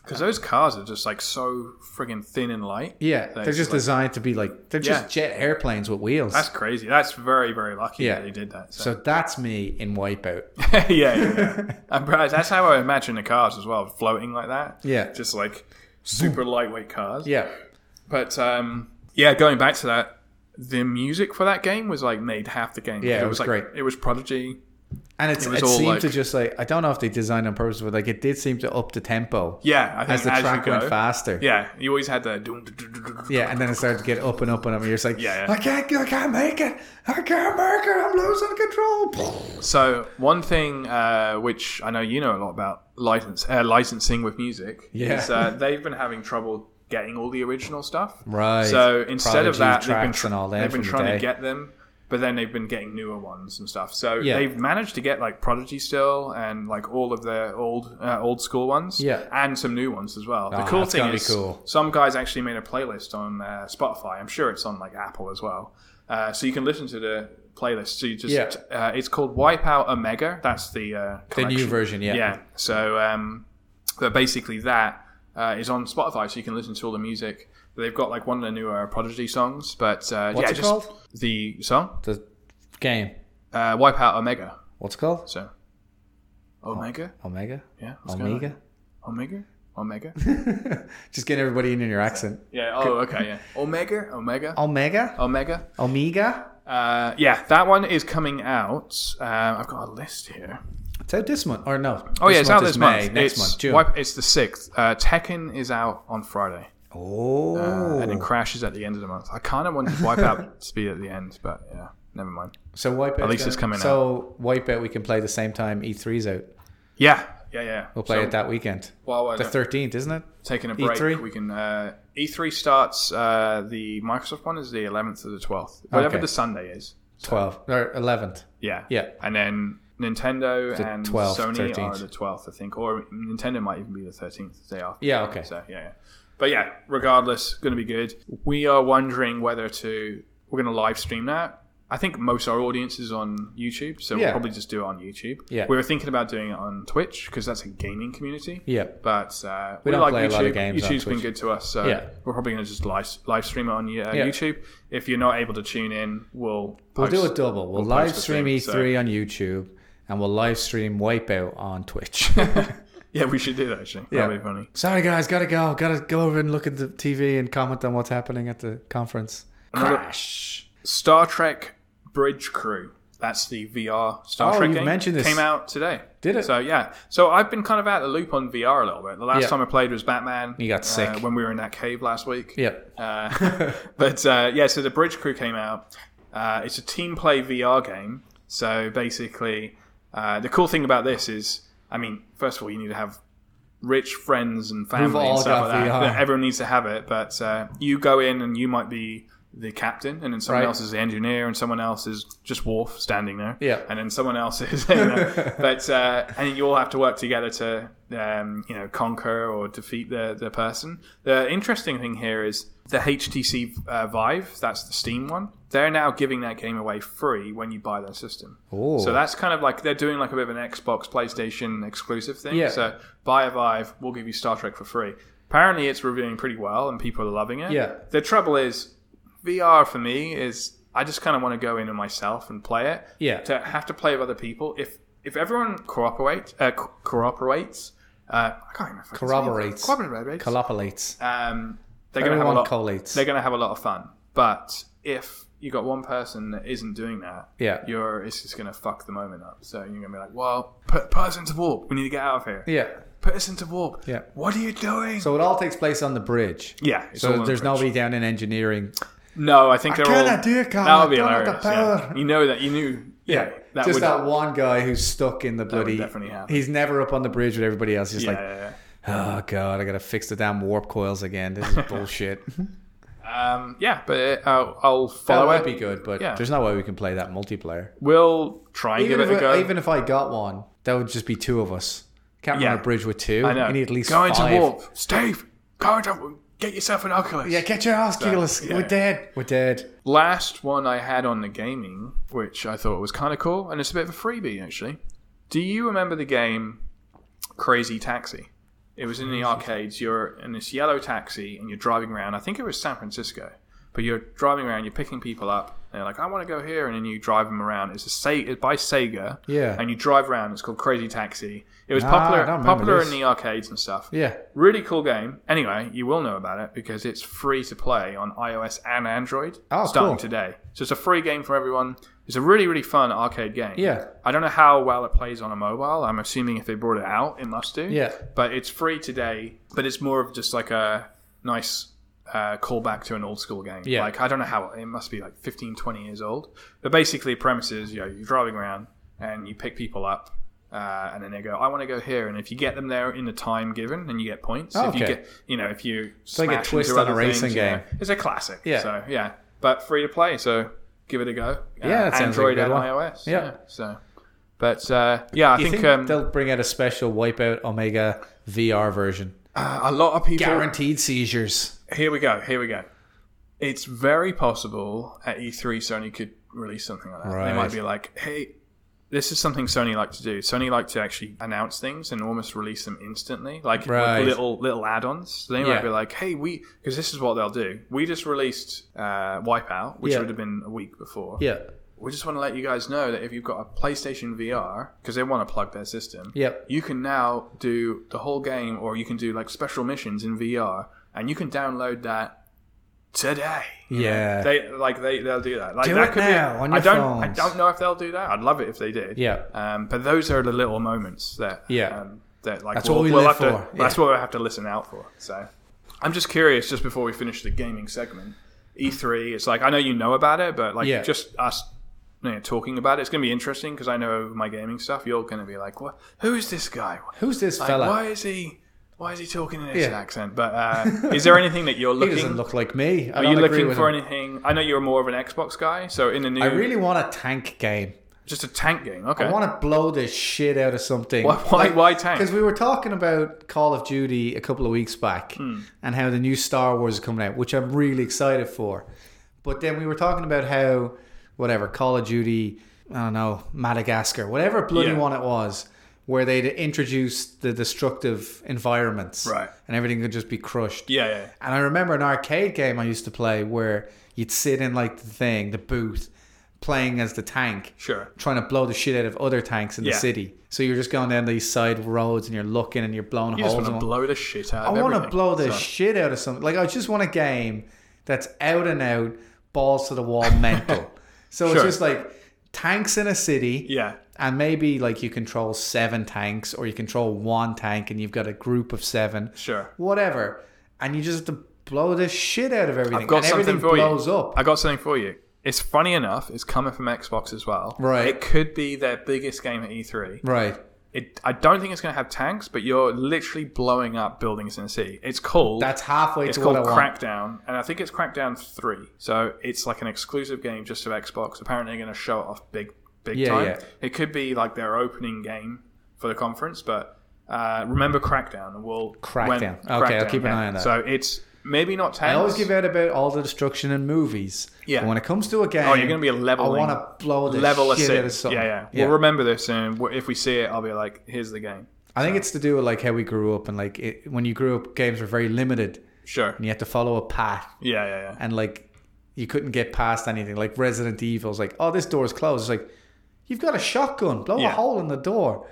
Speaker 1: Because those cars are just like so friggin' thin and light.
Speaker 2: yeah.
Speaker 1: Thanks,
Speaker 2: they're just
Speaker 1: like-
Speaker 2: designed to be like they're just jet airplanes with wheels.
Speaker 1: That's crazy. That's very, very lucky
Speaker 2: Yeah.
Speaker 1: that they did that. So,
Speaker 2: so that's me in Wipeout.
Speaker 1: <laughs> yeah, yeah, yeah. I'm proud. That's how I imagine the cars as well, floating like that.
Speaker 2: Yeah.
Speaker 1: Just like super lightweight cars.
Speaker 2: Yeah,
Speaker 1: But um, yeah, going back to that, the music for that game was like made half the game.
Speaker 2: Yeah, it
Speaker 1: was,
Speaker 2: was
Speaker 1: like,
Speaker 2: great.
Speaker 1: It was Prodigy.
Speaker 2: And it's,
Speaker 1: It
Speaker 2: it,
Speaker 1: was all
Speaker 2: seemed
Speaker 1: like-
Speaker 2: to just like I don't know if they designed on purpose, but like it did seem to up the tempo
Speaker 1: Yeah, I think
Speaker 2: as the
Speaker 1: as
Speaker 2: track
Speaker 1: you go,
Speaker 2: went faster.
Speaker 1: Yeah, you always had the doom. doom, doom, doom, doom,
Speaker 2: Yeah, and then it started to get up and up and up. And you're just like,
Speaker 1: Yeah, yeah.
Speaker 2: I can't, I can't make it. I can't make it. I'm losing control.
Speaker 1: So one thing uh, which I know you know a lot about license uh, licensing with music
Speaker 2: Yeah.
Speaker 1: is uh, they've been having trouble getting all the original stuff.
Speaker 2: Right.
Speaker 1: So instead of
Speaker 2: Prodigy
Speaker 1: that, they've been,
Speaker 2: tracks and all them
Speaker 1: they've been
Speaker 2: from the
Speaker 1: trying to
Speaker 2: day.
Speaker 1: get them, but then they've been getting newer ones and stuff. So
Speaker 2: Yeah.
Speaker 1: they've managed to get like Prodigy still and like all of their old uh, old school ones.
Speaker 2: Yeah.
Speaker 1: And some new ones as well. the
Speaker 2: Ah,
Speaker 1: cool
Speaker 2: that's
Speaker 1: thing
Speaker 2: gotta be
Speaker 1: is
Speaker 2: cool.
Speaker 1: some guys actually made a playlist on uh, Spotify. I'm sure it's on like Apple as well. Uh, so you can listen to the playlist. So you just
Speaker 2: Yeah.
Speaker 1: uh, it's called Wipeout Omega. That's the uh,
Speaker 2: The new
Speaker 1: collection.
Speaker 2: version, yeah.
Speaker 1: Yeah. So, um, but basically that uh, is on Spotify, so you can listen to all the music. They've got like one of the newer Prodigy songs, but uh,
Speaker 2: What's
Speaker 1: yeah,
Speaker 2: it
Speaker 1: just
Speaker 2: called?
Speaker 1: the song
Speaker 2: The game.
Speaker 1: uh, Wipeout Omega.
Speaker 2: What's it called?
Speaker 1: So Omega,
Speaker 2: Omega?
Speaker 1: yeah, what's going on?
Speaker 2: Omega?
Speaker 1: Omega,
Speaker 2: <laughs>
Speaker 1: Omega.
Speaker 2: Just get everybody in in your accent.
Speaker 1: yeah. Oh, okay. Yeah. Omega, Omega,
Speaker 2: Omega?
Speaker 1: Omega.
Speaker 2: Omega?
Speaker 1: Uh, yeah, that one is coming out. Um, I've got a list here.
Speaker 2: It's out this month. Or no.
Speaker 1: Oh yeah, it's out
Speaker 2: month
Speaker 1: this
Speaker 2: is
Speaker 1: month.
Speaker 2: May, Next
Speaker 1: it's,
Speaker 2: month, June.
Speaker 1: Wipe- it's the sixth. Uh, Tekken is out on Friday,
Speaker 2: oh.
Speaker 1: uh, and then crashes at the end of the month. I kind of wanted
Speaker 2: <laughs>
Speaker 1: Wipeout to be at the end, but yeah, never mind.
Speaker 2: so Wipeout.
Speaker 1: least it's coming
Speaker 2: so out. So Wipeout we can play the same time E3's out.
Speaker 1: Yeah, yeah, yeah.
Speaker 2: We'll play it that weekend.
Speaker 1: while we're
Speaker 2: The E 13th, isn't it?
Speaker 1: taking a break.
Speaker 2: E3?
Speaker 1: We can uh, E3 starts uh, the Microsoft one is the 11th to the 12th, whatever
Speaker 2: Okay.
Speaker 1: the Sunday is.
Speaker 2: 12th. Or 11th.
Speaker 1: Yeah,
Speaker 2: Yeah.
Speaker 1: And then Nintendo
Speaker 2: The
Speaker 1: and
Speaker 2: 12th,
Speaker 1: Sony are
Speaker 2: 13th.
Speaker 1: the 12th, I think, or Nintendo might even be the 13th the day after.
Speaker 2: Yeah, okay.
Speaker 1: So yeah, yeah. But yeah, regardless, going to be good. We are wondering whether to we're going to live stream that. I think most of our audience is on YouTube, so we'll
Speaker 2: Yeah.
Speaker 1: probably just do it on YouTube.
Speaker 2: Yeah.
Speaker 1: We were thinking about doing it on Twitch because that's a gaming community.
Speaker 2: Yeah.
Speaker 1: But uh, we,
Speaker 2: don't
Speaker 1: like
Speaker 2: play a
Speaker 1: YouTube.
Speaker 2: lot of games on
Speaker 1: YouTube's been
Speaker 2: Twitch.
Speaker 1: good to us, so
Speaker 2: Yeah.
Speaker 1: we're probably going to just live, live stream it on uh,
Speaker 2: Yeah.
Speaker 1: YouTube. If you're not able to tune in, we'll
Speaker 2: We'll do
Speaker 1: post-
Speaker 2: a double. We'll,
Speaker 1: we'll
Speaker 2: live
Speaker 1: post the
Speaker 2: stream
Speaker 1: thing,
Speaker 2: E3
Speaker 1: so-
Speaker 2: on YouTube and we'll live stream Wipeout on
Speaker 1: <laughs>
Speaker 2: Twitch. <laughs>
Speaker 1: Yeah, we should do that actually.
Speaker 2: Yeah.
Speaker 1: That'd be funny.
Speaker 2: Sorry, guys, gotta go. Gotta go over and look at the TV and comment on what's happening at the conference.
Speaker 1: Another-
Speaker 2: Crash.
Speaker 1: Star Trek Bridge Crew. That's the VR Star
Speaker 2: Oh,
Speaker 1: Trek
Speaker 2: you've
Speaker 1: game.
Speaker 2: mentioned this.
Speaker 1: Came out today.
Speaker 2: Did it?
Speaker 1: So yeah. So I've been kind of out of the loop on VR a little bit. The last
Speaker 2: Yeah.
Speaker 1: time I played was Batman.
Speaker 2: You got
Speaker 1: uh,
Speaker 2: sick.
Speaker 1: when we were in that cave last week.
Speaker 2: Yep.
Speaker 1: Uh, <laughs> but uh, yeah, so the Bridge Crew came out. Uh, it's a team play VR game. So basically, uh, the cool thing about this is, I mean, first of all, you need to have rich friends and family
Speaker 2: all
Speaker 1: and stuff
Speaker 2: got
Speaker 1: like that.
Speaker 2: VR.
Speaker 1: Everyone needs to have it, but uh, you go in and you might be the captain, and then someone
Speaker 2: Right.
Speaker 1: else is the engineer, and someone else is just Worf standing there.
Speaker 2: Yeah.
Speaker 1: and then someone else is. <laughs> you know, but uh, and you all have to work together to um, you know conquer or defeat the the person. The interesting thing here is the HTC uh, Vive. That's the Steam one. They're now giving that game away free when you buy their system.
Speaker 2: Ooh.
Speaker 1: So that's kind of like they're doing like a bit of an Xbox, PlayStation exclusive thing.
Speaker 2: Yeah.
Speaker 1: So buy a Vive, we'll give you Star Trek for free. Apparently, it's reviewing pretty well and people are loving it.
Speaker 2: Yeah.
Speaker 1: The trouble is, VR for me is I just kind of want to go in on myself and play it.
Speaker 2: Yeah.
Speaker 1: To have to play with other people, if if everyone cooperate, uh, co- cooperates, uh, I can't remember. if I can say that.
Speaker 2: Corroborates.
Speaker 1: Corroborates.
Speaker 2: Collopolates.
Speaker 1: um, they're going to have a
Speaker 2: Everyone
Speaker 1: lot.
Speaker 2: collates.
Speaker 1: They're going to have a lot of fun. But if you got one person that isn't doing that,
Speaker 2: Yeah.
Speaker 1: you're it's just gonna fuck the moment up. So you're gonna be like, well, put, put us into warp. We need to get out of here.
Speaker 2: Yeah.
Speaker 1: Put us into warp.
Speaker 2: Yeah.
Speaker 1: What are you doing?
Speaker 2: So it all takes place on the bridge.
Speaker 1: yeah. it's all
Speaker 2: So
Speaker 1: on
Speaker 2: there's
Speaker 1: Twitch.
Speaker 2: nobody down in engineering.
Speaker 1: No, I think they're all.
Speaker 2: cannot do it, Carl.
Speaker 1: That would be
Speaker 2: I don't have the
Speaker 1: hilarious. Yeah.
Speaker 2: power.
Speaker 1: You know that. You knew. Yeah. That
Speaker 2: Just
Speaker 1: would.
Speaker 2: that one guy who's stuck in the bloody.
Speaker 1: definitely happen.
Speaker 2: he's never up on the bridge with everybody else. He's
Speaker 1: yeah,
Speaker 2: like,
Speaker 1: yeah,
Speaker 2: oh god, I gotta fix the damn warp coils again. This
Speaker 1: <laughs>
Speaker 2: is bullshit.
Speaker 1: yeah. Um, yeah, but uh, I'll, I'll
Speaker 2: that
Speaker 1: follow
Speaker 2: would
Speaker 1: it.
Speaker 2: be good, but
Speaker 1: Yeah.
Speaker 2: there's no way we can play that multiplayer.
Speaker 1: We'll try and
Speaker 2: Even
Speaker 1: give
Speaker 2: if,
Speaker 1: it a go.
Speaker 2: even if I got one, that would just be two of us. Can't
Speaker 1: Yeah.
Speaker 2: run a bridge with two.
Speaker 1: I know.
Speaker 2: You need at least
Speaker 1: go
Speaker 2: five.
Speaker 1: into warp, Steve. Go into warp. Get yourself an Oculus.
Speaker 2: Yeah, get your ass, Keyless.
Speaker 1: yeah.
Speaker 2: We're dead. We're dead.
Speaker 1: last one I had on the gaming, which I thought was kind of cool, and it's a bit of a freebie actually. Do you remember the game Crazy Taxi? It was in the arcades. You're in this yellow taxi and you're driving around. I think it was San Francisco, But you're driving around, you're picking people up, and they're like, I want to go here, and then you drive them around. It's a Se- it's by Sega,
Speaker 2: Yeah.
Speaker 1: and you drive around. It's called Crazy Taxi. It was
Speaker 2: Ah, I
Speaker 1: popular
Speaker 2: don't remember
Speaker 1: popular
Speaker 2: this.
Speaker 1: in the arcades and stuff.
Speaker 2: Yeah.
Speaker 1: Really cool game. Anyway, you will know about it because it's free to play on iOS and Android
Speaker 2: Oh,
Speaker 1: starting
Speaker 2: cool.
Speaker 1: today. So it's a free game for everyone. It's a really, really fun arcade game.
Speaker 2: Yeah.
Speaker 1: I don't know how well it plays on a mobile. I'm assuming if they brought it out, it must do.
Speaker 2: Yeah.
Speaker 1: But it's free today, but it's more of just like a nice uh, callback to an old school game.
Speaker 2: Yeah.
Speaker 1: Like, I don't know how, it must be like 15, 20 years old. But basically, the premise is you know, you're driving around and you pick people up. Uh, and then they go, I want to go here. And if you get them there in the time given, then you get points.
Speaker 2: Oh,
Speaker 1: if you
Speaker 2: okay.
Speaker 1: get, you know, if you
Speaker 2: like a
Speaker 1: smash
Speaker 2: twist
Speaker 1: into
Speaker 2: on a
Speaker 1: other
Speaker 2: racing
Speaker 1: things, you know.
Speaker 2: game.
Speaker 1: it's a classic.
Speaker 2: Yeah.
Speaker 1: So yeah, but free to play. So give it a go. Uh,
Speaker 2: Yeah, that sounds like a
Speaker 1: Android
Speaker 2: good
Speaker 1: and
Speaker 2: one.
Speaker 1: iOS.
Speaker 2: Yeah.
Speaker 1: So, but uh, yeah, I
Speaker 2: You
Speaker 1: think,
Speaker 2: think
Speaker 1: um,
Speaker 2: they'll bring out a special Wipeout Omega VR version.
Speaker 1: uh, a lot of people.
Speaker 2: Guaranteed seizures.
Speaker 1: Here we go. Here we go. It's very possible at E3 Sony could release something like that. They
Speaker 2: Right.
Speaker 1: might be like, hey. This is something Sony like to do. Sony like to actually announce things and almost release them instantly, like with
Speaker 2: Right.
Speaker 1: little little add-ons. So they
Speaker 2: Yeah.
Speaker 1: might be like, "Hey, we," because this is what they'll do. We just released uh, Wipeout, which
Speaker 2: Yeah.
Speaker 1: would have been a week before.
Speaker 2: Yeah.
Speaker 1: We just want to let you guys know that if you've got a PlayStation VR, because they want to plug their system,
Speaker 2: Yep.
Speaker 1: you can now do the whole game or you can do like special missions in VR and you can download that today. You know,
Speaker 2: Yeah.
Speaker 1: They like they they'll do that. Like
Speaker 2: Do
Speaker 1: that
Speaker 2: it
Speaker 1: could
Speaker 2: now
Speaker 1: be,
Speaker 2: on
Speaker 1: I
Speaker 2: your
Speaker 1: don't I
Speaker 2: phones.
Speaker 1: don't know if they'll do that. I'd love it if they did.
Speaker 2: Yeah.
Speaker 1: Um, but those are the little moments that
Speaker 2: Yeah.
Speaker 1: um, that like
Speaker 2: That's
Speaker 1: we'll,
Speaker 2: what we
Speaker 1: we'll
Speaker 2: live
Speaker 1: have to
Speaker 2: for.
Speaker 1: that's
Speaker 2: Yeah.
Speaker 1: what we have to listen out for. So I'm just curious just before we finish the gaming segment. E3, it's like I know you know about it, but like
Speaker 2: Yeah.
Speaker 1: just us you know, talking about it, it's going to be interesting because I know my gaming stuff. You're going to be like, "What? Who's this guy?
Speaker 2: Who's this
Speaker 1: Like,
Speaker 2: fella?
Speaker 1: why is he? Why is he talking in this
Speaker 2: Yeah.
Speaker 1: accent?" But
Speaker 2: <laughs>
Speaker 1: uh, is there anything that you're
Speaker 2: He
Speaker 1: looking?
Speaker 2: doesn't look like me. I
Speaker 1: are
Speaker 2: don't
Speaker 1: you
Speaker 2: agree
Speaker 1: looking
Speaker 2: with
Speaker 1: for
Speaker 2: him.
Speaker 1: anything? I know you're more of an Xbox guy, so in the new,
Speaker 2: I really want a tank game.
Speaker 1: just a tank game. Okay,
Speaker 2: I want to blow the shit out of something.
Speaker 1: Why- why- why tank?
Speaker 2: Because we were talking about Call of Duty a couple of weeks back
Speaker 1: Hmm.
Speaker 2: and how the new Star Wars is coming out, which I'm really excited for. But then we were talking about how, whatever, Call of Duty, I don't know, Madagascar, whatever bloody
Speaker 1: Yeah.
Speaker 2: one it was, where they'd introduced the destructive environments.
Speaker 1: Right.
Speaker 2: And everything could just be crushed.
Speaker 1: yeah, yeah,
Speaker 2: And I remember an arcade game I used to play where you'd sit in like the thing, the booth, playing as the tank
Speaker 1: sure.
Speaker 2: trying to blow the shit out of other tanks in
Speaker 1: Yeah.
Speaker 2: the city. So you're just going down these side roads and you're looking and you're blowing
Speaker 1: You just
Speaker 2: holes.
Speaker 1: want to
Speaker 2: in-
Speaker 1: blow the shit out.
Speaker 2: I
Speaker 1: want
Speaker 2: want to blow the shit out of something. Like I just want a game that's out and out balls to the wall <laughs> mental. so it's
Speaker 1: Sure.
Speaker 2: just like tanks in a city.
Speaker 1: Yeah,
Speaker 2: And maybe like you control seven tanks or you control one tank and you've got a group of seven.
Speaker 1: sure.
Speaker 2: Whatever. And you just have to blow the shit out of everything.
Speaker 1: got
Speaker 2: and
Speaker 1: something
Speaker 2: everything
Speaker 1: for you.
Speaker 2: blows up.
Speaker 1: I got something for you. It's funny enough. It's coming from Xbox as well.
Speaker 2: Right.
Speaker 1: It could be their biggest game at E3.
Speaker 2: right.
Speaker 1: It. I don't think it's going to have tanks, but you're literally blowing up buildings in the city. It's called.
Speaker 2: That's halfway
Speaker 1: It's
Speaker 2: to what
Speaker 1: called
Speaker 2: I want.
Speaker 1: Crackdown, and I think it's Crackdown Three. So it's like an exclusive game just to Xbox. Apparently, they're going to show it off big, big
Speaker 2: Yeah,
Speaker 1: time.
Speaker 2: yeah.
Speaker 1: It could be like their opening game for the conference, but uh, remember Crackdown, and we'll
Speaker 2: Crackdown. Okay, I'll keep an eye on that.
Speaker 1: So it's maybe not tanks.
Speaker 2: I always give out about all the destruction in movies.
Speaker 1: Yeah.
Speaker 2: But when it comes to a game,
Speaker 1: Oh, you're going to be a
Speaker 2: I
Speaker 1: leveling.
Speaker 2: want to blow the
Speaker 1: level
Speaker 2: shit out of
Speaker 1: assist. Yeah,
Speaker 2: something.
Speaker 1: yeah, We'll remember this, and w- if we see it, I'll be like, "Here's the game."
Speaker 2: I think it's to do with like how we grew up and like it, when you grew up, games were very limited
Speaker 1: Sure.
Speaker 2: and you had to follow a path
Speaker 1: Yeah, yeah, yeah.
Speaker 2: and like you couldn't get past anything. Like Resident Evil's like, oh, this door's closed. It's like you've got a shotgun, blow
Speaker 1: Yeah.
Speaker 2: a hole in the
Speaker 1: <laughs>
Speaker 2: door.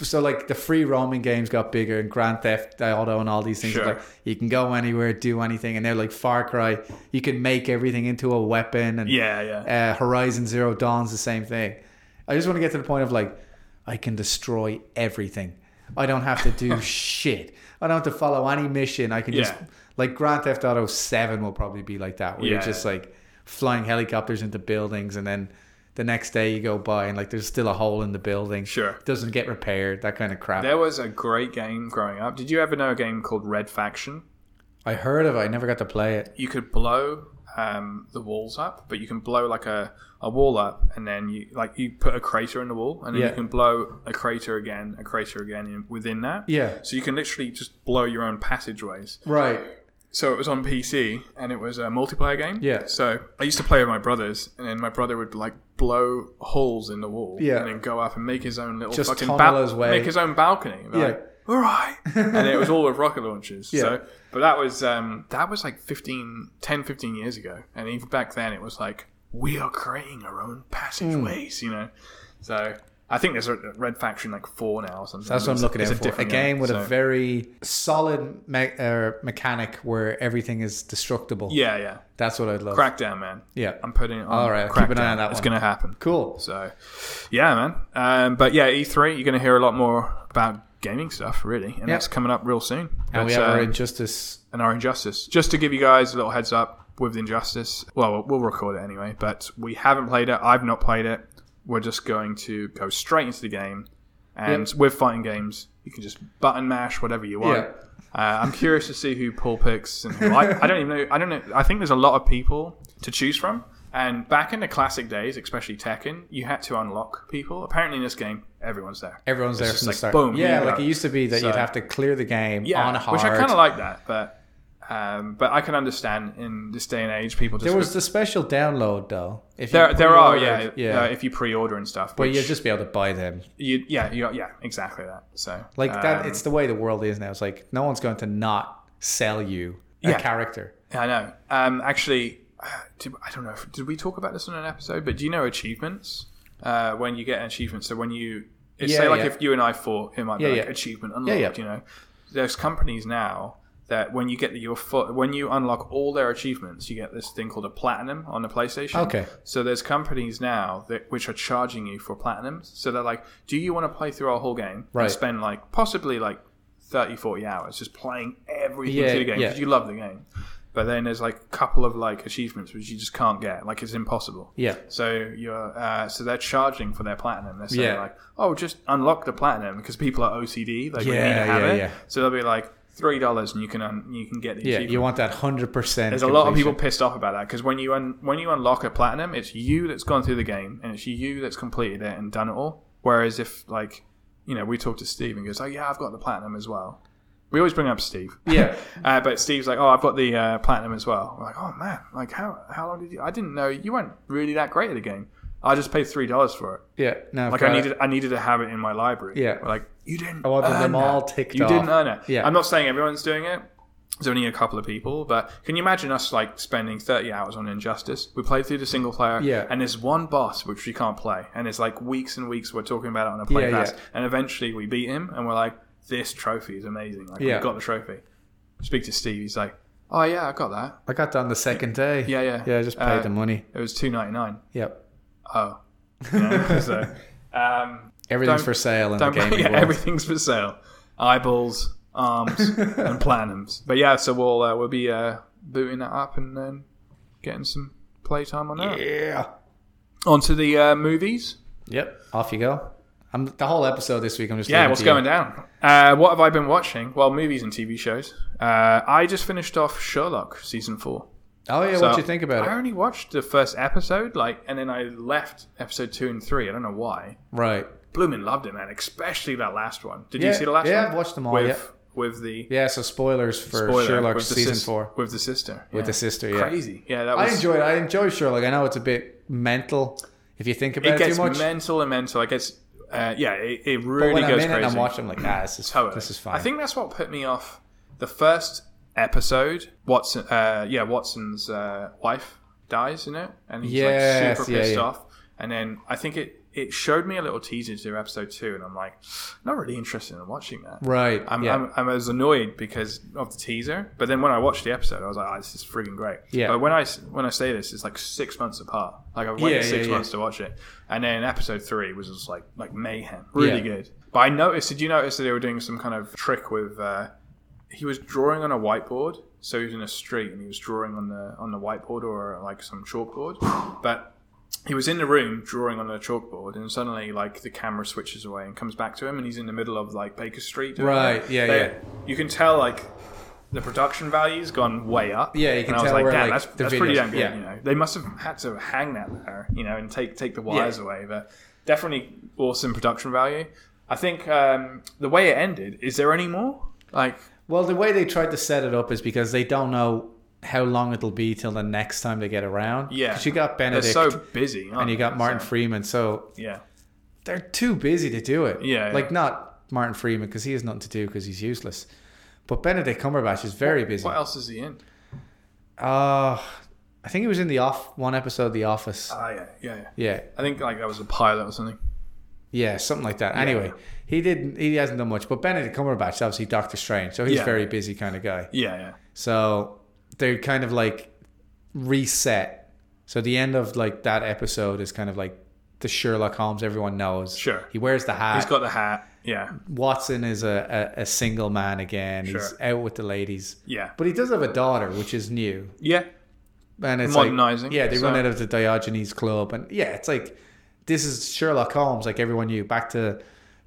Speaker 2: so like the free roaming games got bigger and Grand Theft Auto and all these things.
Speaker 1: Sure.
Speaker 2: Like you can go anywhere, do anything, and they're like Far Cry. You can make everything into a weapon and
Speaker 1: Yeah, yeah.
Speaker 2: uh, Horizon Zero Dawn's the same thing. I just want to get to the point of like, I can destroy everything. I don't have
Speaker 1: <laughs>
Speaker 2: to do shit. I don't have to follow any mission. I can just
Speaker 1: Yeah.
Speaker 2: like Grand Theft Auto Seven will probably be like that, where
Speaker 1: Yeah.
Speaker 2: you're just like flying helicopters into buildings, and then the next day you go by and like there's still a hole in the building.
Speaker 1: Sure.
Speaker 2: doesn't get repaired. That kind of crap.
Speaker 1: There was a great game growing up. Did you ever know a game called Red Faction?
Speaker 2: I heard of it. I never got to play it.
Speaker 1: you could blow um, the walls up, but you can blow like a, a wall up, and then you like you put a crater in the wall, and then
Speaker 2: Yeah.
Speaker 1: you can blow a crater again, a crater again in, within that.
Speaker 2: Yeah.
Speaker 1: So you can literally just blow your own passageways.
Speaker 2: Right.
Speaker 1: So it was on PC, and it was a multiplayer game.
Speaker 2: Yeah.
Speaker 1: So I used to play with my brothers, and then my brother would like blow holes in the wall,
Speaker 2: Yeah.
Speaker 1: and then go up and make his own little
Speaker 2: Just
Speaker 1: fucking
Speaker 2: tunnel
Speaker 1: bal-
Speaker 2: his way.
Speaker 1: make his own balcony. Like,
Speaker 2: Yeah.
Speaker 1: all
Speaker 2: <laughs>
Speaker 1: right. and it was all with rocket launches.
Speaker 2: Yeah.
Speaker 1: So, but that was um, that was like 15, 10, 15 years ago, and even back then it was like we are creating our own
Speaker 2: Hmm.
Speaker 1: passageways, you know. So I think there's a Red Faction like four now. Or something.
Speaker 2: That's what I'm
Speaker 1: It's-
Speaker 2: looking
Speaker 1: it's
Speaker 2: at.
Speaker 1: a
Speaker 2: For. A
Speaker 1: different
Speaker 2: game
Speaker 1: one,
Speaker 2: with
Speaker 1: so-
Speaker 2: a very solid me- uh, mechanic where everything is destructible.
Speaker 1: yeah, yeah,
Speaker 2: That's what I'd love.
Speaker 1: Crackdown, man.
Speaker 2: Yeah.
Speaker 1: I'm putting it on.
Speaker 2: All right, I'll keep an eye
Speaker 1: Crackdown.
Speaker 2: on that
Speaker 1: It's
Speaker 2: one.
Speaker 1: going to happen.
Speaker 2: Cool.
Speaker 1: So, yeah, man. Um, but yeah, E3, you're going to hear a lot more about gaming stuff, really, and that's coming up real soon.
Speaker 2: And we
Speaker 1: But,
Speaker 2: have our
Speaker 1: uh,
Speaker 2: Injustice.
Speaker 1: and our injustice. Just to give you guys a little heads up with injustice. Well, we'll record it anyway, but we haven't played it. I've not played it. We're just going to go straight into the game. And with fighting games, you can just button mash whatever you want.
Speaker 2: Yeah.
Speaker 1: Uh, I'm curious to see who Paul picks and who I, I don't even know. I don't know. I think there's a lot of people to choose from. And back in the classic days, especially Tekken, you had to unlock people. Apparently, in this game, everyone's there.
Speaker 2: Everyone's there
Speaker 1: just
Speaker 2: from the
Speaker 1: like,
Speaker 2: start.
Speaker 1: boom, here
Speaker 2: yeah,
Speaker 1: you
Speaker 2: like
Speaker 1: go.
Speaker 2: it used to be that you'd
Speaker 1: So-
Speaker 2: have to clear the game on hard.
Speaker 1: which I kind of like that, but um, but I can understand in this day and age, people just
Speaker 2: There was the special download though. If you
Speaker 1: there, there are yeah
Speaker 2: pre-ordered-
Speaker 1: yeah if you pre-order and stuff,
Speaker 2: but
Speaker 1: which
Speaker 2: you'll just be able to buy them.
Speaker 1: you, yeah you, yeah exactly that. So
Speaker 2: Like that,
Speaker 1: um,
Speaker 2: it's the way the world is now. It's like no one's going to not sell you a
Speaker 1: Yeah.
Speaker 2: character.
Speaker 1: I know. Um, actually, <sighs> did, I don't know. If, did we talk about this on an episode? But do you know achievements? Uh, when you get an achievement, so when you it's
Speaker 2: Yeah,
Speaker 1: say like
Speaker 2: yeah.
Speaker 1: if you and I fought, it might be
Speaker 2: Yeah,
Speaker 1: like
Speaker 2: yeah.
Speaker 1: achievement unlocked.
Speaker 2: yeah.
Speaker 1: You know, there's companies now that when you get your foot when you unlock all their achievements, you get this thing called a platinum on the PlayStation.
Speaker 2: Okay.
Speaker 1: So there's companies now that which are charging you for platinums. So they're like, do you want to play through our whole game
Speaker 2: Right.
Speaker 1: and spend like possibly like 30, 40 hours just playing everything
Speaker 2: Yeah,
Speaker 1: through the game
Speaker 2: yeah.
Speaker 1: 'cause you love the game. But then there's like a couple of like achievements which you just can't get, like it's impossible.
Speaker 2: Yeah.
Speaker 1: So you're uh, so they're charging for their platinum. They're saying
Speaker 2: Yeah.
Speaker 1: like, oh, just unlock the platinum because people are OCD. Like we need
Speaker 2: Yeah,
Speaker 1: to have
Speaker 2: yeah,
Speaker 1: it.
Speaker 2: yeah.
Speaker 1: So they'll be like three dollars and you can un- you can get the
Speaker 2: Yeah,
Speaker 1: achievement.
Speaker 2: you want that hundred percent.
Speaker 1: There's a lot of people pissed off about that because when you un- when you unlock a platinum, it's you that's gone through the game and it's you that's completed it and done it all. Whereas if like you know we talk to Steve and he goes, oh yeah, I've got the platinum as well. We always bring up Steve.
Speaker 2: Yeah.
Speaker 1: <laughs> uh, but Steve's like, oh, I've got the uh, platinum as well. We're like, oh man, like how how long did you? I didn't know you weren't really that great at the game. I just paid three dollars for it.
Speaker 2: Yeah, no, I've
Speaker 1: Like
Speaker 2: got
Speaker 1: I
Speaker 2: it.
Speaker 1: needed I needed to have it in my library.
Speaker 2: Yeah.
Speaker 1: We're like you didn't.
Speaker 2: I wanted
Speaker 1: earn
Speaker 2: them all
Speaker 1: that.
Speaker 2: ticked
Speaker 1: You
Speaker 2: off.
Speaker 1: didn't earn it.
Speaker 2: Yeah.
Speaker 1: I'm not saying everyone's doing it. There's only a couple of people, but can you imagine us like spending 30 hours on Injustice? We played through the single player,
Speaker 2: Yeah.
Speaker 1: and there's one boss which we can't play, and it's like weeks and weeks we're talking about it on a play
Speaker 2: Yeah,
Speaker 1: pass,
Speaker 2: yeah.
Speaker 1: and eventually we beat him, and we're like, this trophy is amazing. Like
Speaker 2: Yeah.
Speaker 1: we got the trophy. Speak to Steve. He's like, oh yeah, I got that.
Speaker 2: I got done the second day.
Speaker 1: Yeah, yeah.
Speaker 2: yeah. I just paid
Speaker 1: Uh,
Speaker 2: the money.
Speaker 1: It was 2.99.
Speaker 2: Yep,
Speaker 1: Oh, You
Speaker 2: <laughs>
Speaker 1: know, so um,
Speaker 2: everything's
Speaker 1: don't-
Speaker 2: for sale in the
Speaker 1: don't
Speaker 2: gaming
Speaker 1: <laughs> yeah,
Speaker 2: world.
Speaker 1: everything's for sale. Eyeballs,
Speaker 2: <laughs>
Speaker 1: arms, and platinums. But yeah, so we'll uh, we'll be uh, booting that up and then getting some playtime on that.
Speaker 2: yeah.
Speaker 1: Onto the uh, movies.
Speaker 2: Yep. Off you go. I'm the whole episode this week. I'm just
Speaker 1: Yeah,
Speaker 2: leaving
Speaker 1: what's
Speaker 2: to you.
Speaker 1: going down? Uh, what have I been watching? Well, movies and TV shows. Uh, I just finished off Sherlock season four.
Speaker 2: Oh yeah,
Speaker 1: So,
Speaker 2: what you think about
Speaker 1: I
Speaker 2: it?
Speaker 1: only watched the first episode, like, and then I left episode two and three. I don't know why.
Speaker 2: Right.
Speaker 1: Bloomin' loved it, man. Especially that last one. Did
Speaker 2: Yeah,
Speaker 1: you see the last
Speaker 2: yeah,
Speaker 1: one?
Speaker 2: I've watched them all,
Speaker 1: With,
Speaker 2: yeah.
Speaker 1: with the
Speaker 2: Yeah. So spoilers for
Speaker 1: spoiler,
Speaker 2: Sherlock
Speaker 1: with the
Speaker 2: season
Speaker 1: sis-
Speaker 2: four.
Speaker 1: with the sister
Speaker 2: With the sister, yeah.
Speaker 1: crazy yeah that was
Speaker 2: I enjoy it. I enjoy Sherlock. I know it's a bit mental if you think about
Speaker 1: it
Speaker 2: it,
Speaker 1: gets
Speaker 2: too much.
Speaker 1: mental and mental it gets uh, yeah it, it
Speaker 2: but
Speaker 1: really
Speaker 2: when I'm
Speaker 1: goes
Speaker 2: in
Speaker 1: crazy
Speaker 2: it, I'm watching. I'm like, ah, this is
Speaker 1: Totally.
Speaker 2: this is fine.
Speaker 1: I think that's what put me off the first episode Watson uh, yeah Watson's uh, wife dies in it and he's
Speaker 2: Yes,
Speaker 1: like super
Speaker 2: yeah,
Speaker 1: pissed
Speaker 2: yeah.
Speaker 1: off and then I think it it showed me a little teaser to episode two and I'm like not really interested in watching that
Speaker 2: right.
Speaker 1: I'm,
Speaker 2: yeah.
Speaker 1: I'm, I'm as annoyed because of the teaser, but then when I watched the episode, I was like, oh, "This is friggin' great."
Speaker 2: Yeah.
Speaker 1: But when I s- when I say this, it's like six months apart. Like I've waited
Speaker 2: Yeah,
Speaker 1: six
Speaker 2: yeah, yeah.
Speaker 1: months to watch it, and then episode three was just like like mayhem, really
Speaker 2: Yeah.
Speaker 1: good. But I noticed. Did you notice that they were doing some kind of trick with? Uh, he was drawing on a whiteboard, so he was in a street and he was drawing on the on the whiteboard or like some chalkboard, but he was in the room drawing on a chalkboard and suddenly like the camera switches away and comes back to him and he's in the middle of like baker street doing
Speaker 2: Right,
Speaker 1: that.
Speaker 2: yeah,
Speaker 1: They-
Speaker 2: yeah.
Speaker 1: you can tell like the production value's gone way up
Speaker 2: Yeah, you can
Speaker 1: and i was
Speaker 2: tell
Speaker 1: like
Speaker 2: where,
Speaker 1: damn
Speaker 2: like,
Speaker 1: that's,
Speaker 2: the
Speaker 1: that's pretty
Speaker 2: videos-
Speaker 1: damn good
Speaker 2: yeah.
Speaker 1: you know they must have had to hang that there you know and take take the wires away but definitely awesome production value i think um the way it ended is there any more like
Speaker 2: Well, the way they tried to set it up is because they don't know how long it'll be till the next time they get around.
Speaker 1: Yeah.
Speaker 2: 'Cause you got
Speaker 1: they're
Speaker 2: Benedict
Speaker 1: so busy aren't
Speaker 2: and you
Speaker 1: they?
Speaker 2: got Martin
Speaker 1: So,
Speaker 2: Freeman, so
Speaker 1: yeah
Speaker 2: they're too busy to do it.
Speaker 1: Yeah,
Speaker 2: like
Speaker 1: yeah.
Speaker 2: not Martin Freeman because he has nothing to do because he's useless. But Benedict Cumberbatch is very busy.
Speaker 1: What else is he in?
Speaker 2: Uh, I think he was in the off one episode of The Office.
Speaker 1: Ah, yeah, yeah, yeah.
Speaker 2: yeah,
Speaker 1: I think like that was a pilot or something.
Speaker 2: yeah, something like that. Anyway, he didn't. He hasn't done much. But Benedict Cumberbatch, is obviously Doctor Strange, so he's
Speaker 1: Yeah.
Speaker 2: very busy kind of guy.
Speaker 1: Yeah, yeah.
Speaker 2: So they kind of like reset. So the end of like that episode is kind of like the Sherlock Holmes everyone knows.
Speaker 1: Sure.
Speaker 2: He wears the hat.
Speaker 1: He's got the hat. Yeah,
Speaker 2: Watson is a, a, a single man again. He's
Speaker 1: Sure.
Speaker 2: out with the ladies.
Speaker 1: yeah,
Speaker 2: But he does have a daughter, which is new.
Speaker 1: yeah.
Speaker 2: And it's
Speaker 1: Modernising,
Speaker 2: Like, yeah, they run
Speaker 1: so-
Speaker 2: out of the Diogenes Club. And yeah, it's like this is Sherlock Holmes, like everyone knew, back to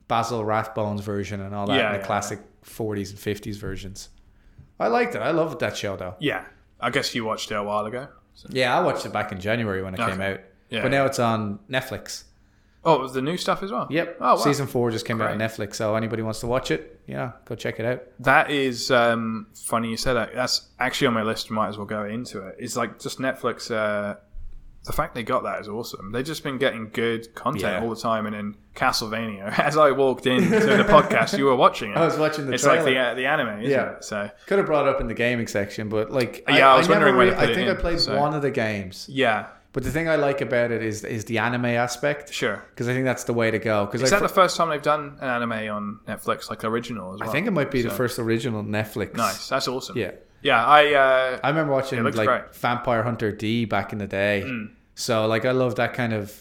Speaker 2: Basil Rathbone's version and all that,
Speaker 1: Yeah,
Speaker 2: and the
Speaker 1: yeah,
Speaker 2: classic 40s and 50s versions. I liked it. I loved that show, though.
Speaker 1: Yeah, I guess you watched it a while ago. So-
Speaker 2: Yeah, I watched it back in January when it
Speaker 1: Okay.
Speaker 2: came out.
Speaker 1: Yeah.
Speaker 2: but now it's on Netflix.
Speaker 1: Oh, it was the new stuff as well.
Speaker 2: Yep.
Speaker 1: Oh, wow.
Speaker 2: Season four just came out on
Speaker 1: Great.
Speaker 2: Netflix. So anybody wants to watch it, yeah, go check it out.
Speaker 1: That is um, funny you said that. That's actually on my list. Might as well go into it. It's like just Netflix. Uh, the fact they got that is awesome. They've just been getting good content
Speaker 2: Yeah.
Speaker 1: all the time. And in Castlevania, <laughs> as I walked in to the podcast, you were watching it.
Speaker 2: <laughs> I was watching the
Speaker 1: it's
Speaker 2: trailer.
Speaker 1: like the uh, the anime, isn't
Speaker 2: Yeah.
Speaker 1: it? So
Speaker 2: Could have brought it up in the gaming section, but like,
Speaker 1: Yeah, I was
Speaker 2: never
Speaker 1: wondering where to
Speaker 2: really-
Speaker 1: put
Speaker 2: I
Speaker 1: it
Speaker 2: think
Speaker 1: in,
Speaker 2: I played
Speaker 1: so-
Speaker 2: one of the games,
Speaker 1: yeah,
Speaker 2: but the thing I like about it is is the anime aspect
Speaker 1: sure.
Speaker 2: because I think that's the way to go. Because
Speaker 1: Is that the first time they've done an anime on Netflix, like the original as well?
Speaker 2: I think it might be the
Speaker 1: So-
Speaker 2: first original Netflix.
Speaker 1: Nice. That's awesome.
Speaker 2: Yeah.
Speaker 1: Yeah. I. Uh,
Speaker 2: I remember watching
Speaker 1: looks
Speaker 2: like
Speaker 1: great. Hmm.
Speaker 2: Vampire Hunter D back in the day. So like I love that kind of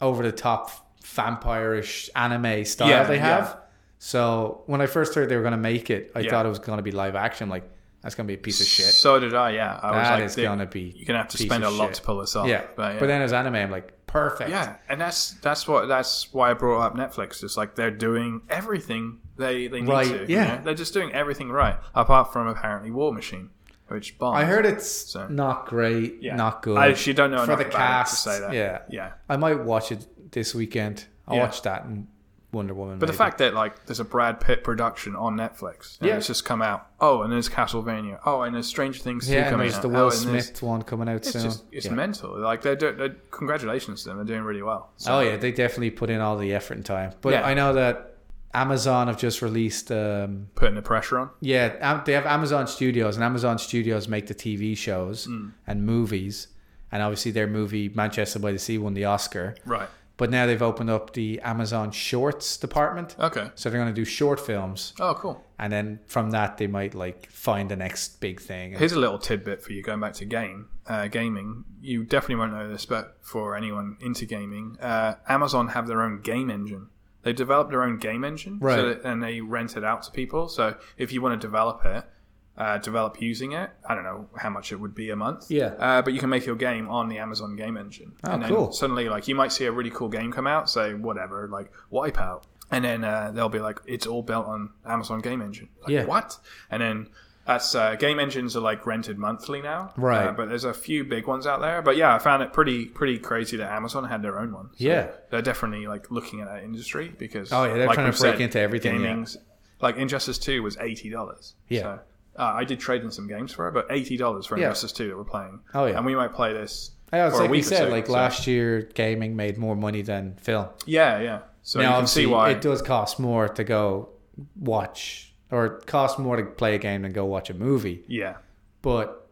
Speaker 2: over the top vampire-ish anime style
Speaker 1: Yeah,
Speaker 2: they
Speaker 1: yeah.
Speaker 2: have. So when I first heard they were going to make it, I
Speaker 1: Yeah.
Speaker 2: thought it was going to be live action. Like that's going to be a piece of shit.
Speaker 1: So did I. Yeah. I
Speaker 2: That
Speaker 1: was
Speaker 2: is
Speaker 1: like,
Speaker 2: gonna
Speaker 1: "Dude,
Speaker 2: be
Speaker 1: You're gonna have to
Speaker 2: piece
Speaker 1: spend a
Speaker 2: of
Speaker 1: lot
Speaker 2: shit."
Speaker 1: to pull this off.
Speaker 2: yeah.
Speaker 1: Oh, But, yeah.
Speaker 2: then as anime, I'm like perfect.
Speaker 1: Yeah, and that's that's what that's why I brought up Netflix. It's like they're doing everything they they need
Speaker 2: Right,
Speaker 1: to. you
Speaker 2: yeah.
Speaker 1: know? they're just doing everything right, apart from apparently War Machine, which bombed.
Speaker 2: I heard it's
Speaker 1: So-
Speaker 2: not great,
Speaker 1: Yeah.
Speaker 2: not good.
Speaker 1: I actually don't know
Speaker 2: for
Speaker 1: enough
Speaker 2: the
Speaker 1: about it
Speaker 2: cast.
Speaker 1: to say that.
Speaker 2: Yeah,
Speaker 1: yeah.
Speaker 2: I might watch it this weekend. I'll
Speaker 1: Yeah.
Speaker 2: watch that and Wonder Woman.
Speaker 1: But the fact that like there's a Brad Pitt production on Netflix, and
Speaker 2: Yeah.
Speaker 1: it's just come out. Oh, and there's Castlevania. Oh, and there's Stranger Things
Speaker 2: yeah,
Speaker 1: two
Speaker 2: and
Speaker 1: coming
Speaker 2: there's
Speaker 1: out.
Speaker 2: the
Speaker 1: oh,
Speaker 2: Will
Speaker 1: and there's-
Speaker 2: Smith one coming out
Speaker 1: It's
Speaker 2: soon.
Speaker 1: just it's
Speaker 2: Yeah.
Speaker 1: mental. Like they're, do- they're congratulations to them. They're doing really well. So,
Speaker 2: Oh yeah, they definitely put in all the effort and time. But
Speaker 1: Yeah.
Speaker 2: I know that Amazon have just released. Um,
Speaker 1: Putting the pressure on.
Speaker 2: yeah, Am- they have Amazon Studios, and Amazon Studios make the TV shows
Speaker 1: Mm.
Speaker 2: and movies. And obviously, their movie Manchester by the Sea won the Oscar.
Speaker 1: Right.
Speaker 2: But now they've opened up the Amazon Shorts department,
Speaker 1: Okay.
Speaker 2: so they're going to do short films,
Speaker 1: Oh, cool.
Speaker 2: and then from that they might like find the next big thing. And-
Speaker 1: Here's a little tidbit for you going back to game uh, gaming. You definitely won't know this, but for anyone into gaming, uh, Amazon have their own game engine. They developed their own game engine, so
Speaker 2: Right.
Speaker 1: that- and they rent it out to people. So if you want to develop it, uh, develop using it. I don't know how much it would be a month.
Speaker 2: Yeah.
Speaker 1: uh, but you can make your game on the Amazon game engine.
Speaker 2: Oh,
Speaker 1: and then
Speaker 2: cool.
Speaker 1: Suddenly, like you might see a really cool game come out, say whatever, like Wipeout, and then uh, they'll be like, it's all built on Amazon game engine. Like,
Speaker 2: Yeah.
Speaker 1: What? And then that's uh, game engines are like rented monthly now,
Speaker 2: Right.
Speaker 1: Uh, but there's a few big ones out there. But yeah, I found it pretty pretty crazy that Amazon had their own one. So
Speaker 2: Yeah.
Speaker 1: they're definitely like looking at that industry because
Speaker 2: Oh, yeah, they're
Speaker 1: like
Speaker 2: trying to
Speaker 1: we've
Speaker 2: break into everything, yeah.
Speaker 1: Gaming's like Injustice Two was eighty dollars.
Speaker 2: Yeah.
Speaker 1: So, uh, I did trade in some games for it, but eighty dollars for
Speaker 2: Yeah.
Speaker 1: Injustice Two that we're playing.
Speaker 2: Oh, yeah.
Speaker 1: and we might play this.
Speaker 2: Yeah, it's
Speaker 1: for
Speaker 2: like
Speaker 1: a
Speaker 2: we
Speaker 1: week or
Speaker 2: said,
Speaker 1: two,
Speaker 2: like
Speaker 1: so-
Speaker 2: last year, gaming made more money than film.
Speaker 1: Yeah, yeah. So
Speaker 2: now,
Speaker 1: you can see
Speaker 2: obviously,
Speaker 1: why.
Speaker 2: it does cost more to go watch, or it costs more to play a game than go watch a movie.
Speaker 1: yeah,
Speaker 2: But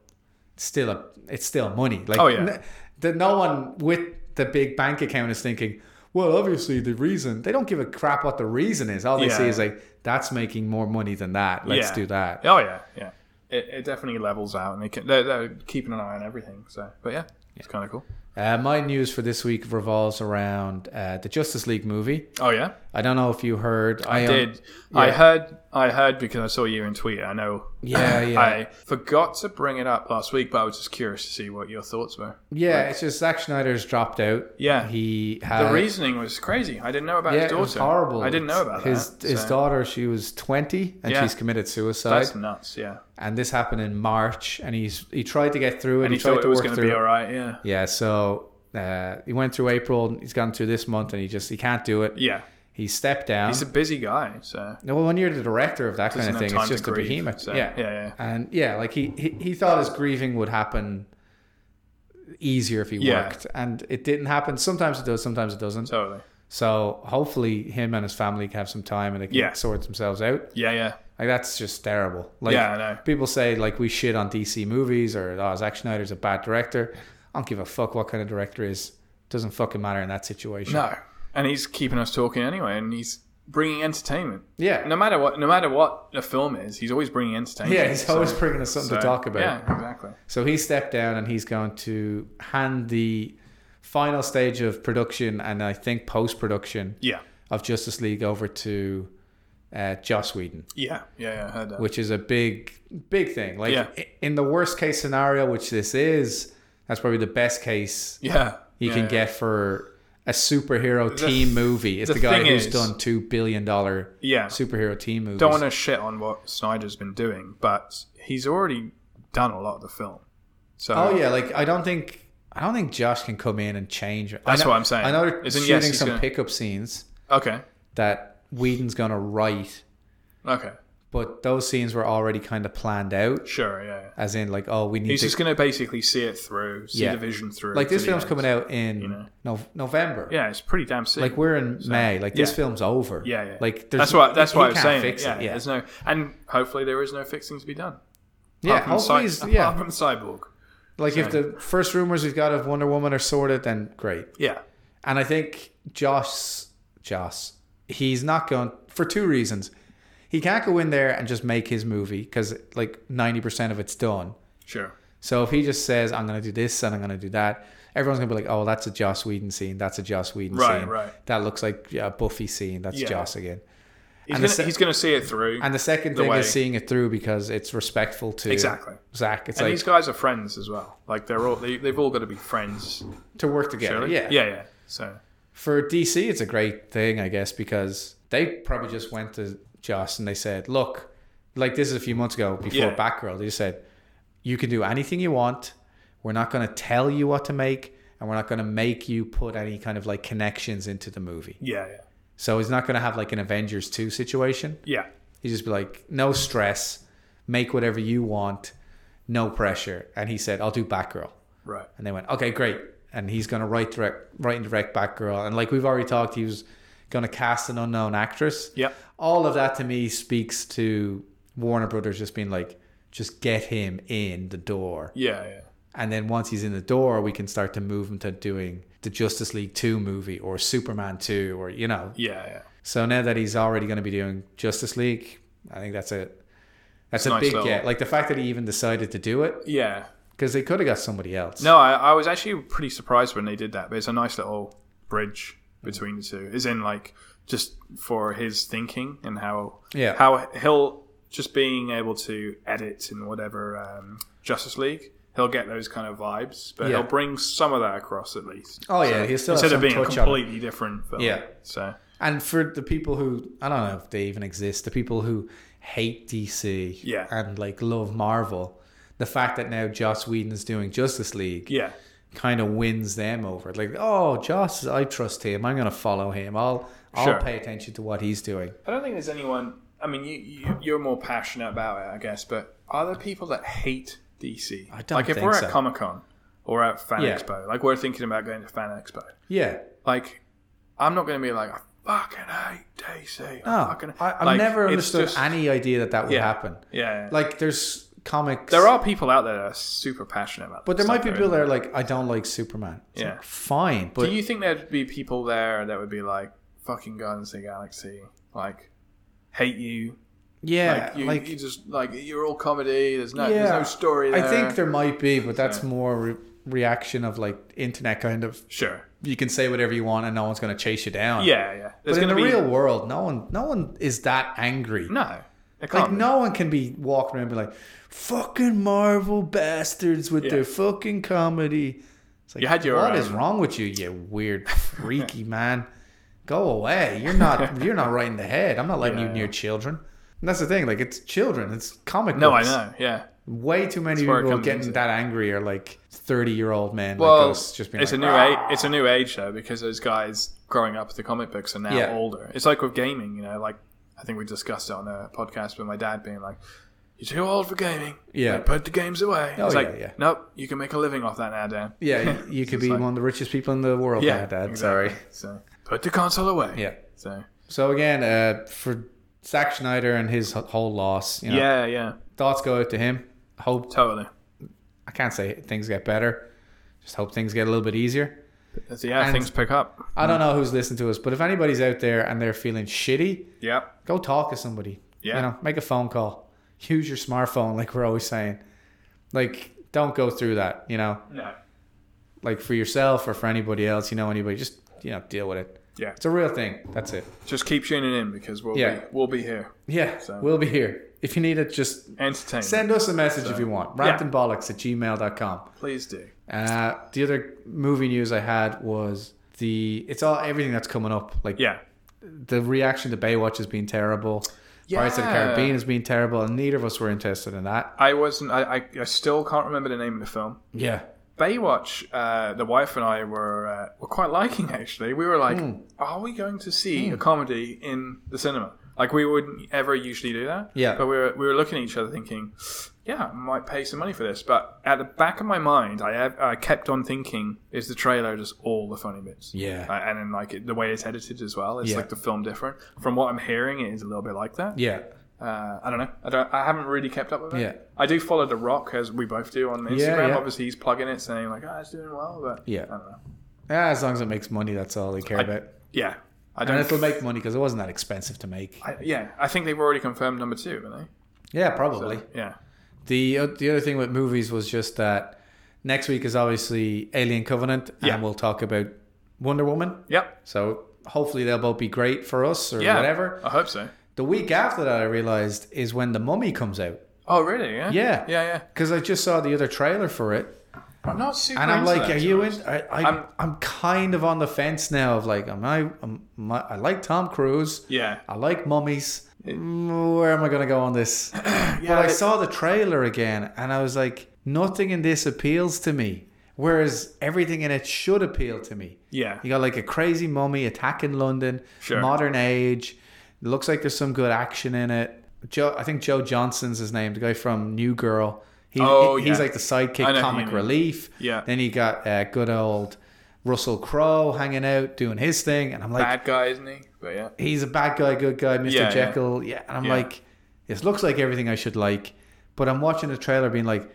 Speaker 2: still, a, it's still money. Like,
Speaker 1: Oh, yeah.
Speaker 2: n- the, no one with the big bank account is thinking, well, obviously the reason they don't give a crap what the reason is. All they
Speaker 1: Yeah.
Speaker 2: see is like that's making more money than that. Let's
Speaker 1: Yeah.
Speaker 2: do that.
Speaker 1: Oh yeah, yeah. It, it definitely levels out, and they can, they're, they're keeping an eye on everything. So, but yeah, it's kind of cool.
Speaker 2: Uh, my news for this week revolves around uh, the Justice League movie.
Speaker 1: Oh yeah,
Speaker 2: I don't know if you heard. I, um,
Speaker 1: did I heard I heard because I saw you in tweet. I know. <laughs>
Speaker 2: Yeah, yeah.
Speaker 1: I forgot to bring it up last week, but I was just curious to see what your thoughts were.
Speaker 2: Yeah, it's just Zack Schneider's dropped out.
Speaker 1: Yeah.
Speaker 2: he had
Speaker 1: The reasoning was crazy. I didn't know about
Speaker 2: Uh, yeah,
Speaker 1: his
Speaker 2: it
Speaker 1: daughter.
Speaker 2: was horrible.
Speaker 1: I didn't know about
Speaker 2: his
Speaker 1: that.
Speaker 2: his
Speaker 1: so-
Speaker 2: daughter. She was twenty and
Speaker 1: Yeah.
Speaker 2: she's committed suicide.
Speaker 1: That's nuts. Yeah,
Speaker 2: and this happened in March, and he's he tried to get through it.
Speaker 1: and he
Speaker 2: tried
Speaker 1: thought
Speaker 2: to
Speaker 1: it was
Speaker 2: work
Speaker 1: going to
Speaker 2: through.
Speaker 1: be
Speaker 2: it.
Speaker 1: all right. Yeah,
Speaker 2: Yeah, so uh, he went through April. and He's gone through this month, and he just he can't do it.
Speaker 1: yeah.
Speaker 2: He stepped down.
Speaker 1: He's a busy guy. So
Speaker 2: No, well, when you're the director of that kind
Speaker 1: doesn't
Speaker 2: of
Speaker 1: have
Speaker 2: thing,
Speaker 1: time
Speaker 2: it's
Speaker 1: to
Speaker 2: just a
Speaker 1: grieve,
Speaker 2: behemoth.
Speaker 1: so-
Speaker 2: yeah.
Speaker 1: yeah, yeah.
Speaker 2: And yeah, like he, he, he thought his grieving would happen easier if he
Speaker 1: Yeah.
Speaker 2: worked, and it didn't happen. Sometimes it does, sometimes it doesn't.
Speaker 1: totally.
Speaker 2: So hopefully, him and his family can have some time and they can
Speaker 1: Yeah.
Speaker 2: sort themselves out.
Speaker 1: Yeah, yeah.
Speaker 2: Like that's just terrible. Like
Speaker 1: Yeah, I know.
Speaker 2: people say like we shit on DC movies or oh Zack Snyder's a bad director. I don't give a fuck what kind of director he is. Doesn't fucking matter in that situation.
Speaker 1: No, and he's keeping us talking anyway, and he's bringing entertainment.
Speaker 2: Yeah.
Speaker 1: No matter what, no matter what the film is, he's always bringing entertainment.
Speaker 2: Yeah, he's always bringing us something to
Speaker 1: so-
Speaker 2: talk about.
Speaker 1: Yeah, exactly.
Speaker 2: So he stepped down and he's going to hand the final stage of production and I think post production
Speaker 1: Yeah,
Speaker 2: of Justice League over to uh, Joss Whedon.
Speaker 1: yeah, yeah. yeah I heard that.
Speaker 2: which is a big big thing like
Speaker 1: Yeah.
Speaker 2: i- in the worst case scenario which this is that's probably the best case
Speaker 1: yeah,
Speaker 2: you
Speaker 1: yeah,
Speaker 2: can
Speaker 1: yeah.
Speaker 2: get for a superhero
Speaker 1: The
Speaker 2: team
Speaker 1: th-
Speaker 2: movie it's the,
Speaker 1: the
Speaker 2: guy
Speaker 1: thing
Speaker 2: who's
Speaker 1: is-
Speaker 2: done 2 billion dollar
Speaker 1: Yeah,
Speaker 2: superhero team movies
Speaker 1: don't want to shit on what Snyder's been doing, but he's already done a lot of the film. So
Speaker 2: oh yeah like i don't think i don't think josh can come in and change it. I
Speaker 1: That's
Speaker 2: know-
Speaker 1: what I'm saying.
Speaker 2: i know they're
Speaker 1: Isn't- yes,
Speaker 2: shooting
Speaker 1: he's
Speaker 2: some
Speaker 1: gonna-
Speaker 2: pickup scenes
Speaker 1: okay,
Speaker 2: that Whedon's gonna write
Speaker 1: okay,
Speaker 2: but those scenes were already kind of planned out
Speaker 1: sure, yeah. yeah.
Speaker 2: as in like oh we need
Speaker 1: He's
Speaker 2: to
Speaker 1: just going to basically see it through, see
Speaker 2: Yeah.
Speaker 1: the vision through.
Speaker 2: like this
Speaker 1: to the
Speaker 2: film's
Speaker 1: end.
Speaker 2: coming out in
Speaker 1: know.
Speaker 2: Nov- november
Speaker 1: Yeah, it's pretty damn sick.
Speaker 2: Like we're in May. Like this
Speaker 1: yeah.
Speaker 2: film's over.
Speaker 1: Yeah, yeah.
Speaker 2: Like
Speaker 1: that's what that's
Speaker 2: he
Speaker 1: what I was
Speaker 2: can't
Speaker 1: saying.
Speaker 2: Fix
Speaker 1: yeah,
Speaker 2: it. Yeah.
Speaker 1: there's no, and hopefully there is no fixing to be done.
Speaker 2: Yeah.
Speaker 1: apart from,
Speaker 2: Hopefully,
Speaker 1: Cy-
Speaker 2: he's- yeah.
Speaker 1: apart from Cyborg.
Speaker 2: Like if the first rumors we've got of Wonder Woman are sorted, then great.
Speaker 1: Yeah,
Speaker 2: And I think Josh, Josh, he's not going for two reasons. He can't go in there and just make his movie because like ninety percent of it's done.
Speaker 1: sure.
Speaker 2: So if he just says, "I'm going to do this and I'm going to do that," everyone's going to be like, "Oh, that's a Joss Whedon scene. That's a Joss Whedon
Speaker 1: Right,
Speaker 2: scene.
Speaker 1: right.
Speaker 2: That looks like yeah, a Buffy scene. That's
Speaker 1: Yeah.
Speaker 2: Joss again."
Speaker 1: He's
Speaker 2: And
Speaker 1: gonna,
Speaker 2: the se-
Speaker 1: he's gonna see it through.
Speaker 2: And the second
Speaker 1: the
Speaker 2: thing
Speaker 1: way-
Speaker 2: is seeing it through because it's respectful to
Speaker 1: Exactly.
Speaker 2: Zach. It's
Speaker 1: And
Speaker 2: like
Speaker 1: these guys are friends as well. Like they're all they, they've all got to be friends.
Speaker 2: to work together.
Speaker 1: Really?
Speaker 2: Yeah.
Speaker 1: yeah, yeah. So
Speaker 2: For DC, it's a great thing, I guess, because they probably just went to Joss and they said, "Look, like this is a few months ago before
Speaker 1: Yeah.
Speaker 2: Batgirl. They just said, you can do anything you want. We're not going to tell you what to make." And we're not going to make you put any kind of like connections into the movie.
Speaker 1: yeah, yeah,
Speaker 2: So he's not going to have like an Avengers 2 situation.
Speaker 1: yeah,
Speaker 2: He'd just be like, no stress, make whatever you want, no pressure. And he said, I'll do Batgirl.
Speaker 1: right.
Speaker 2: And they went, okay, great. And he's going to write direct, write and direct Batgirl. And like we've already talked, he was going to cast an unknown actress.
Speaker 1: Yep.
Speaker 2: All of that to me speaks to Warner Brothers just being like, just get him in the door.
Speaker 1: Yeah, yeah,
Speaker 2: And then once he's in the door, we can start to move him to doing the Justice League 2 movie or Superman 2 or, you know,
Speaker 1: yeah, yeah.
Speaker 2: so now that he's already going to be doing Justice League, I think that's a that's a
Speaker 1: nice
Speaker 2: big
Speaker 1: little-
Speaker 2: get. Like the fact that he even decided to do it
Speaker 1: Yeah.
Speaker 2: because they could have got somebody else.
Speaker 1: No, I, I was actually pretty surprised when they did that, but it's a nice little bridge between the two. Is in like just for his thinking and how
Speaker 2: Yeah.
Speaker 1: how he'll just being able to edit in whatever um, Justice League. He'll get those kind of vibes, but
Speaker 2: Yeah.
Speaker 1: he'll bring some of that across at least.
Speaker 2: Oh, yeah, he'll still have
Speaker 1: instead of
Speaker 2: some
Speaker 1: being a
Speaker 2: touch on it.
Speaker 1: completely different film.
Speaker 2: Yeah.
Speaker 1: So
Speaker 2: And for the people who I don't know if they even exist, the people who hate DC
Speaker 1: Yeah.
Speaker 2: and like love Marvel, the fact that now Joss Whedon is doing Justice League
Speaker 1: yeah,
Speaker 2: kind of wins them over. Like, oh, Joss, I trust him. I'm going to follow him. I'll
Speaker 1: Sure.
Speaker 2: I'll pay attention to what he's doing.
Speaker 1: I don't think there's anyone. I mean, you, you you're more passionate about it, I guess. But are there people that hate DC?
Speaker 2: I don't
Speaker 1: like if
Speaker 2: think
Speaker 1: we're
Speaker 2: so.
Speaker 1: at Comic Con or at Fan
Speaker 2: Yeah.
Speaker 1: Expo. Like we're thinking about going to Fan Expo.
Speaker 2: Yeah.
Speaker 1: Like I'm not going to be like I fucking hate DC.
Speaker 2: No,
Speaker 1: I fucking,
Speaker 2: Oh, Ah, I, I've
Speaker 1: Like,
Speaker 2: never
Speaker 1: it's
Speaker 2: understood
Speaker 1: just-
Speaker 2: any idea that that would
Speaker 1: Yeah.
Speaker 2: happen.
Speaker 1: Yeah, like
Speaker 2: Like, there's comics.
Speaker 1: there are people out there that are super passionate about.
Speaker 2: But
Speaker 1: this
Speaker 2: there might
Speaker 1: stuff,
Speaker 2: be
Speaker 1: though,
Speaker 2: people
Speaker 1: isn't
Speaker 2: that are like, I don't like Superman. It's
Speaker 1: Yeah.
Speaker 2: like, fine. But
Speaker 1: there? Do you think there'd be people there that would be like fucking Guardians of the Galaxy, like hate you?
Speaker 2: yeah,
Speaker 1: Like,
Speaker 2: like,
Speaker 1: you, you just like you're all comedy. There's no
Speaker 2: Yeah.
Speaker 1: there's no story.
Speaker 2: I
Speaker 1: There.
Speaker 2: think there might be, but that's more re- reaction of like internet kind of.
Speaker 1: sure.
Speaker 2: You can say whatever you want and no one's going to chase you down.
Speaker 1: Yeah, yeah. There's
Speaker 2: But in
Speaker 1: gonna
Speaker 2: the
Speaker 1: be
Speaker 2: real world, no one, no one is that angry.
Speaker 1: no. It can't
Speaker 2: Like
Speaker 1: be.
Speaker 2: no one can be walking around and be like, "Fucking Marvel bastards with
Speaker 1: Yeah.
Speaker 2: their fucking comedy." It's like,
Speaker 1: You had your,
Speaker 2: what is
Speaker 1: um,
Speaker 2: wrong with you, you
Speaker 1: <laughs>
Speaker 2: weird freaky man? Go away!
Speaker 1: <laughs>
Speaker 2: You're not you're not right in the head. I'm not letting you
Speaker 1: Yeah.
Speaker 2: near children. And that's the thing. Like it's children. It's comic.
Speaker 1: No, I
Speaker 2: books.
Speaker 1: know. Yeah.
Speaker 2: Way too many
Speaker 1: where it
Speaker 2: people
Speaker 1: comes
Speaker 2: getting
Speaker 1: into.
Speaker 2: that angry or like thirty year old men.
Speaker 1: Well,
Speaker 2: like us just being
Speaker 1: it's
Speaker 2: like,
Speaker 1: a new
Speaker 2: "Ah."
Speaker 1: age. It's a new age though because those guys growing up with the comic books are now
Speaker 2: Yeah.
Speaker 1: older. It's like with gaming, you know. Like I think we discussed it on a podcast with my dad being like, "You're too old for gaming.
Speaker 2: Yeah.
Speaker 1: Like, put the games away."
Speaker 2: Oh,
Speaker 1: it's
Speaker 2: yeah,
Speaker 1: like,
Speaker 2: yeah.
Speaker 1: nope, you can make a living off that now, Dan.
Speaker 2: <laughs>
Speaker 1: <laughs>
Speaker 2: Yeah, you could
Speaker 1: It's
Speaker 2: be
Speaker 1: like-
Speaker 2: one of the richest people in the world.
Speaker 1: Yeah,
Speaker 2: now, Dad.
Speaker 1: exactly.
Speaker 2: Sorry.
Speaker 1: So Put the console away.
Speaker 2: Yeah.
Speaker 1: So
Speaker 2: So again, uh, for Zack Schneider and his whole loss, you know,
Speaker 1: yeah, yeah,
Speaker 2: thoughts go out to him. Hope
Speaker 1: totally.
Speaker 2: I can't say things get better. Just hope things get a little bit easier.
Speaker 1: So yeah,
Speaker 2: And-
Speaker 1: things pick up.
Speaker 2: I don't know who's listening to us, but if anybody's out there and they're feeling shitty,
Speaker 1: Yeah,
Speaker 2: go talk to somebody.
Speaker 1: Yeah.
Speaker 2: You know, make a phone call. Use your smartphone, like we're always saying. Like, don't go through that, you know,
Speaker 1: no,
Speaker 2: like for yourself or for anybody else, you know, anybody, just, you know, deal with it.
Speaker 1: yeah.
Speaker 2: It's a real thing. That's it.
Speaker 1: Just keep tuning in because we'll be,
Speaker 2: Yeah.
Speaker 1: we'll be here.
Speaker 2: Yeah.
Speaker 1: So-
Speaker 2: We'll be here. If you need it, just
Speaker 1: Entertain.
Speaker 2: send us a message if you want.
Speaker 1: Yeah.
Speaker 2: Rantandbollocks at gmail.com.
Speaker 1: Please do.
Speaker 2: Uh, the other movie news I had was the, it's all everything that's coming up. Like,
Speaker 1: Yeah.
Speaker 2: the reaction to Baywatch has been terrible. Pirates of the
Speaker 1: Yeah.
Speaker 2: Caribbean has been terrible, and neither of us were interested in that.
Speaker 1: I wasn't. I, I, I still can't remember the name of the film.
Speaker 2: Yeah,
Speaker 1: Baywatch. Uh, the wife and I were uh, were quite liking actually. We were like,
Speaker 2: Hmm.
Speaker 1: are we going to see a comedy in the cinema? Like we wouldn't ever usually do that.
Speaker 2: Yeah.
Speaker 1: But we were we were looking at each other thinking, yeah, I might pay some money for this. But at the back of my mind, I have, I kept on thinking, is the trailer just all the funny bits?
Speaker 2: Yeah.
Speaker 1: Uh, and then like it, the way it's edited as well, it's
Speaker 2: Yeah.
Speaker 1: like the film different. From what I'm hearing, it is a little bit like that.
Speaker 2: yeah,
Speaker 1: Uh, I don't know. I don't. I haven't really kept up with it.
Speaker 2: Yeah.
Speaker 1: I do follow The Rock as we both do on Instagram.
Speaker 2: yeah.
Speaker 1: Obviously, he's plugging it, saying like, "Ah, it's doing well," but I
Speaker 2: Yeah.
Speaker 1: don't know.
Speaker 2: yeah. As long as it makes money, that's all they care about.
Speaker 1: Yeah, I
Speaker 2: And
Speaker 1: don't.
Speaker 2: it'll make money because it wasn't that expensive to make.
Speaker 1: I, yeah, I think they've already confirmed number two, haven't
Speaker 2: Yeah,
Speaker 1: they?
Speaker 2: probably.
Speaker 1: yeah,
Speaker 2: The uh, the other thing with movies was just that next week is obviously Alien Covenant,
Speaker 1: Yeah.
Speaker 2: and we'll talk about Wonder Woman.
Speaker 1: yep,
Speaker 2: So hopefully they'll both be great for us or
Speaker 1: yeah.
Speaker 2: whatever.
Speaker 1: I hope so.
Speaker 2: The week after that, I realized is when The Mummy comes out
Speaker 1: Oh, really? Yeah.
Speaker 2: Yeah.
Speaker 1: Yeah. Yeah.
Speaker 2: because I just saw the other trailer for it.
Speaker 1: I'm not super.
Speaker 2: and I'm
Speaker 1: into
Speaker 2: like,
Speaker 1: that,
Speaker 2: are
Speaker 1: to
Speaker 2: you
Speaker 1: be
Speaker 2: in?
Speaker 1: honest.
Speaker 2: I, I, I'm,
Speaker 1: I'm-
Speaker 2: kind of on the fence now. Of like, am I? Am I, I like Tom Cruise.
Speaker 1: Yeah.
Speaker 2: I like mummies. Mm, Where am I gonna go on
Speaker 1: <clears throat>
Speaker 2: this? But I
Speaker 1: it-
Speaker 2: saw the trailer again, and I was like, nothing in this appeals to me. Whereas everything in it should appeal to me.
Speaker 1: Yeah.
Speaker 2: You got like a crazy mummy attacking London,
Speaker 1: Sure.
Speaker 2: modern age. Looks like there's some good action in it. Joe, I think Joe Johnson's his name, the guy from New Girl. He,
Speaker 1: Oh,
Speaker 2: he's
Speaker 1: yeah.
Speaker 2: like the
Speaker 1: I know
Speaker 2: sidekick
Speaker 1: who
Speaker 2: comic
Speaker 1: you mean.
Speaker 2: relief.
Speaker 1: Yeah.
Speaker 2: Then you got uh, good old Russell Crowe hanging out doing his thing, and I'm like,
Speaker 1: Bad guy, isn't he? But yeah.
Speaker 2: he's a bad guy, good guy, Mr.
Speaker 1: Yeah, yeah.
Speaker 2: Jekyll. Yeah. And I'm
Speaker 1: Yeah.
Speaker 2: like, this looks like everything I should like, but I'm watching the trailer, being like,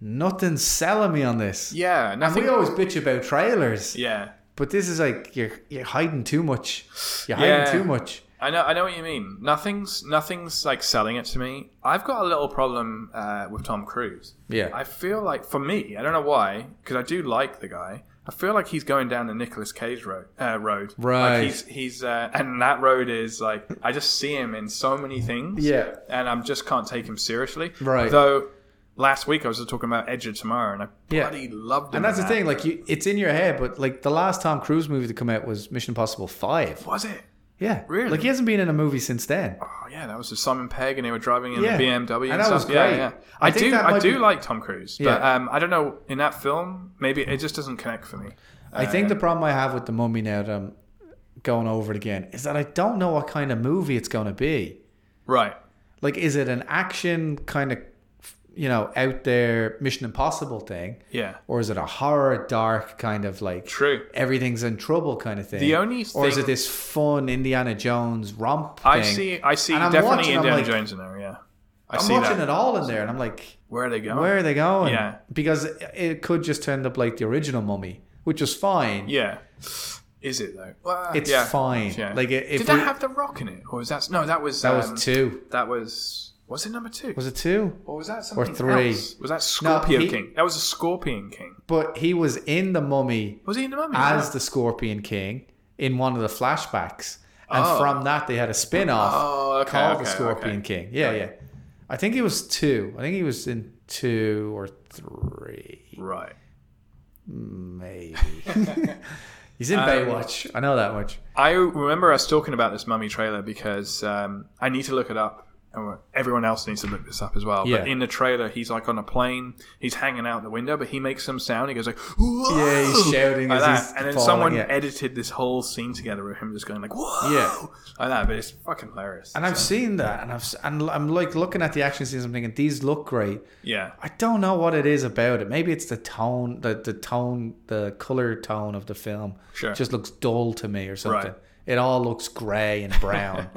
Speaker 2: nothing's selling me on this.
Speaker 1: Yeah.
Speaker 2: And we
Speaker 1: Nothing.
Speaker 2: always bitch about trailers.
Speaker 1: Yeah.
Speaker 2: But this is like you're you're hiding too much. You're hiding
Speaker 1: Yeah.
Speaker 2: too much.
Speaker 1: I know, I know what you mean. Nothing's, nothing's like selling it to me. I've got a little problem uh, with Tom Cruise.
Speaker 2: Yeah.
Speaker 1: I feel like for me, I don't know why, because I do like the guy. I feel like he's going down the Nicolas Cage road. Uh, road.
Speaker 2: Right.
Speaker 1: Like he's he's uh, and that road is like I just see him in so many things.
Speaker 2: Yeah.
Speaker 1: And I'm just can't take him seriously.
Speaker 2: Right.
Speaker 1: Though last week I was just talking about Edge of Tomorrow, and I
Speaker 2: Yeah.
Speaker 1: bloody loved him.
Speaker 2: and that's
Speaker 1: in
Speaker 2: the
Speaker 1: that.
Speaker 2: thing, like you, it's in your head, but like the last Tom Cruise movie to come out was Mission Impossible Five.
Speaker 1: Was it?
Speaker 2: Yeah,
Speaker 1: Really?
Speaker 2: Like he hasn't been in a movie since then.
Speaker 1: Oh yeah, that was the Simon Pegg, and they were driving in
Speaker 2: Yeah.
Speaker 1: a BMW, and,
Speaker 2: And that
Speaker 1: stuff.
Speaker 2: was
Speaker 1: Yeah,
Speaker 2: great.
Speaker 1: yeah.
Speaker 2: I
Speaker 1: I,
Speaker 2: think
Speaker 1: do,
Speaker 2: that
Speaker 1: I
Speaker 2: might
Speaker 1: do
Speaker 2: be-
Speaker 1: like Tom Cruise, but
Speaker 2: Yeah.
Speaker 1: um, I don't know in that film, maybe it just doesn't connect for me.
Speaker 2: I
Speaker 1: Uh,
Speaker 2: think the problem I have with the Mummy now that I'm going over it again is that I don't know what kind of movie it's going to be.
Speaker 1: Right.
Speaker 2: Like, is it an action kind of, you know, out there Mission Impossible thing,
Speaker 1: Yeah.
Speaker 2: or is it a horror, dark kind of like
Speaker 1: True.
Speaker 2: everything's in trouble kind of thing.
Speaker 1: The only
Speaker 2: or is
Speaker 1: thing-
Speaker 2: it this fun Indiana Jones romp?
Speaker 1: I
Speaker 2: thing?
Speaker 1: see. I see
Speaker 2: And I'm
Speaker 1: definitely
Speaker 2: watching, I'm
Speaker 1: Indiana
Speaker 2: like-
Speaker 1: Jones in there. Yeah. I
Speaker 2: I'm
Speaker 1: see
Speaker 2: watching
Speaker 1: that.
Speaker 2: it all in there, and I'm like,
Speaker 1: Where are they going?
Speaker 2: where are they going?
Speaker 1: Yeah.
Speaker 2: because it- it could just end up like the original Mummy, which is fine.
Speaker 1: Yeah. Is it though? Well,
Speaker 2: It's
Speaker 1: yeah.
Speaker 2: fine.
Speaker 1: Yeah.
Speaker 2: Like, i- if
Speaker 1: did that
Speaker 2: we-
Speaker 1: have the Rock in it, or was that no? That was
Speaker 2: that
Speaker 1: um,
Speaker 2: was two.
Speaker 1: That was was it number two?
Speaker 2: Was it two?
Speaker 1: or was that something
Speaker 2: three.
Speaker 1: else? Was that Scorpion
Speaker 2: he-
Speaker 1: King? That was a Scorpion King.
Speaker 2: But he was in the Mummy
Speaker 1: Was he in the Mummy?
Speaker 2: as the Scorpion King in one of the flashbacks, and
Speaker 1: Oh.
Speaker 2: from that they had a spin off
Speaker 1: Oh, okay,
Speaker 2: called
Speaker 1: okay,
Speaker 2: the Scorpion
Speaker 1: okay.
Speaker 2: King. Yeah, yeah. I think it was two. I think he was in two or three.
Speaker 1: Right.
Speaker 2: Maybe. <laughs> He's in Baywatch. I know that much.
Speaker 1: I remember us talking about this mummy trailer because um, I need to look it up oh, everyone else needs to look this up as well.
Speaker 2: Yeah.
Speaker 1: But in the trailer, he's like on a plane, he's hanging out the window, but he makes some sound. He goes like, "Whoa!"
Speaker 2: Yeah, he's shouting
Speaker 1: like
Speaker 2: as
Speaker 1: that.
Speaker 2: he's
Speaker 1: and then
Speaker 2: falling,
Speaker 1: someone
Speaker 2: yeah.
Speaker 1: edited this whole scene together with him just going like, "Whoa!"
Speaker 2: Yeah.
Speaker 1: like that. But it's fucking hilarious.
Speaker 2: And I've seen that, and I've s- and I'm like looking at the action scenes. I'm thinking these look great.
Speaker 1: yeah,
Speaker 2: I don't know what it is about it. Maybe it's the tone, the the tone, the color tone of the film.
Speaker 1: Sure.
Speaker 2: just looks dull to me or something.
Speaker 1: Right.
Speaker 2: It all looks grey and
Speaker 1: <laughs>
Speaker 2: brown.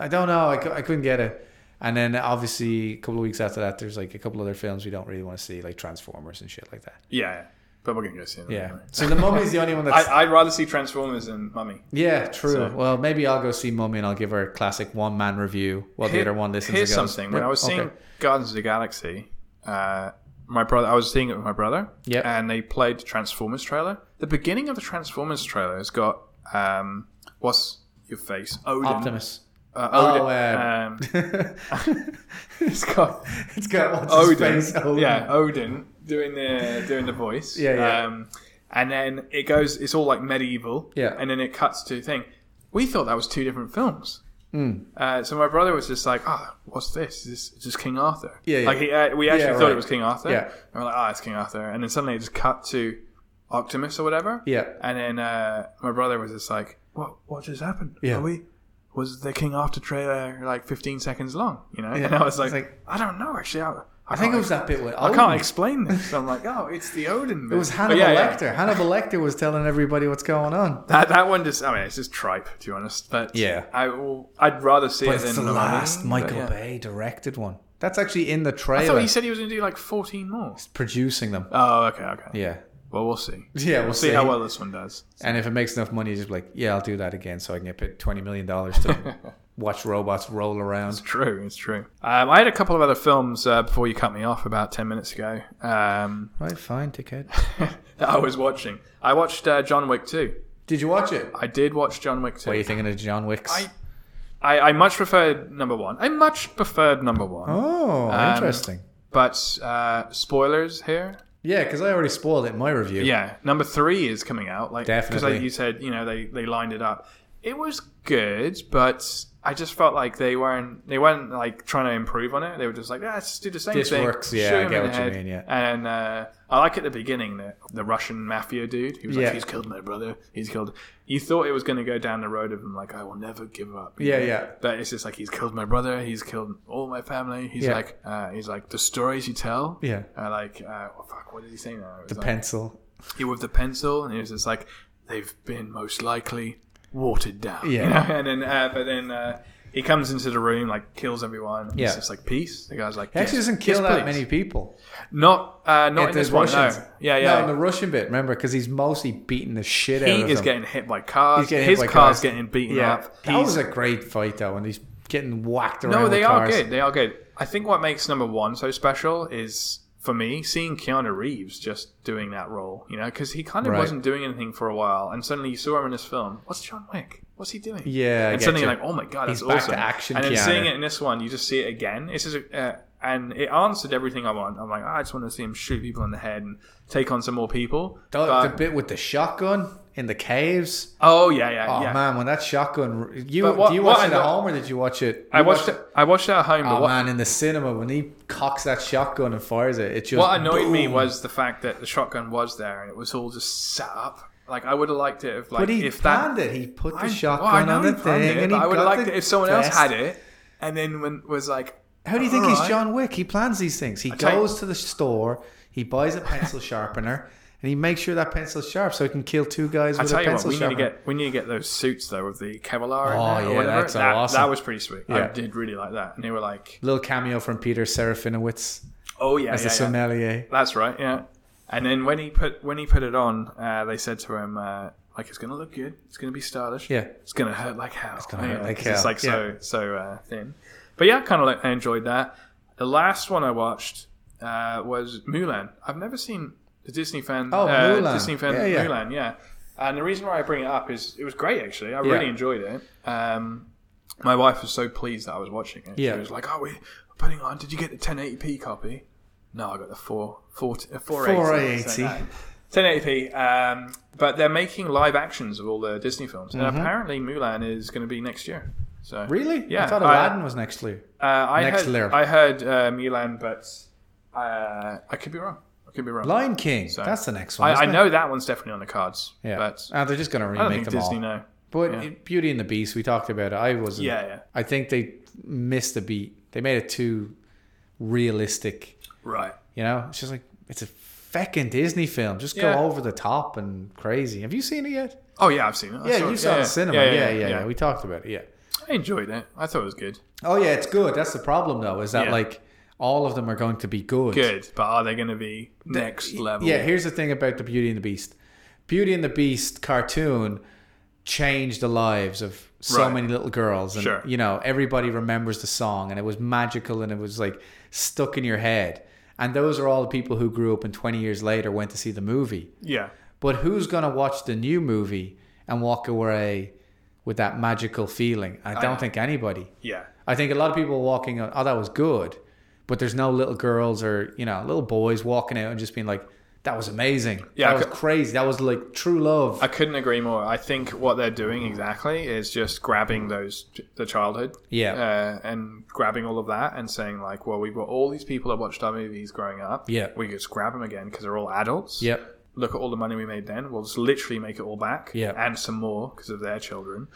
Speaker 2: I don't know. I, cou- I couldn't get it. And then obviously a couple of weeks after that, there's like a couple other films we don't really want to see, like Transformers and shit like that.
Speaker 1: yeah. But we're gonna go see it.
Speaker 2: Yeah.
Speaker 1: anyway.
Speaker 2: So the Mummy's the only one
Speaker 1: <laughs>
Speaker 2: that's
Speaker 1: I, I'd rather see Transformers than Mummy.
Speaker 2: yeah, true.
Speaker 1: So-
Speaker 2: Well, maybe I'll go see Mummy and I'll give her a classic one man review while the
Speaker 1: Here-
Speaker 2: other one listens.
Speaker 1: Here's
Speaker 2: and goes,
Speaker 1: something. When
Speaker 2: "Yep,
Speaker 1: I was seeing
Speaker 2: okay."
Speaker 1: Guardians of the Galaxy, uh, my brother, I was seeing it with my brother.
Speaker 2: Yep.
Speaker 1: And they played the Transformers trailer. The beginning of the Transformers trailer has got um, what's your face? Odin.
Speaker 2: Optimus.
Speaker 1: Uh, Odin.
Speaker 2: Oh, um,
Speaker 1: um,
Speaker 2: it's got it's got what's
Speaker 1: Odin.
Speaker 2: his face. Odin.
Speaker 1: Yeah, Odin doing the doing the voice.
Speaker 2: Yeah, yeah.
Speaker 1: Um, and then it goes. It's all like medieval.
Speaker 2: Yeah.
Speaker 1: And then it cuts to thing. We thought that was two different films.
Speaker 2: Hmm.
Speaker 1: Uh, so my brother was just like, "Oh, what's this? Is this is this King Arthur?"
Speaker 2: Yeah, yeah.
Speaker 1: Like he, uh, we actually
Speaker 2: Yeah,
Speaker 1: thought
Speaker 2: right.
Speaker 1: it was King Arthur.
Speaker 2: Yeah.
Speaker 1: And we're like, "Oh, it's King Arthur." And then suddenly it just cut to Optimus or whatever.
Speaker 2: Yeah.
Speaker 1: And then uh, my brother was just like, "What? What just happened?
Speaker 2: Yeah.
Speaker 1: Are we?" Was the King Arthur trailer like 15 seconds long? You know,
Speaker 2: Yeah.
Speaker 1: and I was like,
Speaker 2: It's like-
Speaker 1: I don't know actually. I,
Speaker 2: I think it was that bit with
Speaker 1: I
Speaker 2: Odin.
Speaker 1: can't explain this. I'm like, oh, it's the Odin.
Speaker 2: It was Hannibal Lecter. Hannibal Lecter was telling everybody what's going on.
Speaker 1: That, that one just, I mean, it's just tripe, to be honest. But
Speaker 2: Yeah.
Speaker 1: I will, I'd rather see
Speaker 2: But
Speaker 1: it than
Speaker 2: it's the
Speaker 1: Mummy,
Speaker 2: last
Speaker 1: but
Speaker 2: Michael
Speaker 1: yeah.
Speaker 2: Bay directed one. That's actually in the
Speaker 1: I thought
Speaker 2: trailer.
Speaker 1: he said he was going to do like 14 more.
Speaker 2: producing them.
Speaker 1: Oh, okay, okay.
Speaker 2: Yeah.
Speaker 1: Well, we'll see.
Speaker 2: Yeah, <laughs> we'll
Speaker 1: We'll see how well this one does.
Speaker 2: And if it makes enough money, he's just like, yeah, I'll do that again so I can get paid $20
Speaker 1: <laughs>
Speaker 2: million to watch robots roll around.
Speaker 1: True, it's true. Um, I had a couple of other films uh, before you cut me off about 10 minutes ago um,
Speaker 2: Right, fine, ticket.
Speaker 1: that I was watching. I watched uh, John Wick 2.
Speaker 2: Did you watch it?
Speaker 1: I did watch John Wick 2.
Speaker 2: What are you thinking of John Wick's?
Speaker 1: I, I, I much preferred number one. I much preferred number one.
Speaker 2: oh,
Speaker 1: Um,
Speaker 2: interesting.
Speaker 1: But uh, spoilers here.
Speaker 2: Yeah, because I already spoiled it in my review.
Speaker 1: Yeah, number three is coming out. Like because
Speaker 2: Definitely.
Speaker 1: like you said, you know they they lined it up. It was good, but I just felt like they weren't they weren't like trying to improve on it. They were just like, ah, let's just do the same
Speaker 2: This
Speaker 1: thing.
Speaker 2: works, yeah,
Speaker 1: shoot
Speaker 2: I
Speaker 1: him
Speaker 2: get
Speaker 1: in the
Speaker 2: what you
Speaker 1: head.
Speaker 2: mean, yeah.
Speaker 1: And uh, I like at the beginning the the Russian mafia dude. He was
Speaker 2: Yeah.
Speaker 1: like, he's killed my brother. He's killed. You thought it was going to go down the road of him like, I will never give up. you
Speaker 2: Yeah,
Speaker 1: know?
Speaker 2: yeah.
Speaker 1: But it's just like he's killed my brother. He's killed all my family. He's
Speaker 2: Yeah.
Speaker 1: like, uh, he's like the stories you tell.
Speaker 2: Yeah.
Speaker 1: Uh, like, uh, oh, fuck, what did he say now? It was
Speaker 2: The
Speaker 1: like-
Speaker 2: pencil.
Speaker 1: he with the pencil, and he was just like, "They've been most likely watered down." <laughs>
Speaker 2: Yeah.
Speaker 1: You know? And then, uh, but then uh, he comes into the room, like kills everyone. And
Speaker 2: Yeah.
Speaker 1: It's just like peace. The guy's like,
Speaker 2: He actually
Speaker 1: "Yes,
Speaker 2: doesn't kill
Speaker 1: yes,
Speaker 2: that
Speaker 1: please."
Speaker 2: many people.
Speaker 1: Not, uh, not
Speaker 2: At
Speaker 1: in
Speaker 2: the
Speaker 1: this one. No.
Speaker 2: Russians.
Speaker 1: Yeah,
Speaker 2: No,
Speaker 1: yeah.
Speaker 2: in the Russian bit, remember, because he's mostly beating the shit out
Speaker 1: he
Speaker 2: of
Speaker 1: is
Speaker 2: them.
Speaker 1: getting hit by cars.
Speaker 2: He's getting hit
Speaker 1: His
Speaker 2: by
Speaker 1: car's
Speaker 2: cars.
Speaker 1: getting beaten up.
Speaker 2: that
Speaker 1: He's-
Speaker 2: was a great fight though, and he's getting whacked around.
Speaker 1: no,
Speaker 2: with
Speaker 1: they
Speaker 2: cars.
Speaker 1: are good. They are good. I think what makes number one so special is for me seeing Keanu Reeves just doing that role. You know, because he kind of
Speaker 2: Right.
Speaker 1: wasn't doing anything for a while, and suddenly you saw him in this film. What's John Wick? What's he doing?
Speaker 2: Yeah, I
Speaker 1: and
Speaker 2: get
Speaker 1: suddenly
Speaker 2: you.
Speaker 1: you're like, oh my god,
Speaker 2: He's
Speaker 1: that's
Speaker 2: back to
Speaker 1: awesome.
Speaker 2: action
Speaker 1: and then
Speaker 2: Keanu.
Speaker 1: seeing it in this one, you just see it again. It's just a, uh, and it answered everything I want. I'm like, "Ah, I just want to see him shoot people in the head and take on some more people.
Speaker 2: The, the
Speaker 1: But-
Speaker 2: bit with the shotgun in the caves.
Speaker 1: oh yeah, yeah,
Speaker 2: Oh
Speaker 1: yeah.
Speaker 2: man, when that shotgun, you
Speaker 1: But what-
Speaker 2: do you
Speaker 1: what I
Speaker 2: watch it at
Speaker 1: got-
Speaker 2: home or did you watch it?
Speaker 1: I
Speaker 2: you
Speaker 1: watched it. I watched it at home.
Speaker 2: Oh
Speaker 1: but what,
Speaker 2: man, in the cinema when he cocks that shotgun and fires it, it just
Speaker 1: What annoyed me
Speaker 2: boom.
Speaker 1: was the fact that the shotgun was there and it was all just set up. Like I would have liked it if like
Speaker 2: but he
Speaker 1: if that
Speaker 2: planned it. He put the
Speaker 1: I- well, I
Speaker 2: shotgun
Speaker 1: know
Speaker 2: on the
Speaker 1: he planned
Speaker 2: thing,
Speaker 1: it,
Speaker 2: and
Speaker 1: but
Speaker 2: he
Speaker 1: I would have
Speaker 2: got
Speaker 1: liked
Speaker 2: the
Speaker 1: it if someone else
Speaker 2: vest.
Speaker 1: had it and then when was like
Speaker 2: How do you think he's
Speaker 1: "Alright."
Speaker 2: John Wick? He plans these things. He
Speaker 1: tell you-
Speaker 2: goes to the store, he buys a pencil sharpener, and he makes sure that pencil's sharp so he can kill two guys
Speaker 1: I
Speaker 2: with a
Speaker 1: tell you what,
Speaker 2: pencil
Speaker 1: we need to
Speaker 2: sharpener.
Speaker 1: get we need to get those suits though with the Kevlar. in
Speaker 2: Oh,
Speaker 1: there or
Speaker 2: yeah,
Speaker 1: whatever.
Speaker 2: that's
Speaker 1: that,
Speaker 2: awesome.
Speaker 1: That was pretty sweet. I
Speaker 2: Yeah.
Speaker 1: did really like that. And they were like,
Speaker 2: Little cameo from Peter Serafinowicz
Speaker 1: "Oh yeah,
Speaker 2: as
Speaker 1: yeah,
Speaker 2: the
Speaker 1: yeah.
Speaker 2: sommelier.
Speaker 1: That's right, yeah. And then when he put when he put it on, uh, they said to him, uh, like it's gonna look good, it's gonna be stylish,
Speaker 2: Yeah.
Speaker 1: it's gonna hurt like hell, it's
Speaker 2: gonna hurt like
Speaker 1: it's
Speaker 2: hell,
Speaker 1: like so so uh, thin. But yeah, kind of like I enjoyed that. The last one I watched uh, was Mulan. I've never seen the Disney fan.
Speaker 2: Oh,
Speaker 1: uh,
Speaker 2: Mulan.
Speaker 1: Disney fan
Speaker 2: Yeah, yeah.
Speaker 1: Mulan, yeah. And the reason why I bring it up is it was great actually. I really enjoyed it. Um, my wife was so pleased that I was watching it.
Speaker 2: Yeah.
Speaker 1: She was like, "Oh, we putting on. Did you get the 1080p copy?" No, I got the four, four, uh, 480.
Speaker 2: 480.
Speaker 1: 1080p. Um,
Speaker 2: Mm-hmm.
Speaker 1: but they're making live actions of all the Disney films, and apparently Mulan is going to be next year. So
Speaker 2: Really?
Speaker 1: Yeah,
Speaker 2: I thought
Speaker 1: I-
Speaker 2: Aladdin was next to you.
Speaker 1: uh, I
Speaker 2: Next
Speaker 1: heard,
Speaker 2: layer.
Speaker 1: I heard uh, Mulan, but uh, I could be wrong. I could be wrong.
Speaker 2: Lion King.
Speaker 1: So-
Speaker 2: that's the next one.
Speaker 1: I, I
Speaker 2: isn't it?
Speaker 1: know that one's definitely on the cards.
Speaker 2: Yeah.
Speaker 1: But
Speaker 2: Ah, they're just going to
Speaker 1: I don't
Speaker 2: remake
Speaker 1: think
Speaker 2: them
Speaker 1: Disney
Speaker 2: all.
Speaker 1: know.
Speaker 2: But
Speaker 1: yeah.
Speaker 2: it- Beauty and the Beast, we talked about it. I wasn't.
Speaker 1: Yeah, yeah.
Speaker 2: I think they missed a beat. They made it too realistic.
Speaker 1: Right.
Speaker 2: You know, it's just like it's a feckin' Disney film. Just
Speaker 1: Yeah.
Speaker 2: go over the top and crazy. Have you seen it yet?
Speaker 1: Oh, yeah, I've seen it. I
Speaker 2: Yeah,
Speaker 1: saw
Speaker 2: you
Speaker 1: it.
Speaker 2: saw the cinema. Yeah yeah yeah, We talked about it. Yeah.
Speaker 1: I enjoyed it. I thought it was good.
Speaker 2: Oh yeah, it's good. That's the problem though, is that
Speaker 1: Yeah.
Speaker 2: like all of them are going to be good.
Speaker 1: Good. But are they going to be next level?
Speaker 2: Yeah, here's the thing about the Beauty and the Beast. Beauty and the Beast cartoon changed the lives of so
Speaker 1: Right.
Speaker 2: many little girls and
Speaker 1: Sure.
Speaker 2: you know everybody remembers the song and it was magical and it was like stuck in your head and those are all the people who grew up and 20 years later went to see the movie
Speaker 1: Yeah.
Speaker 2: but who's going to watch the new movie and walk away with that magical feeling i don't think anybody
Speaker 1: Yeah.
Speaker 2: I think a lot of people walking out, oh, that was good. But there's no little girls or, you know, little boys walking out and just being like, that was amazing.
Speaker 1: Yeah,
Speaker 2: that
Speaker 1: I
Speaker 2: was
Speaker 1: cou-
Speaker 2: crazy. That was like true love.
Speaker 1: I couldn't agree more. I think what they're doing exactly is just grabbing those the childhood,
Speaker 2: Yeah.
Speaker 1: uh, and grabbing all of that and saying like, well, we've got all these people that watched our movies growing up,
Speaker 2: Yeah.
Speaker 1: we just grab them again because they're all adults,
Speaker 2: yep.
Speaker 1: Look at all the money we made then. We'll just literally make it all back,
Speaker 2: Yeah.
Speaker 1: and some more because of their children.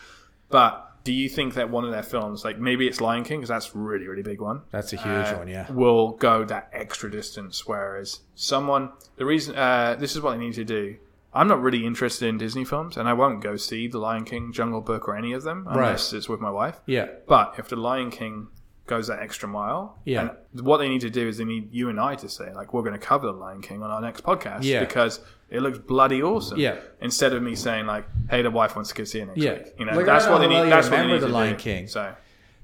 Speaker 1: But do you think that one of their films, like maybe it's Lion King, because that's a really really big one,
Speaker 2: That's a huge
Speaker 1: uh,
Speaker 2: one, yeah.
Speaker 1: will go that extra distance. Whereas someone, the reason uh, this is what they need to do. I'm not really interested in Disney films, and I won't go see The Lion King, Jungle Book, or any of them unless it's with my wife.
Speaker 2: Yeah.
Speaker 1: But if The Lion King goes that extra mile,
Speaker 2: Yeah.
Speaker 1: and what they need to do is they need you and I to say like we're going to cover The Lion King on our next podcast
Speaker 2: Yeah.
Speaker 1: because it looks bloody awesome.
Speaker 2: Yeah.
Speaker 1: Instead of me saying like, "Hey, the wife wants to go see it next
Speaker 2: Yeah.
Speaker 1: week," you know,
Speaker 2: Like, I
Speaker 1: that's
Speaker 2: don't
Speaker 1: what they
Speaker 2: know how
Speaker 1: need.
Speaker 2: you
Speaker 1: That's what they
Speaker 2: remember
Speaker 1: need
Speaker 2: The
Speaker 1: to
Speaker 2: Lion
Speaker 1: do.
Speaker 2: King.
Speaker 1: So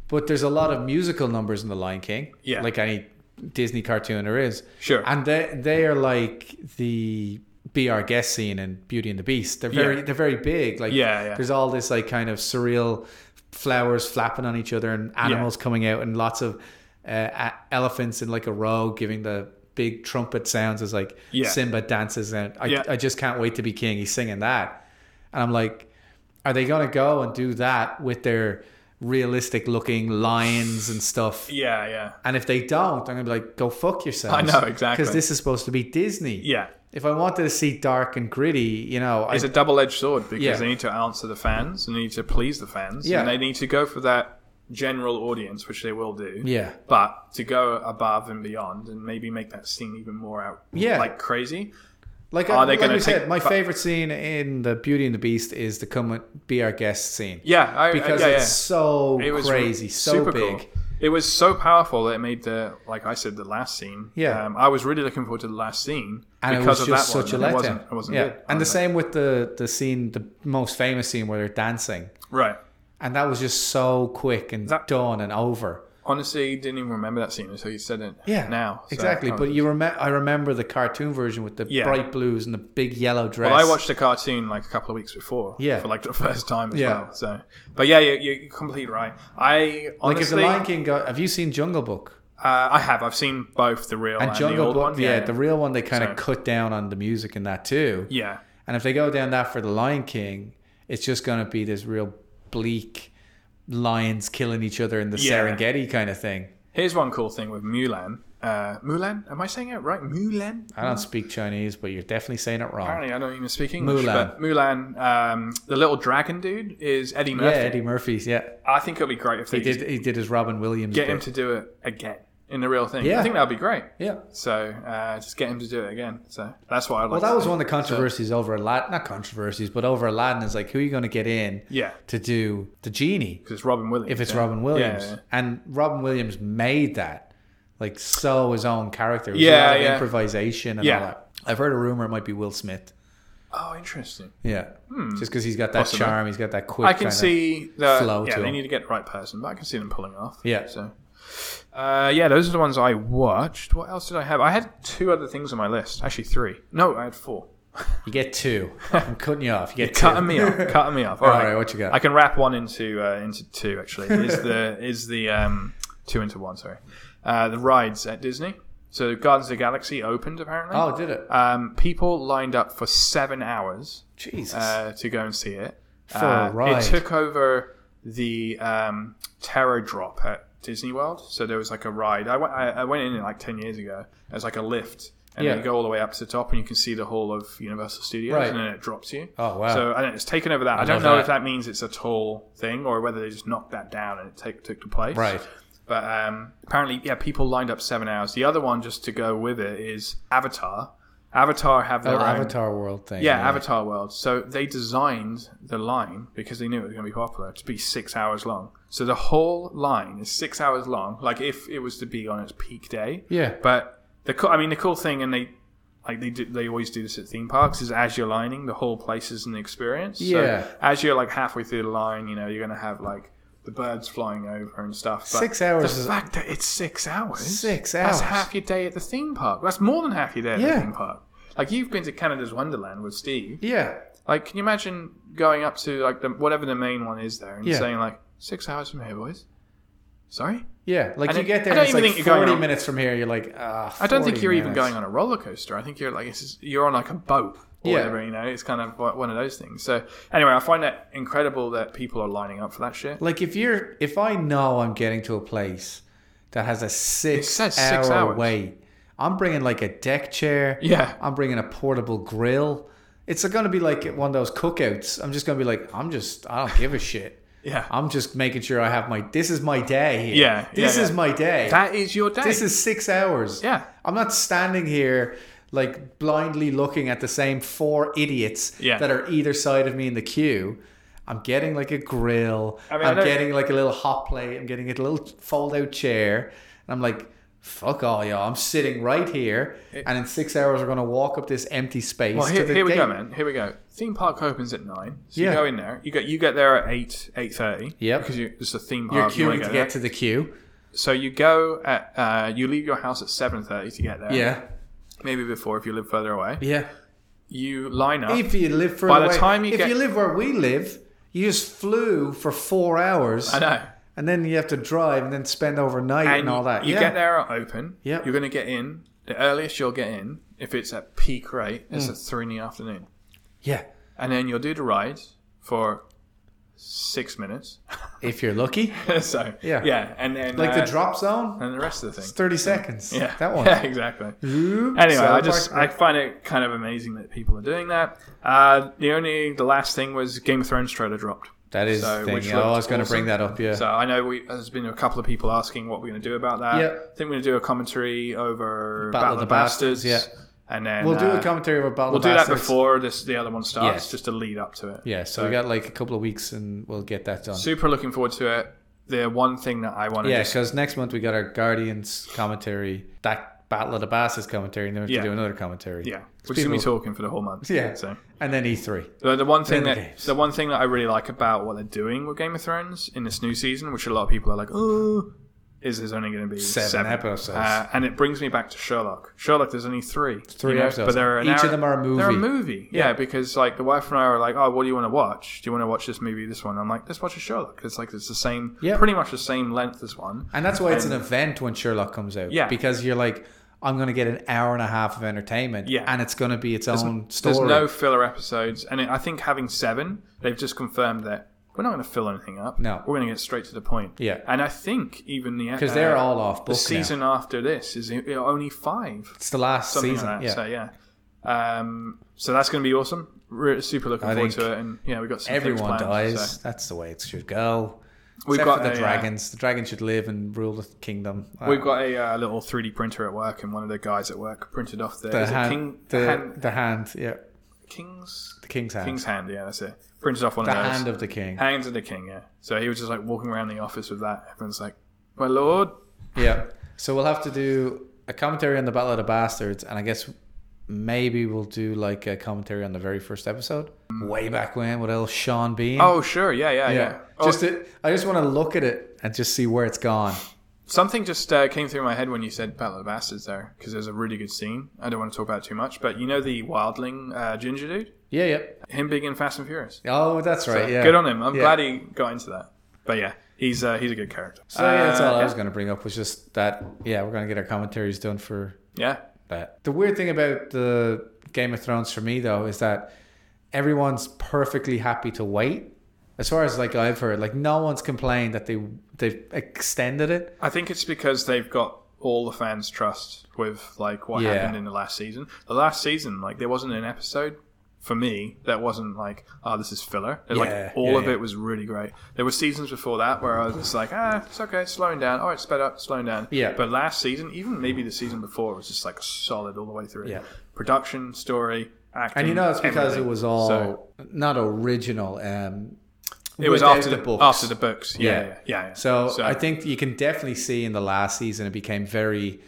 Speaker 2: But there's a lot of musical numbers in The Lion King.
Speaker 1: Yeah.
Speaker 2: Like any Disney cartoon there is.
Speaker 1: Sure.
Speaker 2: And they, they are like the Be Our Guest scene in Beauty and the Beast. They're very,
Speaker 1: Yeah.
Speaker 2: they're very big. Like
Speaker 1: Yeah, yeah.
Speaker 2: there's all this like kind of surreal flowers flapping on each other and animals coming out and lots of uh, a- elephants in like a row giving the big trumpet sounds as like
Speaker 1: Yeah.
Speaker 2: Simba dances and I,
Speaker 1: Yeah.
Speaker 2: I just can't wait to be king. He's singing that. And I'm like, are they going to go and do that with their realistic looking lions and stuff?
Speaker 1: yeah, yeah,
Speaker 2: And if they don't, I'm going to be like, go fuck yourselves.
Speaker 1: I know, exactly.
Speaker 2: Because this is supposed to be Disney.
Speaker 1: yeah.
Speaker 2: If I wanted to see dark and gritty, you know, I,
Speaker 1: it's a double-edged sword because
Speaker 2: Yeah.
Speaker 1: they need to answer the fans and they need to please the fans
Speaker 2: Yeah.
Speaker 1: and they need to go for that general audience which they will do
Speaker 2: Yeah.
Speaker 1: but to go above and beyond and maybe make that scene even more out
Speaker 2: Yeah.
Speaker 1: like crazy
Speaker 2: like,
Speaker 1: Are
Speaker 2: I,
Speaker 1: they
Speaker 2: like
Speaker 1: gonna
Speaker 2: we said,
Speaker 1: take-
Speaker 2: my favorite scene in the Beauty and the Beast is the come and be our guest scene.
Speaker 1: yeah I,
Speaker 2: Because
Speaker 1: yeah, yeah.
Speaker 2: it's so
Speaker 1: it was
Speaker 2: crazy,
Speaker 1: r-
Speaker 2: so
Speaker 1: super
Speaker 2: big.
Speaker 1: cool. it was so powerful that it made the like i said the last scene
Speaker 2: Yeah.
Speaker 1: um, i was really looking forward to the last scene
Speaker 2: and
Speaker 1: because
Speaker 2: it was
Speaker 1: of
Speaker 2: just
Speaker 1: that
Speaker 2: such
Speaker 1: one.
Speaker 2: a letdown.
Speaker 1: it wasn't it wasn't
Speaker 2: yeah.
Speaker 1: good I
Speaker 2: And the
Speaker 1: was like,
Speaker 2: same with the the scene, the most famous scene where they're dancing,
Speaker 1: right
Speaker 2: and that was just so quick and
Speaker 1: That-
Speaker 2: done and over.
Speaker 1: honestly didn't even remember that scene until you said it
Speaker 2: Yeah,
Speaker 1: now so
Speaker 2: exactly.
Speaker 1: I was-
Speaker 2: But you remember, I remember the cartoon version with the
Speaker 1: Yeah.
Speaker 2: bright blues and the big yellow dress.
Speaker 1: Well, I watched the cartoon like a couple of weeks before.
Speaker 2: Yeah.
Speaker 1: For like the <laughs> first time as
Speaker 2: Yeah.
Speaker 1: well. So, but yeah, you're, you're completely right. I
Speaker 2: like if the
Speaker 1: honestly,
Speaker 2: Lion King got. Have you seen Jungle Book?
Speaker 1: uh, I have. I've seen both the real and,
Speaker 2: And
Speaker 1: the
Speaker 2: Jungle
Speaker 1: old
Speaker 2: Book,
Speaker 1: one.
Speaker 2: yeah, the real one, they kind
Speaker 1: So-
Speaker 2: of cut down on the music in that too.
Speaker 1: yeah,
Speaker 2: And if they go down that for the Lion King, it's just going to be this real bleak lions killing each other in the
Speaker 1: Yeah.
Speaker 2: Serengeti kind of thing.
Speaker 1: Here's one cool thing with Mulan. Uh, Mulan? Am I saying it right? Mulan?
Speaker 2: I don't speak Chinese, but you're definitely saying it wrong.
Speaker 1: Apparently, I don't even speak English.
Speaker 2: Mulan.
Speaker 1: But Mulan, um, the little dragon dude, is Eddie
Speaker 2: Yeah,
Speaker 1: Murphy.
Speaker 2: Eddie Murphy's. Yeah,
Speaker 1: I think it'll be great if they
Speaker 2: he did. He did his Robin Williams.
Speaker 1: get
Speaker 2: bit.
Speaker 1: him to do it again in the real thing.
Speaker 2: Yeah.
Speaker 1: I think that'd be great.
Speaker 2: yeah.
Speaker 1: So uh, just get him to do it again. So that's what I like.
Speaker 2: Well,
Speaker 1: to
Speaker 2: that was
Speaker 1: see.
Speaker 2: one of the controversies over Aladdin. Not controversies, but over Aladdin is like, who are you going to get in
Speaker 1: Yeah,
Speaker 2: to do the genie
Speaker 1: because it's Robin Williams.
Speaker 2: if it's
Speaker 1: yeah.
Speaker 2: Robin Williams?
Speaker 1: Yeah, yeah.
Speaker 2: And Robin Williams made that like so his own character. It was a
Speaker 1: Yeah,
Speaker 2: lot of
Speaker 1: yeah.
Speaker 2: improvisation and
Speaker 1: Yeah.
Speaker 2: all that. I've heard a rumor it might be Will Smith.
Speaker 1: Oh, interesting.
Speaker 2: Yeah, just because he's got that
Speaker 1: Hmm. Possibly.
Speaker 2: charm, he's got that quick.
Speaker 1: I can
Speaker 2: kind of-
Speaker 1: see the
Speaker 2: flow
Speaker 1: yeah.
Speaker 2: to
Speaker 1: They
Speaker 2: them.
Speaker 1: need to get the right person, but I can see them pulling it off.
Speaker 2: Yeah.
Speaker 1: So, uh, yeah, those are the ones I watched. What else did I have? I had two other things on my list. Actually, three. No, I had four.
Speaker 2: <laughs> you
Speaker 1: <laughs>
Speaker 2: get two. I'm cutting you off. You get two.
Speaker 1: Cutting me off. Cutting me off. All right.
Speaker 2: right, what you got?
Speaker 1: I can wrap one into uh, into two. Actually, is the
Speaker 2: <laughs>
Speaker 1: is the um, two into one. Sorry, uh, the rides at Disney. So Gardens of the Galaxy opened apparently.
Speaker 2: Oh, did it?
Speaker 1: Um, people lined up for seven hours
Speaker 2: Jesus.
Speaker 1: uh, to go and see it.
Speaker 2: For a
Speaker 1: Uh,
Speaker 2: ride.
Speaker 1: It took over the um, Terror Drop at Disney World. So there was like a ride. I went, I, I went in it like 10 years ago. There's like a lift. And
Speaker 2: Yeah.
Speaker 1: then you go all the way up to the top, and you can see the whole of Universal Studios,
Speaker 2: Right.
Speaker 1: and then it drops you.
Speaker 2: Oh, wow.
Speaker 1: So I don't, it's taken over that. I, don't
Speaker 2: love
Speaker 1: know
Speaker 2: that.
Speaker 1: if that means it's a tall thing or whether they just knocked that down and it take, took the place.
Speaker 2: Right.
Speaker 1: But um, apparently, yeah, people lined up seven hours. The other one, just to go with it, is Avatar. Avatar have their
Speaker 2: Oh,
Speaker 1: own
Speaker 2: Avatar World thing.
Speaker 1: yeah, Avatar World. So they designed the line because they knew it was going to be popular to be six hours long. So the whole line is six hours long, like if it was to be on its peak day.
Speaker 2: Yeah.
Speaker 1: But the co- I mean, the cool thing, and they like they do, they always do this at theme parks, is as you're lining, the whole place is an experience.
Speaker 2: Yeah.
Speaker 1: So as you're like halfway through the line, you know, you're going to have like the birds flying over and stuff. But
Speaker 2: Six hours
Speaker 1: The
Speaker 2: is-
Speaker 1: fact that it's six hours.
Speaker 2: Six hours.
Speaker 1: That's half your day at the theme park. That's more than half your day at
Speaker 2: Yeah.
Speaker 1: the theme park. Like you've been to Canada's Wonderland with Steve.
Speaker 2: Yeah.
Speaker 1: Like, can you imagine going up to like the, whatever the main one is there and
Speaker 2: Yeah.
Speaker 1: saying like six hours from here, boys? Sorry,
Speaker 2: Yeah. Like
Speaker 1: I
Speaker 2: you
Speaker 1: don't-
Speaker 2: get there,
Speaker 1: I don't
Speaker 2: and it's
Speaker 1: even
Speaker 2: like
Speaker 1: think you're going
Speaker 2: forty
Speaker 1: on-
Speaker 2: minutes from here. You're like, ah.
Speaker 1: I don't think
Speaker 2: 40
Speaker 1: you're even
Speaker 2: minutes.
Speaker 1: going on a roller coaster. I think you're like it's just, you're on like a boat or
Speaker 2: Yeah.
Speaker 1: whatever. You know, it's kind of one one of those things. So anyway, I find that incredible that people are lining up for that shit.
Speaker 2: Like if you're, if I know I'm getting to a place that has a six,
Speaker 1: says
Speaker 2: hour
Speaker 1: six hours.
Speaker 2: wait, I'm bringing like a deck chair.
Speaker 1: Yeah.
Speaker 2: I'm bringing a portable grill. It's going to be like one of those cookouts. I'm just going to be like, I'm just, I don't give a shit.
Speaker 1: Yeah,
Speaker 2: I'm just making sure I have my. This is my day. Here.
Speaker 1: Yeah,
Speaker 2: This
Speaker 1: yeah,
Speaker 2: is
Speaker 1: yeah.
Speaker 2: my day.
Speaker 1: that is your day.
Speaker 2: this is six hours.
Speaker 1: Yeah.
Speaker 2: I'm not standing here like blindly looking at the same four idiots
Speaker 1: Yeah.
Speaker 2: that are either side of me in the queue. I'm getting like a grill. I
Speaker 1: mean, I
Speaker 2: am
Speaker 1: know-
Speaker 2: getting like a little hot plate. I'm getting a little fold out chair. And I'm like, fuck all y'all. I'm sitting right here. and in six hours, we're going to walk up this empty space.
Speaker 1: well,
Speaker 2: to
Speaker 1: here,
Speaker 2: the
Speaker 1: here we
Speaker 2: gate.
Speaker 1: go, man. Here we go. Theme park opens at nine, so
Speaker 2: Yeah.
Speaker 1: you go in there. You get you get there at eight eight thirty.
Speaker 2: Yep.
Speaker 1: because you, it's a theme
Speaker 2: You're
Speaker 1: park. Um, you wanna
Speaker 2: queuing to
Speaker 1: go there.
Speaker 2: get to the queue.
Speaker 1: So you go at uh, you leave your house at seven thirty to get there.
Speaker 2: Yeah.
Speaker 1: maybe before if you live further away.
Speaker 2: Yeah.
Speaker 1: You line up.
Speaker 2: If you live further
Speaker 1: By the
Speaker 2: away-
Speaker 1: time you
Speaker 2: if
Speaker 1: get-
Speaker 2: you live where we live, you just flew for four hours,
Speaker 1: I know.
Speaker 2: and then you have to drive and then spend overnight and,
Speaker 1: you-
Speaker 2: all that.
Speaker 1: You
Speaker 2: yeah.
Speaker 1: get there at open.
Speaker 2: Yep.
Speaker 1: You're going to get in. The earliest you'll get in, if it's at peak rate, is
Speaker 2: Hmm.
Speaker 1: at three in the afternoon.
Speaker 2: yeah,
Speaker 1: And then you'll do the ride for six minutes. <laughs>
Speaker 2: if you're lucky,
Speaker 1: so
Speaker 2: Yeah.
Speaker 1: yeah, and then
Speaker 2: like the
Speaker 1: uh,
Speaker 2: drop zone,
Speaker 1: and the rest of the thing.
Speaker 2: it's thirty seconds.
Speaker 1: Yeah,
Speaker 2: that
Speaker 1: <laughs>
Speaker 2: one.
Speaker 1: Yeah, exactly. Anyway, I just I find it kind of amazing that people are doing that. Uh, the only the last thing was Game of Thrones trailer dropped.
Speaker 2: that is
Speaker 1: so,
Speaker 2: the thing.
Speaker 1: which
Speaker 2: yeah. Oh, I
Speaker 1: looked
Speaker 2: was going to bring
Speaker 1: awesome.
Speaker 2: that up. Yeah,
Speaker 1: So I know we, there's been a couple of people asking what we're going to do about that.
Speaker 2: Yeah.
Speaker 1: I think we're going to do a commentary over Battle,
Speaker 2: Battle of
Speaker 1: of
Speaker 2: the
Speaker 1: the
Speaker 2: Bastards,
Speaker 1: Bastards.
Speaker 2: yeah.
Speaker 1: and then
Speaker 2: we'll do
Speaker 1: uh,
Speaker 2: a commentary of Battle.
Speaker 1: We'll
Speaker 2: of
Speaker 1: do that
Speaker 2: Bastards.
Speaker 1: before this the other one starts,
Speaker 2: Yeah.
Speaker 1: just to lead up to it.
Speaker 2: Yeah, so we got like a couple of weeks, and we'll get that done.
Speaker 1: Super looking forward to it. The one thing that I want to
Speaker 2: Yeah,
Speaker 1: just
Speaker 2: because next month we got our Guardians commentary, that Battle of the Bastards commentary, and then we have
Speaker 1: Yeah.
Speaker 2: to do another commentary.
Speaker 1: yeah, we're just gonna be talking for the whole month.
Speaker 2: Yeah.
Speaker 1: So
Speaker 2: and then E three.
Speaker 1: the, the one thing
Speaker 2: Then the
Speaker 1: that
Speaker 2: games.
Speaker 1: the one thing that I really like about what they're doing with Game of Thrones in this new season, which a lot of people are like, oh, is there's only going to be
Speaker 2: Seven
Speaker 1: seven,
Speaker 2: episodes.
Speaker 1: Uh, and it brings me back to Sherlock. Sherlock, there's only three,
Speaker 2: Three episodes.
Speaker 1: but there are an
Speaker 2: Each of
Speaker 1: hour-
Speaker 2: them are a
Speaker 1: They're a
Speaker 2: movie.
Speaker 1: movie, yeah. Because like the wife and I were like, oh, what do you want to watch? Do you want to watch this movie, this one? I'm like, let's watch a Sherlock. It's like it's the same,
Speaker 2: Yeah.
Speaker 1: pretty much the same length as one.
Speaker 2: And that's why it's an event when Sherlock comes out.
Speaker 1: Yeah.
Speaker 2: Because you're like, I'm going to get an hour and a half of entertainment.
Speaker 1: Yeah.
Speaker 2: And it's going to be its own story.
Speaker 1: There's no filler episodes, and I think having seven, they've just confirmed that we're not going to fill anything up.
Speaker 2: No.
Speaker 1: we're going to get straight to the point.
Speaker 2: Yeah.
Speaker 1: and I think even the uh,
Speaker 2: Because they're all off book
Speaker 1: the
Speaker 2: now.
Speaker 1: season after this is only five.
Speaker 2: It's the last
Speaker 1: Something
Speaker 2: season.
Speaker 1: like that.
Speaker 2: yeah.
Speaker 1: So yeah, um, so that's going to be awesome. We're super looking
Speaker 2: I
Speaker 1: forward
Speaker 2: think
Speaker 1: to it, and yeah, we have got some things
Speaker 2: Everyone
Speaker 1: planned,
Speaker 2: dies.
Speaker 1: so.
Speaker 2: That's the way it should go.
Speaker 1: We've
Speaker 2: Except
Speaker 1: got
Speaker 2: for
Speaker 1: a,
Speaker 2: the
Speaker 1: uh,
Speaker 2: dragons. The dragons should live and rule the kingdom.
Speaker 1: We've got a uh, little 3D printer at work, and one of the guys at work printed off the,
Speaker 2: the
Speaker 1: is it
Speaker 2: hand.
Speaker 1: King,
Speaker 2: the,
Speaker 1: hand,
Speaker 2: the hand. Yeah.
Speaker 1: King's
Speaker 2: The king's hand.
Speaker 1: King's hand. Yeah, that's it. Printed off one
Speaker 2: the
Speaker 1: of those.
Speaker 2: hand of the king.
Speaker 1: Hands of the King, yeah. So he was just like walking around the office with that. Everyone's like, "My lord."
Speaker 2: yeah. So we'll have to do a commentary on the Battle of the Bastards. And I guess maybe we'll do like a commentary on the very first episode. Way back when with old Sean Bean.
Speaker 1: Oh, sure, yeah, yeah, yeah.
Speaker 2: Yeah.
Speaker 1: Oh,
Speaker 2: Just it, I just want to look at it and just see where it's gone.
Speaker 1: something just uh, came through my head when you said Battle of the Bastards there, because there's a really good scene. I don't want to talk about it too much, but you know the wildling uh, ginger dude,
Speaker 2: Yeah, yeah.
Speaker 1: him being in Fast and Furious.
Speaker 2: Oh, that's right. yeah.
Speaker 1: Good on him. I'm
Speaker 2: Yeah.
Speaker 1: glad he got into that. But yeah, he's uh, he's a good character.
Speaker 2: So yeah, that's
Speaker 1: Uh,
Speaker 2: all I was going to bring up was just that. Yeah, we're going to get our commentaries done for
Speaker 1: Yeah,
Speaker 2: that. The weird thing about the Game of Thrones for me though is that everyone's perfectly happy to wait as far as like I've heard, like no one's complained that they they've extended it.
Speaker 1: I think it's because they've got all the fans' trust with like what
Speaker 2: Yeah.
Speaker 1: happened in the last season. The last season, like there wasn't an episode for me that wasn't like, oh, this is filler. It,
Speaker 2: Yeah,
Speaker 1: like all
Speaker 2: yeah,
Speaker 1: of
Speaker 2: yeah.
Speaker 1: it was really great. There were seasons before that where I was just like, ah, it's okay, it's slowing down. All right, sped up, slowing down.
Speaker 2: Yeah.
Speaker 1: But last season, even maybe the season before, was just like solid all the way through.
Speaker 2: Yeah.
Speaker 1: Production, story, acting,
Speaker 2: And you know, it's because
Speaker 1: Mm, everything.
Speaker 2: it was all
Speaker 1: So,
Speaker 2: not original. Um,
Speaker 1: it was
Speaker 2: without
Speaker 1: after the,
Speaker 2: books.
Speaker 1: after the books. Yeah, yeah,
Speaker 2: Yeah.
Speaker 1: yeah. yeah.
Speaker 2: So, I think you can definitely see in the last season it became very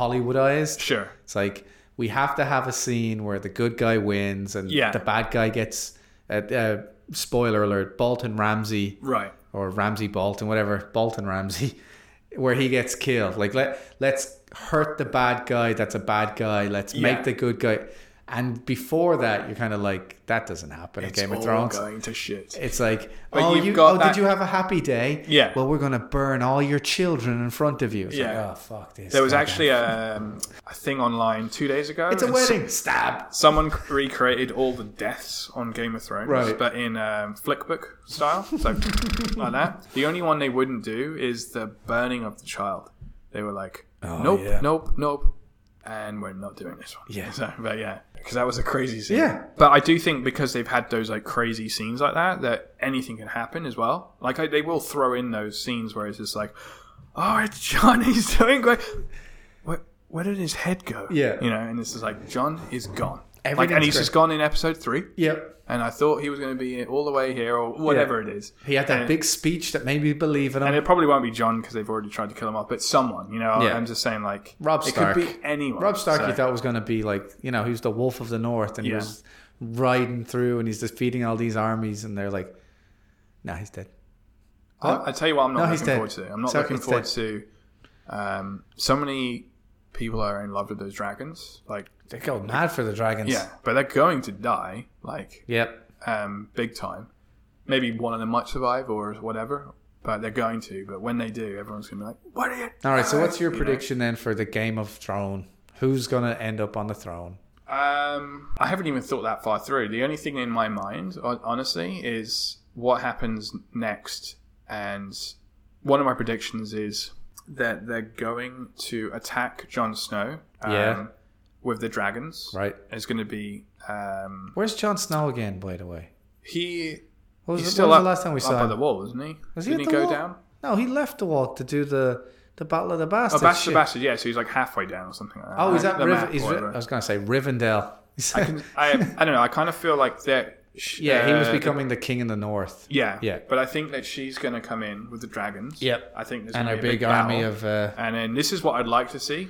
Speaker 2: Hollywoodized.
Speaker 1: sure.
Speaker 2: It's like we have to have a scene where the good guy wins and
Speaker 1: Yeah.
Speaker 2: the bad guy gets. Uh, uh, spoiler alert: Bolton Ramsey
Speaker 1: Right.
Speaker 2: or Ramsey Bolton, whatever Bolton Ramsey, <laughs> where he gets killed. Like let let's hurt the bad guy. That's a bad guy. Let's
Speaker 1: Yeah.
Speaker 2: make the good guy. And before that, you're kind of like that doesn't happen in Game
Speaker 1: it's
Speaker 2: of
Speaker 1: all
Speaker 2: Thrones.
Speaker 1: going to shit.
Speaker 2: It's like, oh,
Speaker 1: you've
Speaker 2: you,
Speaker 1: got
Speaker 2: oh
Speaker 1: that-
Speaker 2: did you have a happy day?
Speaker 1: Yeah.
Speaker 2: Well, we're gonna burn all your children in front of you. It's
Speaker 1: Yeah.
Speaker 2: Like, oh, fuck this.
Speaker 1: There was
Speaker 2: goddamn-
Speaker 1: actually um, a thing online two days ago.
Speaker 2: It's a
Speaker 1: and
Speaker 2: wedding. Stab.
Speaker 1: s- someone recreated all the deaths on Game of Thrones,
Speaker 2: Right.
Speaker 1: but in um, flickbook style,
Speaker 2: <laughs>
Speaker 1: so like that. The only one they wouldn't do is the burning of the child. They were like, nope,
Speaker 2: Oh, yeah.
Speaker 1: nope, nope, and we're not doing this one. <laughs>
Speaker 2: Yeah.
Speaker 1: So, but yeah, because that was a crazy scene.
Speaker 2: Yeah.
Speaker 1: But I do think because they've had those like crazy scenes like that, that anything can happen as well. Like I, they will throw in those scenes where it's just like, oh, it's John. <laughs> He's doing great. Where, where did his head go?
Speaker 2: Yeah.
Speaker 1: You know, and this is like, John is gone. Like,
Speaker 2: Everything's
Speaker 1: and he's
Speaker 2: great.
Speaker 1: just gone in episode three.
Speaker 2: Yep.
Speaker 1: And I thought he was going to be all the way here or whatever it is.
Speaker 2: He had that
Speaker 1: And-
Speaker 2: big speech that made me believe in him.
Speaker 1: And it probably won't be John because they've already tried to kill him off, but someone, you know,
Speaker 2: Yeah.
Speaker 1: I'm just saying, like,
Speaker 2: Robb
Speaker 1: it
Speaker 2: Stark.
Speaker 1: could be anyone.
Speaker 2: Rob Stark,
Speaker 1: So-
Speaker 2: you thought was going to be like, you know, he was the wolf of the north and he
Speaker 1: Yeah.
Speaker 2: was riding through and he's defeating all these armies and they're like, nah, he's dead.
Speaker 1: I, I tell you what, I'm not
Speaker 2: No, he's
Speaker 1: looking
Speaker 2: dead.
Speaker 1: forward to. I'm not
Speaker 2: Sorry,
Speaker 1: looking
Speaker 2: it's
Speaker 1: forward
Speaker 2: dead.
Speaker 1: to. Um, so many people are in love with those dragons, like
Speaker 2: They go mad for the dragons.
Speaker 1: yeah, but they're going to die, like
Speaker 2: Yep.
Speaker 1: um, big time. Maybe one of them might survive or whatever, but they're going to. But when they do, everyone's gonna be like, "What are you?"
Speaker 2: All right. So what's your
Speaker 1: You know?
Speaker 2: prediction then for the Game of Throne? Who's going to end up on the throne?
Speaker 1: Um, I haven't even thought that far through. The only thing in my mind, hon- honestly, is what happens next. And one of my predictions is that they're going to attack Jon Snow. um,
Speaker 2: Yeah.
Speaker 1: With the dragons,
Speaker 2: Right.
Speaker 1: It's going to be. Um,
Speaker 2: Where's Jon Snow again, by the way?
Speaker 1: he
Speaker 2: What was,
Speaker 1: he's
Speaker 2: it-
Speaker 1: still
Speaker 2: what was
Speaker 1: up,
Speaker 2: the last time we
Speaker 1: up
Speaker 2: saw
Speaker 1: by
Speaker 2: him?
Speaker 1: the wall, isn't he?
Speaker 2: Was he
Speaker 1: Didn't
Speaker 2: at
Speaker 1: he go
Speaker 2: the wall?
Speaker 1: down?
Speaker 2: No, he left the wall to do the, the Battle of the Bastards.
Speaker 1: Oh, Bastard,
Speaker 2: shit.
Speaker 1: Bastard, yeah. So he's like halfway down or something like that.
Speaker 2: Oh, is
Speaker 1: right?
Speaker 2: that
Speaker 1: The
Speaker 2: Riven?
Speaker 1: map or
Speaker 2: He's, Ri-
Speaker 1: whatever.
Speaker 2: I was going to say Rivendell. <laughs>
Speaker 1: I, I don't know. I kind of feel like that. sh-
Speaker 2: yeah, he was
Speaker 1: uh,
Speaker 2: becoming the king in the north.
Speaker 1: Yeah,
Speaker 2: Yeah.
Speaker 1: But I think that she's going to come in with the dragons.
Speaker 2: Yep.
Speaker 1: I think there's
Speaker 2: And a
Speaker 1: gonna
Speaker 2: big,
Speaker 1: be a big
Speaker 2: army
Speaker 1: battle.
Speaker 2: of. Uh,
Speaker 1: And then this is what I'd like to see.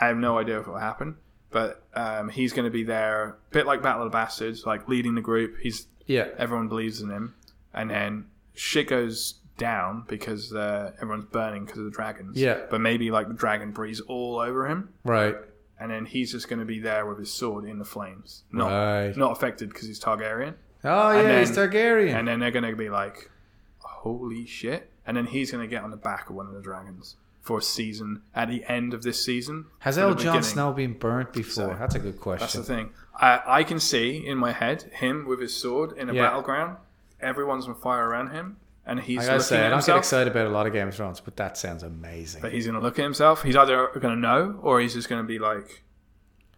Speaker 1: I have no idea if it will happen, but um, he's going to be there, a bit like Battle of the Bastards, like leading the group. He's
Speaker 2: yeah.
Speaker 1: everyone believes in him, and then shit goes down because uh, everyone's burning because of the dragons.
Speaker 2: Yeah.
Speaker 1: But maybe like the dragon breathes all over him,
Speaker 2: Right.
Speaker 1: and then he's just going to be there with his sword in the flames, not
Speaker 2: Right.
Speaker 1: not affected because he's Targaryen.
Speaker 2: Oh yeah,
Speaker 1: then-
Speaker 2: he's Targaryen.
Speaker 1: And then they're going to be like, holy shit. And then he's going to get on the back of one of the dragons for a season at the end of this season.
Speaker 2: Has
Speaker 1: for the
Speaker 2: old Jon
Speaker 1: beginning.
Speaker 2: Snow been burnt before?
Speaker 1: So,
Speaker 2: That's a good
Speaker 1: That's the
Speaker 2: question.
Speaker 1: thing. I, I can see in my head him with his sword in a
Speaker 2: Yeah.
Speaker 1: battleground. Everyone's on fire around him. And he's
Speaker 2: Like I
Speaker 1: looking
Speaker 2: say, I
Speaker 1: at
Speaker 2: don't get
Speaker 1: himself.
Speaker 2: excited about a lot of Game of Thrones, but that sounds amazing.
Speaker 1: But he's going to look at himself. He's either going to know or he's just going to be like,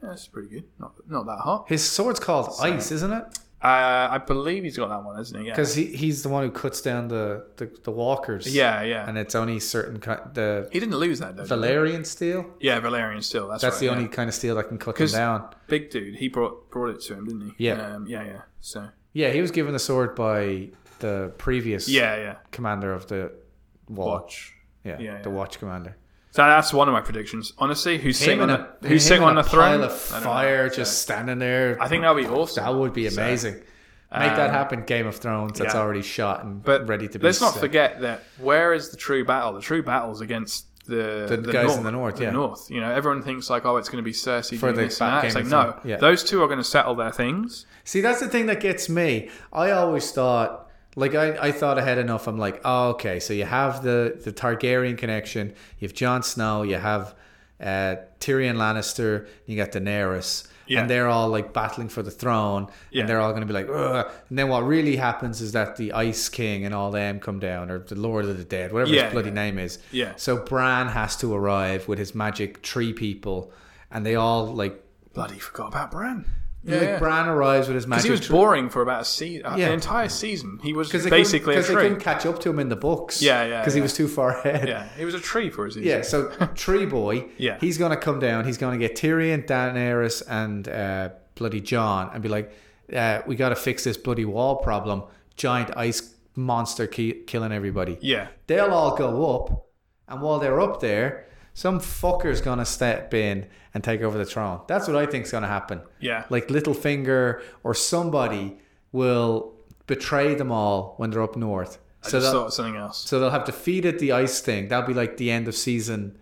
Speaker 1: "Yeah, that's pretty good. Not, not that hot.
Speaker 2: His sword's called Ice, isn't it?
Speaker 1: Uh, I believe he's got that one, isn't he? Yeah.
Speaker 2: Because he, he's the one who cuts down the, the, the walkers.
Speaker 1: Yeah, yeah.
Speaker 2: And it's only certain kind the
Speaker 1: he didn't lose that, though. did he?
Speaker 2: Valerian steel.
Speaker 1: Yeah, Valerian still. That's,
Speaker 2: That's
Speaker 1: right,
Speaker 2: the
Speaker 1: yeah.
Speaker 2: only kind of steel that can cut them
Speaker 1: 'Cause-
Speaker 2: down.
Speaker 1: big dude. He brought brought it to him, didn't he?
Speaker 2: Yeah.
Speaker 1: um, yeah, yeah. So
Speaker 2: Yeah, he was given the sword by the previous
Speaker 1: yeah, yeah.
Speaker 2: commander of the watch.
Speaker 1: Watch.
Speaker 2: Yeah,
Speaker 1: Yeah,
Speaker 2: the
Speaker 1: yeah.
Speaker 2: watch commander.
Speaker 1: So that's one of my predictions. Honestly, who's sitting
Speaker 2: Him
Speaker 1: on
Speaker 2: and
Speaker 1: the
Speaker 2: a-
Speaker 1: who's
Speaker 2: him
Speaker 1: sitting
Speaker 2: and
Speaker 1: on
Speaker 2: a
Speaker 1: the throne?
Speaker 2: Pile of
Speaker 1: I don't know.
Speaker 2: fire, just standing there.
Speaker 1: I think that would be awesome.
Speaker 2: That would be
Speaker 1: So,
Speaker 2: amazing. Make that
Speaker 1: um,
Speaker 2: happen, Game of Thrones. That's
Speaker 1: yeah.
Speaker 2: already shot and
Speaker 1: but
Speaker 2: ready to be.
Speaker 1: Let's not
Speaker 2: set.
Speaker 1: forget that where is the true battle? The true battle's against the,
Speaker 2: The guys in the north, yeah.
Speaker 1: north. You know, everyone thinks like, oh, it's going to be Cersei
Speaker 2: For
Speaker 1: doing
Speaker 2: the
Speaker 1: this and that.
Speaker 2: Game
Speaker 1: It's
Speaker 2: of
Speaker 1: like, no,
Speaker 2: Thrones, yeah.
Speaker 1: those two are going to settle their things.
Speaker 2: See, that's the thing that gets me. I always thought, like, I, I thought ahead enough. I'm like, oh, okay, so you have the the Targaryen connection. You have Jon Snow. You have uh, Tyrion Lannister, you got Daenerys,
Speaker 1: Yeah.
Speaker 2: and they're all like battling for the throne,
Speaker 1: Yeah.
Speaker 2: and they're all going to be like, Ugh. and then what really happens is that the Ice King and all them come down, or the Lord of the Dead, whatever
Speaker 1: Yeah,
Speaker 2: his bloody
Speaker 1: yeah.
Speaker 2: name is.
Speaker 1: Yeah.
Speaker 2: So Bran has to arrive with his magic tree people, and they all like.
Speaker 1: Bloody forgot about Bran.
Speaker 2: like
Speaker 1: Yeah,
Speaker 2: Bran arrives with his
Speaker 1: because
Speaker 2: magic.
Speaker 1: he was
Speaker 2: tree-
Speaker 1: boring for about a se- uh,
Speaker 2: Yeah.
Speaker 1: an entire season. He was
Speaker 2: Because they
Speaker 1: basically a
Speaker 2: because they
Speaker 1: tree.
Speaker 2: couldn't catch up to him in the books.
Speaker 1: Yeah, yeah,
Speaker 2: Because he
Speaker 1: yeah.
Speaker 2: was too far ahead.
Speaker 1: Yeah, he was a tree for a season.
Speaker 2: <laughs> Yeah, so Tree Boy,
Speaker 1: Yeah.
Speaker 2: he's gonna come down. He's gonna get Tyrion, Daenerys, and uh, bloody John, and be like, uh, "We gotta fix this bloody wall problem. Giant ice monster ki- killing everybody."
Speaker 1: yeah,
Speaker 2: They'll all go up, and while they're up there, some fucker's gonna step in and take over the throne. That's what I think's gonna happen.
Speaker 1: Yeah.
Speaker 2: like Littlefinger or somebody will betray them all when they're up north.
Speaker 1: I
Speaker 2: So
Speaker 1: just
Speaker 2: they'll-
Speaker 1: thought of something else.
Speaker 2: so they'll have defeated the ice thing. That'll be like the end of season,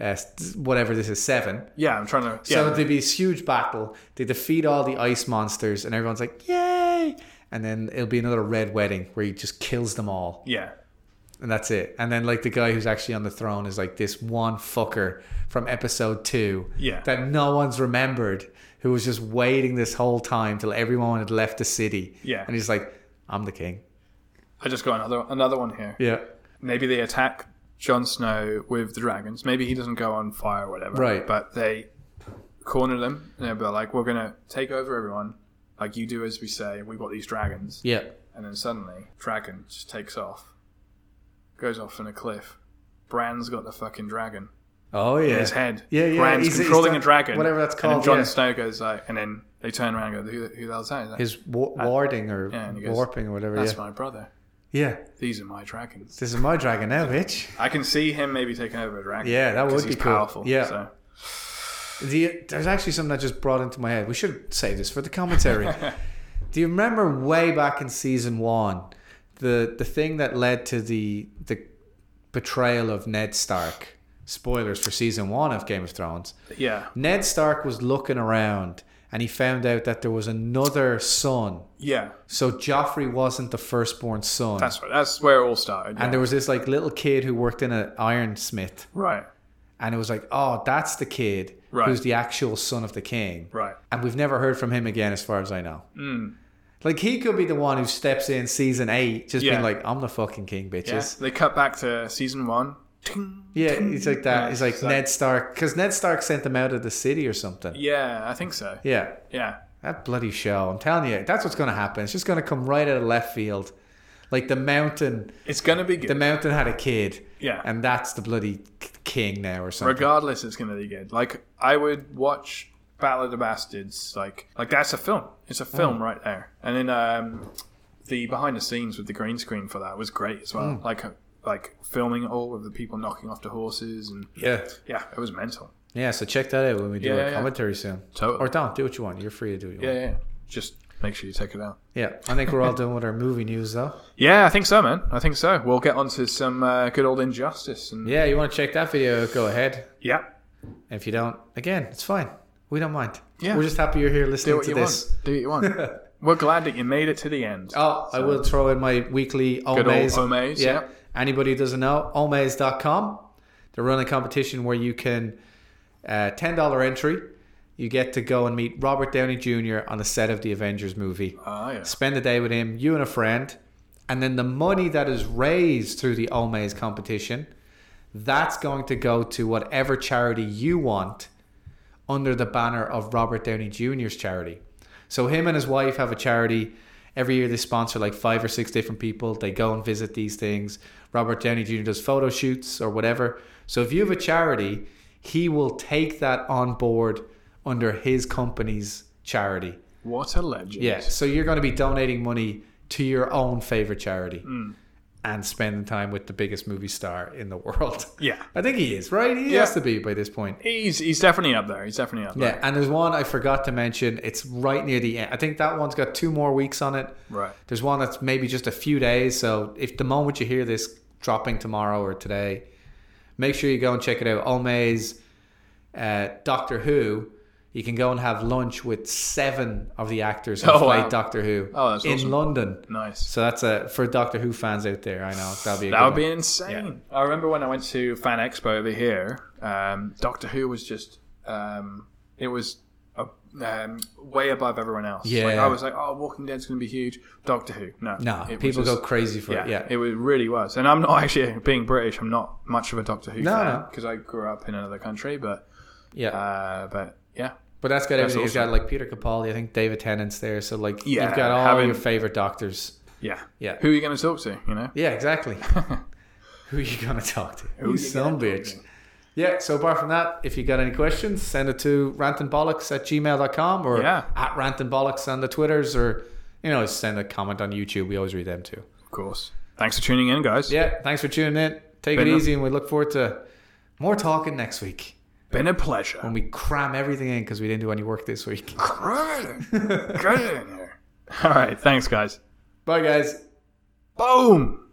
Speaker 2: uh, whatever this is, seven.
Speaker 1: Yeah, I'm trying to.
Speaker 2: So
Speaker 1: Yeah,
Speaker 2: there'll be this huge battle. They defeat all the ice monsters, and everyone's like, yay! And then it'll be another red wedding where he just kills them all,
Speaker 1: yeah,
Speaker 2: and that's it. And then like the guy who's actually on the throne is like this one fucker from episode two,
Speaker 1: Yeah.
Speaker 2: that no one's remembered, who was just waiting this whole time till everyone had left the city,
Speaker 1: Yeah.
Speaker 2: And he's like, I'm the king,
Speaker 1: I just got another another one here.
Speaker 2: yeah.
Speaker 1: Maybe they attack Jon Snow with the dragons. Maybe he doesn't go on fire or whatever.
Speaker 2: Right.
Speaker 1: But they corner them and they'll be like, "We're gonna take over everyone, like you do as we say. We've got these dragons."
Speaker 2: Yeah,
Speaker 1: And then suddenly, dragon just takes off, goes off in a cliff. Bran's got the fucking dragon.
Speaker 2: oh yeah,
Speaker 1: his head.
Speaker 2: Yeah, yeah.
Speaker 1: Bran's
Speaker 2: he's- he's
Speaker 1: controlling
Speaker 2: done-
Speaker 1: a dragon.
Speaker 2: Whatever that's
Speaker 1: And then
Speaker 2: called.
Speaker 1: Jon
Speaker 2: yeah.
Speaker 1: Snow goes like, and then they turn around and go, "Who, who the hell's that?" He's like,
Speaker 2: His wa- warding or
Speaker 1: Yeah, and he goes,
Speaker 2: warping or whatever.
Speaker 1: That's
Speaker 2: Yeah.
Speaker 1: my brother.
Speaker 2: yeah.
Speaker 1: These are my dragons.
Speaker 2: <laughs> This is my dragon now, bitch.
Speaker 1: I can see him maybe taking over a dragon.
Speaker 2: Yeah, that
Speaker 1: 'cause
Speaker 2: would
Speaker 1: he's
Speaker 2: be cool.
Speaker 1: powerful.
Speaker 2: Yeah.
Speaker 1: so.
Speaker 2: The, there's actually something that just brought into my head. We should save this for
Speaker 1: <laughs>
Speaker 2: the commentary. Do you remember way back in season one, the the thing that led to the the betrayal of Ned Stark? Spoilers for season one of Game of Thrones.
Speaker 1: yeah,
Speaker 2: Ned Stark was looking around and he found out that there was another son.
Speaker 1: yeah.
Speaker 2: So Joffrey wasn't the firstborn son.
Speaker 1: That's right. That's where it all started. yeah.
Speaker 2: And there was this like little kid who worked in an ironsmith,
Speaker 1: right,
Speaker 2: and it was like, oh, that's the kid
Speaker 1: Right.
Speaker 2: who's the actual son of the king.
Speaker 1: right.
Speaker 2: And we've never heard from him again, as far as I know.
Speaker 1: Hmm.
Speaker 2: Like he could be the one who steps in season eight, just
Speaker 1: Yeah.
Speaker 2: being like, I'm the fucking king,
Speaker 1: Yeah.
Speaker 2: bitches.
Speaker 1: They cut back to season one. Ting.
Speaker 2: Yeah, he's like that.
Speaker 1: Yeah,
Speaker 2: he's like
Speaker 1: so-
Speaker 2: Ned Stark, because Ned Stark sent them out of the city or something. Yeah.
Speaker 1: Yeah, I think so. Yeah,
Speaker 2: that bloody show. I'm telling you, that's what's going to happen. It's just going to come right out of left field. Like the mountain,
Speaker 1: it's gonna be
Speaker 2: the
Speaker 1: good.
Speaker 2: mountain had a kid,
Speaker 1: yeah,
Speaker 2: and that's the bloody k- king now or something.
Speaker 1: regardless, it's gonna be good. Like I would watch Battle of the Bastards. Like like that's a film. It's a
Speaker 2: Mm.
Speaker 1: film right there. And then um, the behind the scenes with the green screen for that was great as
Speaker 2: Mm.
Speaker 1: well. Like uh, like filming all with the people knocking off the horses and
Speaker 2: yeah.
Speaker 1: yeah, it was mental.
Speaker 2: Yeah, so check that out when we do
Speaker 1: Yeah,
Speaker 2: our
Speaker 1: yeah, yeah.
Speaker 2: commentary soon.
Speaker 1: Totally.
Speaker 2: Or don't, do what you want. You're free to do what you
Speaker 1: Yeah,
Speaker 2: want.
Speaker 1: yeah. Just make sure you check it out.
Speaker 2: Yeah, I think we're all done with our movie news, though.
Speaker 1: Yeah, I think so, man. I think so. We'll get onto some uh, good old injustice and
Speaker 2: Yeah, you want to check that video, go ahead.
Speaker 1: yeah.
Speaker 2: If you don't, again, it's fine. We don't mind.
Speaker 1: Yeah.
Speaker 2: We're just happy you're here
Speaker 1: Do
Speaker 2: listening
Speaker 1: what
Speaker 2: to
Speaker 1: you
Speaker 2: this.
Speaker 1: want. Do what you want.
Speaker 2: <laughs>
Speaker 1: We're glad that you made it to the end.
Speaker 2: Oh, I will throw in my weekly
Speaker 1: old
Speaker 2: Omaze.
Speaker 1: Omaze, yeah.
Speaker 2: Anybody who doesn't know, omaze.com. They run a competition where you can, uh, $10 entry, you get to go and meet Robert Downey Jr. on the set of the Avengers movie.
Speaker 1: Ah, yeah.
Speaker 2: spend the day with him, you and a friend, and then the money that is raised through the Omaze competition, that's going to go to whatever charity you want under the banner of Robert Downey Jr.'s charity. So him and his wife have a charity. Every year they sponsor like five or six different people. They go and visit these things. Robert Downey Jr. does photo shoots or whatever. So if you have a charity, he will take that on board under his company's charity.
Speaker 1: What a legend.
Speaker 2: Yeah, so you're going to be donating money to your own favorite charity
Speaker 1: Mm.
Speaker 2: and spending time with the biggest movie star in the <laughs> world.
Speaker 1: Yeah.
Speaker 2: I think he is, right? He
Speaker 1: Yeah.
Speaker 2: has to be by this point.
Speaker 1: He's he's definitely up there. He's definitely up there.
Speaker 2: Yeah, and there's one I forgot to mention. It's right near the end. I think that one's got two more weeks on it.
Speaker 1: Right.
Speaker 2: There's one that's maybe just a few days. So if the moment you hear this dropping tomorrow or today, make sure you go and check it out. Omaze, uh, Doctor Who. You can go and have lunch with seven of the actors who
Speaker 1: Oh,
Speaker 2: played
Speaker 1: wow.
Speaker 2: Doctor Who
Speaker 1: Oh, that's
Speaker 2: in
Speaker 1: awesome.
Speaker 2: London.
Speaker 1: Nice.
Speaker 2: So that's a for Doctor Who fans out there. I know that'll be a
Speaker 1: That
Speaker 2: good
Speaker 1: would
Speaker 2: one.
Speaker 1: be insane. I remember when I went to Fan Expo over here, Um, Doctor Who was just um, it was uh, um, way above everyone else. like,
Speaker 2: Yeah.
Speaker 1: I was like, oh, Walking Dead's going to be huge. Doctor Who, no,
Speaker 2: No,
Speaker 1: It was
Speaker 2: people
Speaker 1: just-
Speaker 2: go crazy for
Speaker 1: yeah,
Speaker 2: it. Yeah.
Speaker 1: it was, really was. And I'm not <laughs> actually being British. I'm not much of a Doctor Who
Speaker 2: No,
Speaker 1: fan
Speaker 2: no.
Speaker 1: because I grew up in another country. But
Speaker 2: yeah.
Speaker 1: uh, but yeah,
Speaker 2: But that's got everything. You've got
Speaker 1: awesome.
Speaker 2: like Peter Capaldi, I think David Tennant's there. So like
Speaker 1: Yeah,
Speaker 2: you've got all
Speaker 1: having-
Speaker 2: your favorite doctors.
Speaker 1: yeah,
Speaker 2: Yeah.
Speaker 1: Who are you going to talk to? You know, <laughs>
Speaker 2: Yeah, exactly. Who are you gonna talk to?
Speaker 1: you
Speaker 2: You some
Speaker 1: gonna talk
Speaker 2: bitch. Yeah, so apart from that, if you got any questions, send it to rantandbollocks at gmail.com or
Speaker 1: Yeah.
Speaker 2: at rantandbollocks on the Twitters or you know, send a comment on YouTube. We always read them too.
Speaker 1: of course. Thanks for tuning in, guys.
Speaker 2: Yeah, thanks for tuning in. Take
Speaker 1: Been
Speaker 2: it
Speaker 1: a-
Speaker 2: easy and we look forward to more talking next week
Speaker 1: Been a pleasure.
Speaker 2: when we cram everything in because we didn't do any work this week. <laughs>
Speaker 1: Get in here. All right. Thanks, guys.
Speaker 2: Bye guys.
Speaker 1: Boom.